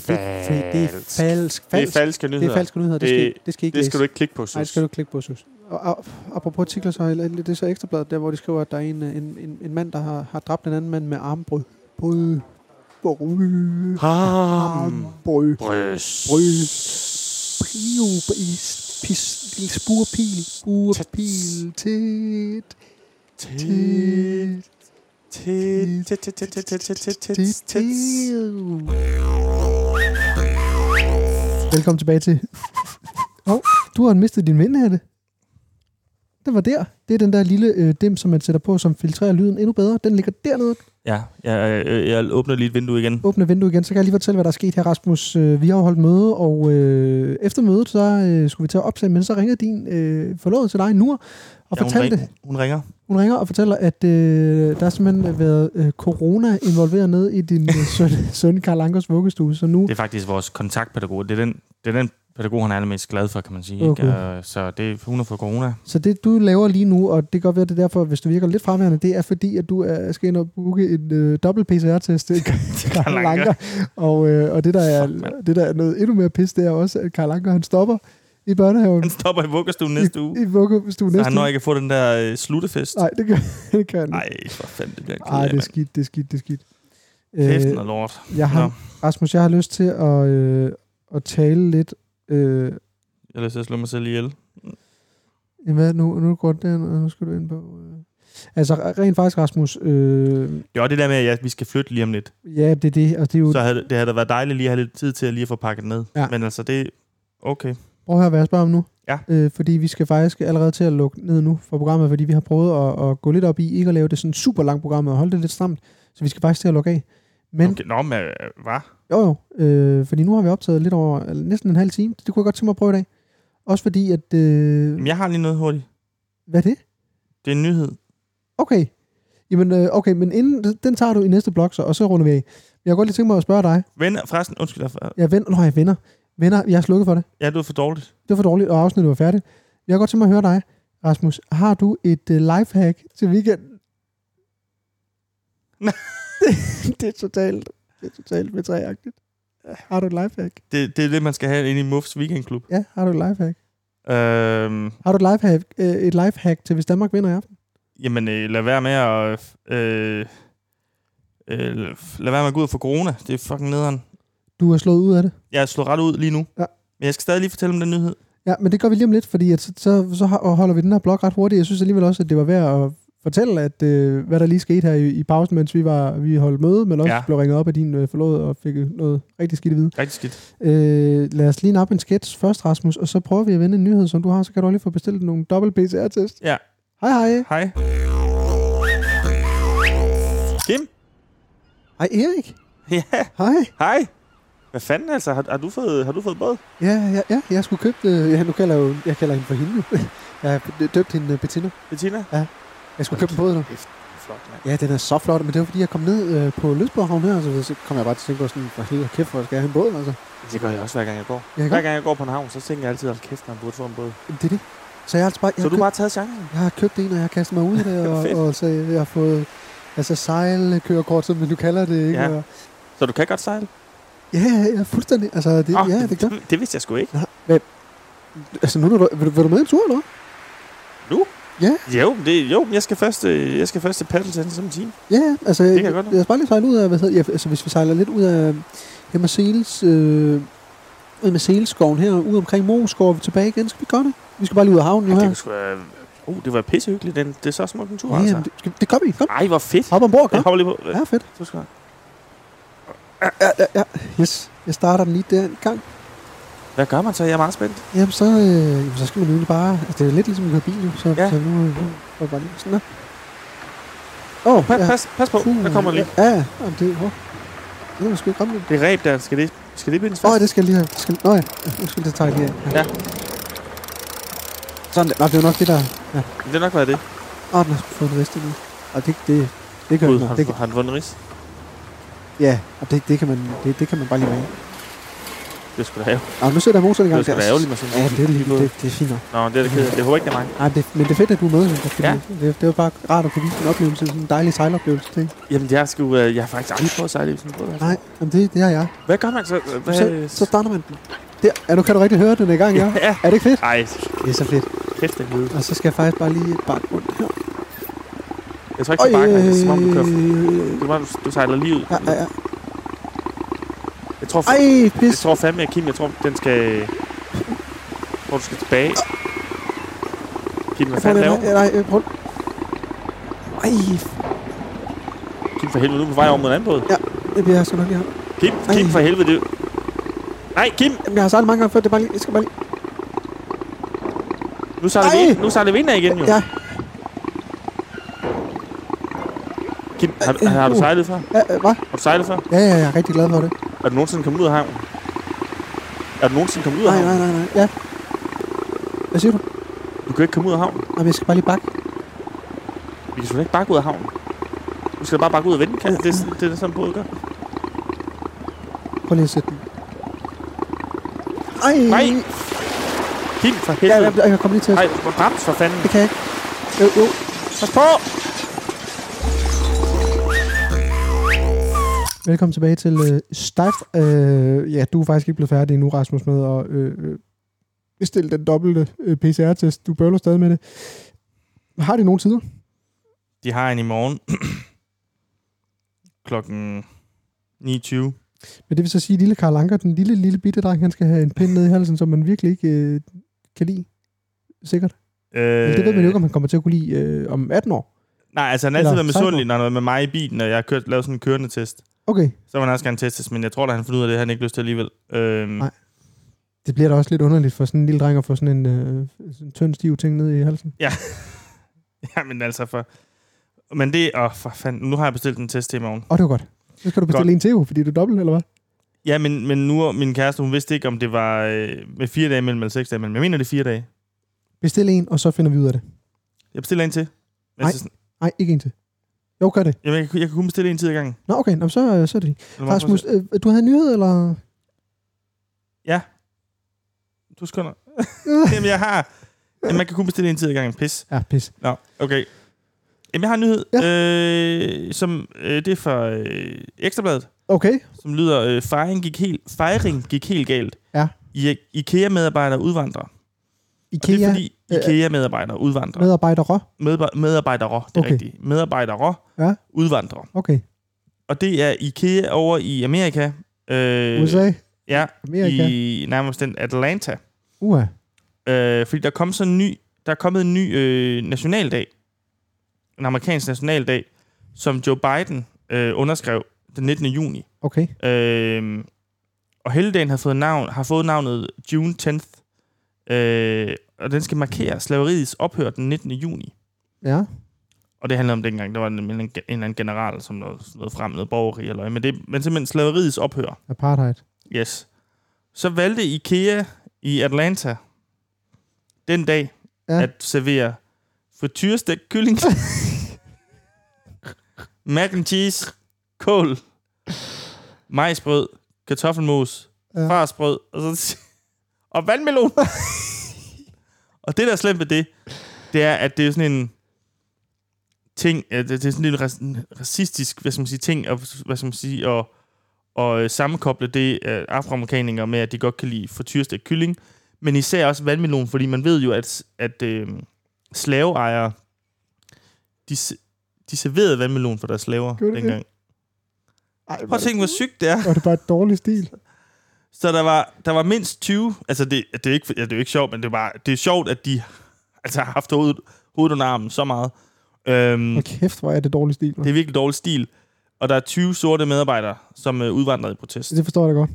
[SPEAKER 2] fake. Det er fake. Det er
[SPEAKER 3] Falsk.
[SPEAKER 2] falsk.
[SPEAKER 3] Det er
[SPEAKER 2] Falsk.
[SPEAKER 3] falske nyheder.
[SPEAKER 2] Det er falske nyheder. Det skal,
[SPEAKER 3] Det-
[SPEAKER 2] det skal I ikke
[SPEAKER 3] Det skal du
[SPEAKER 2] læse.
[SPEAKER 3] ikke klikke på,
[SPEAKER 2] Nej, det
[SPEAKER 3] sus.
[SPEAKER 2] skal du ikke klikke på, Sus. Og, og apropos artikler, så er det er så ekstrabladet, der hvor de skriver, at der er en, øh, en, en, en mand, der har, har dræbt en anden mand med armbrød. Brød. Brød.
[SPEAKER 3] Ham.
[SPEAKER 2] Armbrød.
[SPEAKER 3] Brøs.
[SPEAKER 2] Brøs. Priobris. Pis, pil, spurpil, spurpil, tæt, tæt,
[SPEAKER 3] Tit, tit, tit, tit, tit, tit, tit, tit, tit,
[SPEAKER 2] tæt,
[SPEAKER 3] tit.
[SPEAKER 2] tæt. Velkommen tilbage til... Åh, oh, du har mistet din vindhatte. Det var der. Det er den der lille øh, dem, som man sætter på, som filtrerer lyden endnu bedre. Den ligger dernede.
[SPEAKER 3] Ja, jeg, jeg, jeg åbner lige et vindue igen.
[SPEAKER 2] åbne vinduet igen, så kan jeg lige fortælle, hvad der er sket her, Rasmus. Øh, Vi har jo holdt møde, og øh, efter mødet, så øh, skulle vi til at optage, men så ringede din øh, forlovede til dig nu og
[SPEAKER 3] Ja, hun,
[SPEAKER 2] fortalte,
[SPEAKER 3] ring, hun ringer.
[SPEAKER 2] hun ringer og fortæller, at øh, der har simpelthen været øh, corona involveret nede i din øh, søn, søn Karl Ankers vuggestue, så nu...
[SPEAKER 3] Det er faktisk vores kontaktpædagog. Det er den, det er den pædagog, han er allermest glad for, kan man sige.
[SPEAKER 2] Okay.
[SPEAKER 3] Ikke? Og Så det, hun har fået corona.
[SPEAKER 2] Så det, du laver lige nu, og det kan godt være, det er derfor, hvis du virker lidt fraværende, det er fordi, at du er, skal ind og booke en øh, dobbelt PCR-test til Karl
[SPEAKER 3] Anker.
[SPEAKER 2] Anker. Og, øh, og det, der er,
[SPEAKER 3] Fuck, mand.
[SPEAKER 2] det, der er noget endnu mere pis, det er også, at Karl Anker, han stopper i børnehaven.
[SPEAKER 3] Han stopper i vuggestuen næste uge.
[SPEAKER 2] I, i vuggestuen
[SPEAKER 3] Så
[SPEAKER 2] næste
[SPEAKER 3] han når ikke at få den der øh, sluttefest.
[SPEAKER 2] Nej, det kan, det kan han
[SPEAKER 3] Nej,
[SPEAKER 2] ikke.
[SPEAKER 3] for fanden, det bliver jeg
[SPEAKER 2] Ej,
[SPEAKER 3] ked
[SPEAKER 2] det er
[SPEAKER 3] af,
[SPEAKER 2] skidt, det er skidt, det er skidt.
[SPEAKER 3] mand. Kæften
[SPEAKER 2] Øh,
[SPEAKER 3] og lort.
[SPEAKER 2] jeg har,
[SPEAKER 3] Nå.
[SPEAKER 2] Rasmus, jeg har lyst til at, øh, at tale lidt... Øh,
[SPEAKER 3] Jeg har lyst til at slå mig selv ihjel.
[SPEAKER 2] jamen, hvad nu? Nu går det ind, og nu skal du ind på... Øh. Altså, rent faktisk, Rasmus... Øh,
[SPEAKER 3] Jo, det der med, at jeg- vi skal flytte lige om lidt.
[SPEAKER 2] ja, det er det, og det er jo...
[SPEAKER 3] Så havde, det havde da været dejligt lige at have lidt tid til at lige at få pakket ned.
[SPEAKER 2] Ja.
[SPEAKER 3] Men altså, det... Okay.
[SPEAKER 2] Prøv at høre, hvad jeg spørger om nu.
[SPEAKER 3] Ja.
[SPEAKER 2] Øh, fordi vi skal faktisk allerede til at lukke ned nu for programmet, fordi vi har prøvet at, at gå lidt op i ikke at lave det sådan super langt program og holde det lidt stramt. Så vi skal faktisk til at lukke af. Men
[SPEAKER 3] okay. Nå, men øh, hvad?
[SPEAKER 2] Jo, jo. Øh, fordi nu har vi optaget lidt over eller næsten en halv time. Det kunne jeg godt tænke mig at prøve i dag. Også fordi, at... Øh,
[SPEAKER 3] Jamen, jeg har lige noget hurtigt.
[SPEAKER 2] Hvad er det?
[SPEAKER 3] Det er en nyhed.
[SPEAKER 2] Okay. Jamen, øh, okay, men inden, den tager du i næste blok, så, og så runder vi af. Jeg har godt lige tænkt mig at spørge dig.
[SPEAKER 3] Ven, forresten, undskyld. jeg-
[SPEAKER 2] Jeg vender, nej, jeg vender. Venner, jeg har slukket for det.
[SPEAKER 3] Ja, du er for dårligt.
[SPEAKER 2] Det var for dårligt, og afsnittet var færdigt. Jeg har godt tænkt mig at høre dig, Rasmus. Har du et øh, lifehack til weekenden?
[SPEAKER 3] Nej.
[SPEAKER 2] det, det, er totalt, det er totalt betræagtigt. Har du et lifehack?
[SPEAKER 3] Det, det er det, man skal have inde i Muffs weekendklub.
[SPEAKER 2] Ja, har du et lifehack?
[SPEAKER 3] Øhm,
[SPEAKER 2] Har du et lifehack, øh, et lifehack til, hvis Danmark vinder i aften?
[SPEAKER 3] jamen, øh, lad være med at... Øh, øh, lad være med at gå ud for corona. Det er fucking nederen.
[SPEAKER 2] Du er slået ud af det.
[SPEAKER 3] Jeg er slået ret ud lige nu.
[SPEAKER 2] Ja.
[SPEAKER 3] Men jeg skal stadig lige fortælle om den nyhed.
[SPEAKER 2] Ja, men det gør vi lige om lidt, fordi at så, så, så ho- holder vi den her blog ret hurtigt. Jeg synes alligevel også, at det var værd at fortælle, at, øh, hvad der lige skete her i, i pausen, mens vi var vi holdt møde, men også ja.
[SPEAKER 3] Ja.
[SPEAKER 2] blev ringet op af din øh, forlovede og fik øh, noget rigtig skidt at vide.
[SPEAKER 3] Rigtig skidt.
[SPEAKER 2] Øh, lad os lige nappe en sketch først, Rasmus, og så prøver vi at vende en nyhed, som du har, så kan du også lige få bestilt nogle dobbelt PCR-test.
[SPEAKER 3] Ja.
[SPEAKER 2] Hej hej.
[SPEAKER 3] Hej. Kim?
[SPEAKER 2] Hej Erik.
[SPEAKER 3] Ja,
[SPEAKER 2] Hej.
[SPEAKER 3] hej. Hvad fanden altså? Har, har, du, fået, har du fået båd?
[SPEAKER 2] Ja, ja, ja, jeg skulle købe... Øh, ja, nu kalder jeg, jo, jeg kalder hende for hende. jo. jeg har døbt hende øh, Bettina.
[SPEAKER 3] Bettina?
[SPEAKER 2] Jeg skulle købe den både nu.
[SPEAKER 3] Flot, mand.
[SPEAKER 2] Ja, den er så flot, men det var fordi, jeg kom ned øh, på Løsborg Havn her, så, så kom jeg bare til at tænke på sådan, for hele kæft, hvor skal jeg have en båd, altså.
[SPEAKER 3] Det gør jeg også, hver gang jeg går.
[SPEAKER 2] Jeg kan
[SPEAKER 3] Hver
[SPEAKER 2] godt,
[SPEAKER 3] gang jeg går på en havn, så tænker jeg altid, at kæft, man burde få en båd.
[SPEAKER 2] det er det. Så jeg har altså bare, jeg,
[SPEAKER 3] Så
[SPEAKER 2] har
[SPEAKER 3] du
[SPEAKER 2] købt,
[SPEAKER 3] har bare taget chancen?
[SPEAKER 2] jeg har købt en, og jeg har kastet mig ud i det,
[SPEAKER 3] Fedt.
[SPEAKER 2] og, og så jeg har fået altså sejlkørekort, som du kalder det, ikke?
[SPEAKER 3] Ja.
[SPEAKER 2] Og,
[SPEAKER 3] Så du kan godt sejle?
[SPEAKER 2] ja, ja, ja, fuldstændig. Altså, det,
[SPEAKER 3] Nå,
[SPEAKER 2] ja, det er klart.
[SPEAKER 3] det, det vidste jeg sgu ikke.
[SPEAKER 2] Altså, nu, når du, vil, du, vil du med en tur, eller hvad?
[SPEAKER 3] Jo, det, jo men jeg skal først, øh, jeg skal først til paddle tennis om en time.
[SPEAKER 2] Ja, ja, altså,
[SPEAKER 3] kan
[SPEAKER 2] jeg,
[SPEAKER 3] jeg godt nu.
[SPEAKER 2] jeg skal bare lige sejle ud af, hvad hedder, ja, altså, hvis vi sejler lidt ud af hjemme Seles, øh, med Seleskoven her, ud omkring Moskov, og vi tilbage igen, skal vi gøre det? Vi skal bare lige ud af havnen nu
[SPEAKER 3] Ja. Det,
[SPEAKER 2] her.
[SPEAKER 3] kunne sgu, være- uh, det var pissehyggeligt. Den, det er så smuk en tur,
[SPEAKER 2] Ja,
[SPEAKER 3] altså.
[SPEAKER 2] jamen, det, skal, det gør vi. Kom.
[SPEAKER 3] Ej, hvor fedt.
[SPEAKER 2] Hop ombord, kom.
[SPEAKER 3] Jeg hopper lige på.
[SPEAKER 2] Ja, fedt.
[SPEAKER 3] Du skal.
[SPEAKER 2] Ja, ja, ja. Yes, jeg starter den lige der en gang.
[SPEAKER 3] Hvad gør man så? Jeg er meget spændt.
[SPEAKER 2] Jamen, så, øh, jamen, så skal man egentlig bare... Altså, det er lidt ligesom at køre bil, jo. Så,
[SPEAKER 3] Ja.
[SPEAKER 2] så nu øh, får jeg bare lige sådan der. Åh, oh,
[SPEAKER 3] Pa, pas, pas på,
[SPEAKER 2] Puh,
[SPEAKER 3] der kommer lige.
[SPEAKER 2] Ja, ja. Jamen, det, oh. det er sgu ikke ramme lidt.
[SPEAKER 3] Det er ræb der. Skal det, skal det bindes
[SPEAKER 2] Åh,
[SPEAKER 3] fast?
[SPEAKER 2] oh, det skal jeg lige have. Det Skal, nå ja, Ja, undskyld, det tager jeg lige af.
[SPEAKER 3] Ja.
[SPEAKER 2] Sådan der. Nå, det er jo nok det, der...
[SPEAKER 3] det har nok været det.
[SPEAKER 2] Åh, oh, den har sgu fået en rest nu. Og det, det, det kan,
[SPEAKER 3] Gud,
[SPEAKER 2] man,
[SPEAKER 3] har,
[SPEAKER 2] det,
[SPEAKER 3] du,
[SPEAKER 2] kan,
[SPEAKER 3] har den vundet ris?
[SPEAKER 2] ja, og det, det, kan man, det, det kan man bare lige med.
[SPEAKER 3] Det skulle da have.
[SPEAKER 2] Nå, nu sidder der motoren i gang.
[SPEAKER 3] Det skulle da ærgerligt med sådan
[SPEAKER 2] Ja, det, er lige,
[SPEAKER 3] noget.
[SPEAKER 2] det, det er fint nok.
[SPEAKER 3] Nå, det er det ked af. Jeg håber ikke, det er mig.
[SPEAKER 2] Ej, det, men det er fedt, at du er med. synes jeg, Fordi
[SPEAKER 3] Ja.
[SPEAKER 2] ja. det, det var bare rart at kunne vise en oplevelse, sådan en dejlig sejloplevelse. Det.
[SPEAKER 3] Jamen, jeg, skal, uh, jeg har faktisk aldrig prøvet at sejle i sådan en båd. altså.
[SPEAKER 2] Nej, jamen det, det har jeg.
[SPEAKER 3] Hvad gør man så?
[SPEAKER 5] Øh,
[SPEAKER 3] Hvad,
[SPEAKER 2] Så, så starter man den. Der. Ja, nu kan du rigtig høre, at den er i gang, ja.
[SPEAKER 3] ja.
[SPEAKER 2] Er det ikke fedt?
[SPEAKER 3] Ej,
[SPEAKER 2] Det er så fedt.
[SPEAKER 3] kæft, det er lyde.
[SPEAKER 2] Og så skal jeg faktisk bare lige bakke rundt her.
[SPEAKER 3] Jeg tror ikke, det er bakker. Det er som om, du kører. Det var, du, du sejler lige ud.
[SPEAKER 2] øh, Ja, ja, ja.
[SPEAKER 3] Jeg tror,
[SPEAKER 2] Ej, pis.
[SPEAKER 3] Jeg tror fandme, at Kim, jeg tror, den skal...
[SPEAKER 5] tror, du skal tilbage. Kim,
[SPEAKER 2] Prøv
[SPEAKER 5] hvad fanden laver
[SPEAKER 2] den
[SPEAKER 5] du?
[SPEAKER 2] her. Nej, øh, prøv. Ej,
[SPEAKER 5] Kim, for helvede, nu er du på vej over mod en anden båd.
[SPEAKER 2] ja, det bliver jeg sgu nok lige her.
[SPEAKER 5] Kim, Kim,
[SPEAKER 2] Ej.
[SPEAKER 5] for helvede, det... Nej, Kim,
[SPEAKER 2] Jamen, jeg har sejlet mange gange før, det er bare lige, jeg skal bare lige.
[SPEAKER 5] nu sejler vi
[SPEAKER 2] Ej.
[SPEAKER 5] ind. Nu sejler vi ind igen, jo.
[SPEAKER 2] Ja,
[SPEAKER 5] Kim, har, har, du
[SPEAKER 2] Uh.
[SPEAKER 5] sejlet før?
[SPEAKER 2] ja, øh, hvad?
[SPEAKER 5] Har du sejlet før?
[SPEAKER 2] Ja, ja, jeg er rigtig glad for det.
[SPEAKER 5] Er du nogensinde kommet ud af havnen? Er du nogensinde kommet ud af
[SPEAKER 2] Nej,
[SPEAKER 5] havnen?
[SPEAKER 2] nej, nej, nej. Ja. Hvad siger du?
[SPEAKER 5] Du kan ikke komme ud af havnen.
[SPEAKER 2] Jamen, jeg skal bare lige bakke.
[SPEAKER 5] Vi kan selvfølgelig ikke bakke ud af havnen. Du skal da bare bakke ud og vende, kan? Det, er sådan- det er sådan, båd gør.
[SPEAKER 2] Prøv lige at sætte den. Ej,
[SPEAKER 5] Nej! Kim, for
[SPEAKER 2] Ja, jeg,
[SPEAKER 5] helvede.
[SPEAKER 2] jeg kommer lige til at...
[SPEAKER 5] Nej, hvor brems for fanden.
[SPEAKER 2] Det kan jeg ikke. Jo, jo.
[SPEAKER 5] Pas på!
[SPEAKER 2] Velkommen tilbage til øh, Stejf. Øh, ja, du er faktisk ikke blevet færdig endnu, Rasmus, med at øh, øh, bestille den dobbelte øh, PCR-test. Du bøvler stadig med det. Har de nogen tider?
[SPEAKER 5] De har en i morgen. Klokken 9.20.
[SPEAKER 2] Men det vil så sige, at lille Karl Anker, den lille, lille bitte dreng, han skal have en pind ned i halsen, som man virkelig ikke øh, kan lide. Sikkert. Øh,
[SPEAKER 5] Øh,
[SPEAKER 2] det ved man jo ikke, om han kommer til at kunne lide øh, om 18 år.
[SPEAKER 5] Nej, altså han har
[SPEAKER 2] Eller
[SPEAKER 5] altid været
[SPEAKER 2] Cyborg.
[SPEAKER 5] misundelig, når han har været med mig i bilen, og jeg har kørt, lavet sådan en kørende test.
[SPEAKER 2] Okay,
[SPEAKER 5] Så vil han også gerne testes, men jeg tror da, han finder ud af det, han ikke lyst til alligevel. Øhm,
[SPEAKER 2] Nej. det bliver da også lidt underligt for sådan en lille dreng at få sådan en, øh, sådan en tynd, stiv ting ned i halsen.
[SPEAKER 5] Jamen altså, for... Men det... Åh, for fanden. Nu har jeg bestilt en test til i morgen.
[SPEAKER 2] Og det var godt. Så skal du bestille
[SPEAKER 5] Godt.
[SPEAKER 2] en til, jo, fordi du er dobbelt, eller hvad?
[SPEAKER 5] Ja, men, men nu er min kæreste, hun vidste ikke, om det var øh, med fire dage imellem eller seks dage imellem. Jeg mener, det er fire dage.
[SPEAKER 2] Bestil en, og så finder vi ud af det.
[SPEAKER 5] Jeg bestiller en til. Jeg,
[SPEAKER 2] Nej.
[SPEAKER 5] synes,
[SPEAKER 2] Nej, ikke en til. Jo, gør det.
[SPEAKER 5] jamen, jeg, kan- jeg kan kun bestille en tid ad gangen.
[SPEAKER 2] Nå, okay, Nå, så, øh, så er det fint.
[SPEAKER 5] Lad mig
[SPEAKER 2] Rasmus,
[SPEAKER 5] prøve
[SPEAKER 2] øh, du havde en nyhed, eller?
[SPEAKER 5] at se. Du skynder. jamen, jeg har... Jamen, man kan kun bestille en tid ad gangen. Pis.
[SPEAKER 2] Ja, pis.
[SPEAKER 5] Nå, okay. Jamen, jeg har en nyhed.
[SPEAKER 2] Ja.
[SPEAKER 5] Øh, som, øh, det er fra øh, Ekstrabladet.
[SPEAKER 2] Okay.
[SPEAKER 5] som lyder, øh, fejring, gik helt, fejring gik helt galt.
[SPEAKER 2] Ja.
[SPEAKER 5] I, IKEA-medarbejdere udvandrer. Og
[SPEAKER 2] IKEA
[SPEAKER 5] det er fordi
[SPEAKER 2] øh,
[SPEAKER 5] IKEA-medarbejdere udvandrer.
[SPEAKER 2] medarbejdere.
[SPEAKER 5] Medbe- medarbejdere, det er
[SPEAKER 2] Okay.
[SPEAKER 5] rigtigt. Medarbejdere
[SPEAKER 2] Ja.
[SPEAKER 5] udvandrer.
[SPEAKER 2] Okay.
[SPEAKER 5] Og det er IKEA over i Amerika. Øh,
[SPEAKER 2] USA.
[SPEAKER 5] Ja,
[SPEAKER 2] Amerika.
[SPEAKER 5] i nærmest den Atlanta.
[SPEAKER 2] Uha.
[SPEAKER 5] Øh, fordi der kom sådan en ny, der er kommet en ny øh, nationaldag. En amerikansk nationaldag, som Joe Biden øh, underskrev den 19. juni.
[SPEAKER 2] Okay.
[SPEAKER 5] Øh, og helligdagen har fået, navn, har fået navnet June 10th. Øh, og den skal markere slaveriets ophør den 19. juni.
[SPEAKER 2] Ja.
[SPEAKER 5] Og det handler om dengang, der var en, en, en eller anden general, som noget, noget frem, noget borgerkrig eller men det er- men simpelthen slaveriets ophør.
[SPEAKER 2] Apartheid.
[SPEAKER 5] Yes. Så valgte IKEA i Atlanta den dag
[SPEAKER 2] Ja.
[SPEAKER 5] ja. at servere frityrestegt kylling, mac and cheese, kål, majsbrød, kartoffelmos,
[SPEAKER 2] Ja.
[SPEAKER 5] ja. farsbrød og, så, og vandmelon. og det, der er slemt ved det, det er, at det er sådan en ting, øh, det, det er sådan en ras- racistisk, hvad skal man sige, ting, og, hvad skal man sige, og og øh, sammenkoble det øh, afroamerikanere med, at de godt kan lide frityrstegt kylling, men især også vandmelon, fordi man ved jo, at, at øh, slaveejere, de, se- de serverede vandmelon for deres slaver
[SPEAKER 2] Gjorde de det?
[SPEAKER 5] dengang.
[SPEAKER 2] Ej,
[SPEAKER 5] Prøv at tænke, hvor sygt det er.
[SPEAKER 2] Var det bare et dårligt stil?
[SPEAKER 5] Mm. Så der var, der var mindst 20... Altså, det, det, er ikke, ja, det er jo ikke sjovt, men det er, bare, det er sjovt, at de altså, har haft hovedet, hovedet under armen så meget. Øhm,
[SPEAKER 2] Hvor kæft, hvor er det dårlig stil.
[SPEAKER 5] Det
[SPEAKER 2] Det,
[SPEAKER 5] er virkelig dårlig stil. Og der er 20 sorte medarbejdere, som øh, udvandrede i protest.
[SPEAKER 2] det forstår jeg da godt.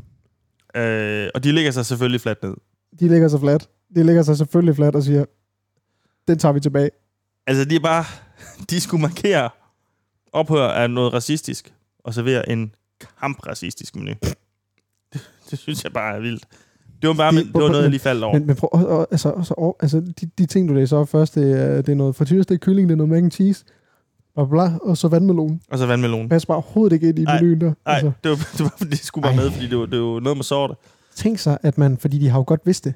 [SPEAKER 5] Øh, og de ligger sig selvfølgelig fladt ned.
[SPEAKER 2] De ligger sig fladt. De ligger sig selvfølgelig fladt og siger, den tager vi tilbage.
[SPEAKER 5] Altså, de er bare... De skulle markere ophør af noget racistisk, og servere en kampracistisk menu. Det, det synes jeg bare er vildt. Det var bare
[SPEAKER 2] Det-
[SPEAKER 5] det, det var noget, jeg lige faldt over.
[SPEAKER 2] Men, men prøv, og, og, altså, og, så, og, altså de, de ting, du læser op først, det er, det er noget frityrestegt kylling, det er noget mac and cheese, bla, bla, bla, og så vandmelon.
[SPEAKER 5] og så vandmelonen.
[SPEAKER 2] Pas bare overhovedet ikke ind i
[SPEAKER 5] Ej,
[SPEAKER 2] menuen der.
[SPEAKER 5] Mm. Nej,
[SPEAKER 2] Altså,
[SPEAKER 5] det, var, det, var, det skulle bare
[SPEAKER 2] Ej.
[SPEAKER 5] med, fordi det var, det var noget med sorte.
[SPEAKER 2] tænk sig, at man, fordi de har jo godt vidst det.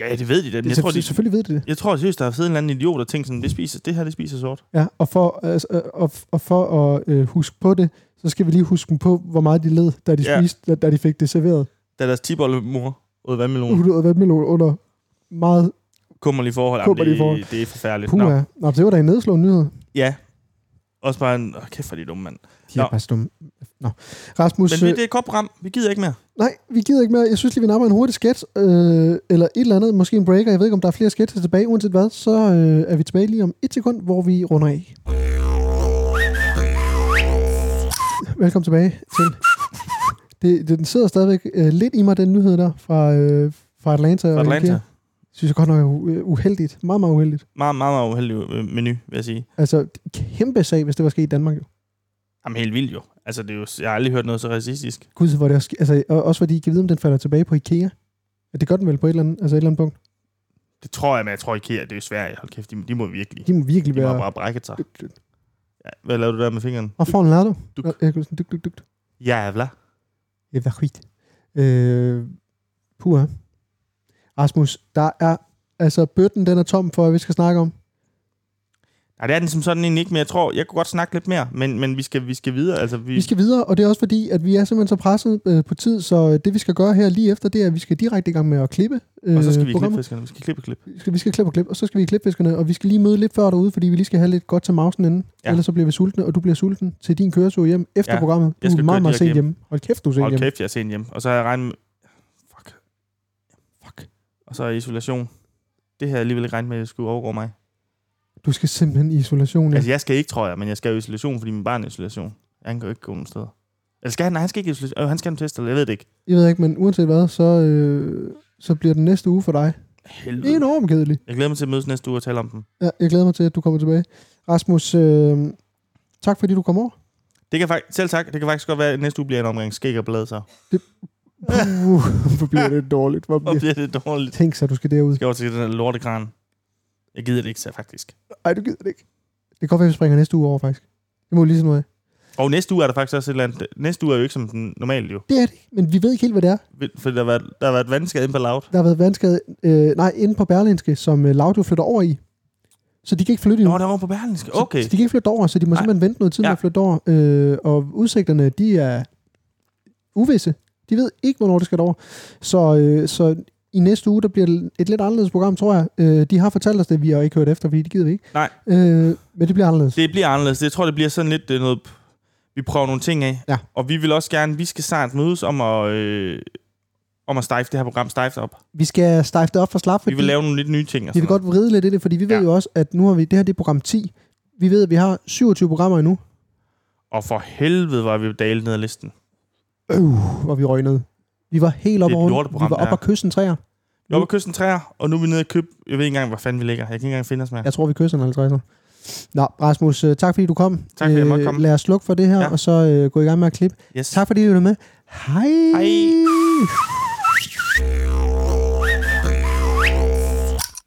[SPEAKER 5] Ja, ja, det ved de da. Men
[SPEAKER 2] det
[SPEAKER 5] jeg tror, de,
[SPEAKER 2] selvfølgelig ved de det.
[SPEAKER 5] jeg tror seriøst, der har siddet en eller anden idiot og tænkt sådan, det, spiser, det her, det spiser sort.
[SPEAKER 2] Ja, og for, altså, øh, og, og for at øh, huske på det, så skal vi lige huske dem på, hvor meget de led, da de,
[SPEAKER 5] Ja. Mm.
[SPEAKER 2] spiste, da, da de fik det serveret. Uhuh,
[SPEAKER 5] Da deres tiboldemor åd vandmelon.
[SPEAKER 2] Hun havde vandmelon under meget
[SPEAKER 5] Kummerlige forhold.
[SPEAKER 2] Kummerlige forhold.
[SPEAKER 5] Kummerlige forhold. Det, det er forfærdeligt. Nå.
[SPEAKER 2] puha. Nå, det var da en nedslående nyhed.
[SPEAKER 5] Ja. Også bare en... Åh, kæft, hvor er de dumme, mand.
[SPEAKER 2] De er
[SPEAKER 5] Nå.
[SPEAKER 2] bare så dumme. Nå. Rasmus,
[SPEAKER 5] Men vi, det er et godt program. Vi gider ikke mere.
[SPEAKER 2] Nej, vi gider ikke mere. Jeg synes lige, vi napper en hurtig sketch, øh, eller et eller andet, måske en breaker. Jeg ved ikke, om der er flere sketches tilbage, uanset hvad. Så øh, er vi tilbage lige om et sekund, hvor vi runder af. Velkommen tilbage til... Det, det, den sidder stadigvæk øh, lidt i mig, den nyhed der fra, øh, fra Atlanta. og
[SPEAKER 5] Fra Atlanta.
[SPEAKER 2] Ikea. Synes jeg godt nok er u- øh, uheldigt. Meget, meget uheldigt.
[SPEAKER 5] Meget, meget, meget uheldig øh, menu, vil jeg sige.
[SPEAKER 2] Altså, kæmpe sag, hvis det var sket i Danmark. Jo.
[SPEAKER 5] Jamen, helt vildt jo. Altså, det er jo, jeg har aldrig hørt noget så racistisk.
[SPEAKER 2] Gud, hvor det også, altså, og også fordi, kan vide, om den falder tilbage på IKEA. Ja, Det gør den vel på et eller andet, altså et eller andet punkt.
[SPEAKER 5] Det tror jeg, men jeg tror ikke, det er jo Sverige. Hold kæft, de, de må virkelig.
[SPEAKER 2] De må virkelig
[SPEAKER 5] De må
[SPEAKER 2] være...
[SPEAKER 5] bare brække sig. Ja, hvad lavede du der med fingeren?
[SPEAKER 2] Hvad for en lader du?
[SPEAKER 5] Duk.
[SPEAKER 2] Nå, Jeg kunne sådan, duk, duk, duk.
[SPEAKER 5] Jævla.
[SPEAKER 2] Det var skidt. Øh, puha. Rasmus, der er... Altså, bøtten, den er tom for, hvad vi skal snakke om.
[SPEAKER 5] Nej, det er den som sådan egentlig ikke, men jeg tror, jeg kunne godt snakke lidt mere, men, men vi, skal, vi skal videre. Altså, vi,
[SPEAKER 2] Vi skal videre, og det er også fordi, at vi er simpelthen så presset øh, på tid, så det vi skal gøre her lige efter, det er, at vi skal direkte i gang med at klippe øh,
[SPEAKER 5] og så skal vi klippe
[SPEAKER 2] programmet.
[SPEAKER 5] fiskerne. Vi skal klippe og klippe.
[SPEAKER 2] Vi skal, vi skal klippe og klippe, og så skal vi i klipfiskerne, og vi skal lige møde lidt før derude, fordi vi lige skal have lidt godt til mausen inden.
[SPEAKER 5] Ja.
[SPEAKER 2] Ja. Ellers så bliver vi sultne, og du bliver sulten til din køretur hjem efter
[SPEAKER 5] Ja,
[SPEAKER 2] ja. programmet. Du
[SPEAKER 5] jeg skal
[SPEAKER 2] er
[SPEAKER 5] køre
[SPEAKER 2] meget, meget
[SPEAKER 5] direkte
[SPEAKER 2] sent hjemme. Hold kæft, du er sent
[SPEAKER 5] Hold
[SPEAKER 2] hjemme.
[SPEAKER 5] kæft, jeg er sent hjem. Og så har jeg regnet med... Fuck. Fuck. Og så er isolation. Det her alligevel ikke regnet med, at jeg skulle overgå mig.
[SPEAKER 2] Du skal simpelthen i isolation.
[SPEAKER 5] Ja.
[SPEAKER 2] Ja.
[SPEAKER 5] Altså, jeg skal ikke, tror jeg, men jeg skal i isolation, fordi min barn er i isolation. Han kan jo ikke gå nogen steder. Eller skal han? Nej, han skal ikke i isolation. Øh, han skal have en test, eller jeg ved det ikke.
[SPEAKER 2] Jeg ved ikke, men uanset hvad, så, øh, så bliver den næste uge for dig
[SPEAKER 5] Helvede.
[SPEAKER 2] enormt kedelig.
[SPEAKER 5] Jeg glæder mig til at mødes næste uge og tale om dem.
[SPEAKER 2] Ja, jeg glæder mig til, at du kommer tilbage. Rasmus, øh, tak fordi du kom over.
[SPEAKER 5] Det kan fakt- selv tak. Det kan faktisk godt være, at næste uge bliver en omgang skæg og blad, så.
[SPEAKER 2] Puh, hvor bliver det dårligt. Hvor
[SPEAKER 5] Og
[SPEAKER 2] bliver...
[SPEAKER 5] bliver det dårligt.
[SPEAKER 2] Tænk så, du skal derud.
[SPEAKER 5] Jeg skal over til den her lortekran. Jeg gider det ikke, så faktisk.
[SPEAKER 2] Ej, du gider det ikke. Det kan godt være, vi springer næste uge over, faktisk. Det må vi lige sådan noget af.
[SPEAKER 5] Og næste uge er der faktisk også et eller andet... Næste uge er jo ikke som den normale, jo.
[SPEAKER 2] Det er det ikke, men vi ved ikke helt, hvad det er.
[SPEAKER 5] Fordi der har været, der har været vandskade inde på laut.
[SPEAKER 2] Der har været vandskade, øh, nej, inde på Berlinske, som øh, Laudio flytter over i. Så de kan ikke flytte endnu.
[SPEAKER 5] Nå, der var på Berlinske. Okay.
[SPEAKER 2] Så, så de kan ikke flytte over, så de må
[SPEAKER 5] Nej.
[SPEAKER 2] Nej. simpelthen vente noget tid med
[SPEAKER 5] Ja.
[SPEAKER 2] at flytte over. Øh, og udsigterne, de er uvisse. De ved ikke, hvornår det skal over. Så, øh, så i næste uge, der bliver det et lidt anderledes program, tror jeg. Øh, de har fortalt os det, vi har ikke hørt efter, fordi det gider vi ikke.
[SPEAKER 5] Nej.
[SPEAKER 2] Øh, men det bliver anderledes.
[SPEAKER 5] Det bliver anderledes. Jeg tror, det bliver sådan lidt øh, noget... Vi prøver nogle ting af.
[SPEAKER 2] Ja.
[SPEAKER 5] Og vi vil også gerne... Vi skal snart mødes om at... Øh, om at stejfe det her program stejft op.
[SPEAKER 2] Vi skal stejfe det op for slap,
[SPEAKER 5] Vi
[SPEAKER 2] fordi
[SPEAKER 5] vil lave nogle lidt nye ting. Og
[SPEAKER 2] vi
[SPEAKER 5] sådan
[SPEAKER 2] vil godt vride lidt i det, fordi vi ved
[SPEAKER 5] Ja.
[SPEAKER 2] jo også, at nu har vi, det her det er program 10. Vi ved, at vi har 27 programmer endnu,
[SPEAKER 5] noget. Og for helvede var vi jo dalet ned ad listen.
[SPEAKER 2] hvor vi røg ned. Vi var helt oppe
[SPEAKER 5] et
[SPEAKER 2] over, vi
[SPEAKER 5] lorteprogram,
[SPEAKER 2] var
[SPEAKER 5] Uh. det
[SPEAKER 2] oppe
[SPEAKER 5] her.
[SPEAKER 2] og kyssen træer.
[SPEAKER 5] Vi er oppe at kysse en træer, og nu er vi nede og købe... Jeg ved ikke engang, hvor fanden vi ligger. Jeg kan ikke engang finde os med.
[SPEAKER 2] Jeg tror, vi kysser en 50'er. Nå, Rasmus, øh, tak fordi du kom. Øh,
[SPEAKER 5] Tak, fordi jeg måtte komme.
[SPEAKER 2] Lad os slukke for det her,
[SPEAKER 5] Ja.
[SPEAKER 2] ja. og så øh, gå i gang med at klippe.
[SPEAKER 5] Yes.
[SPEAKER 2] Tak fordi du var med. Hej!
[SPEAKER 5] Hej.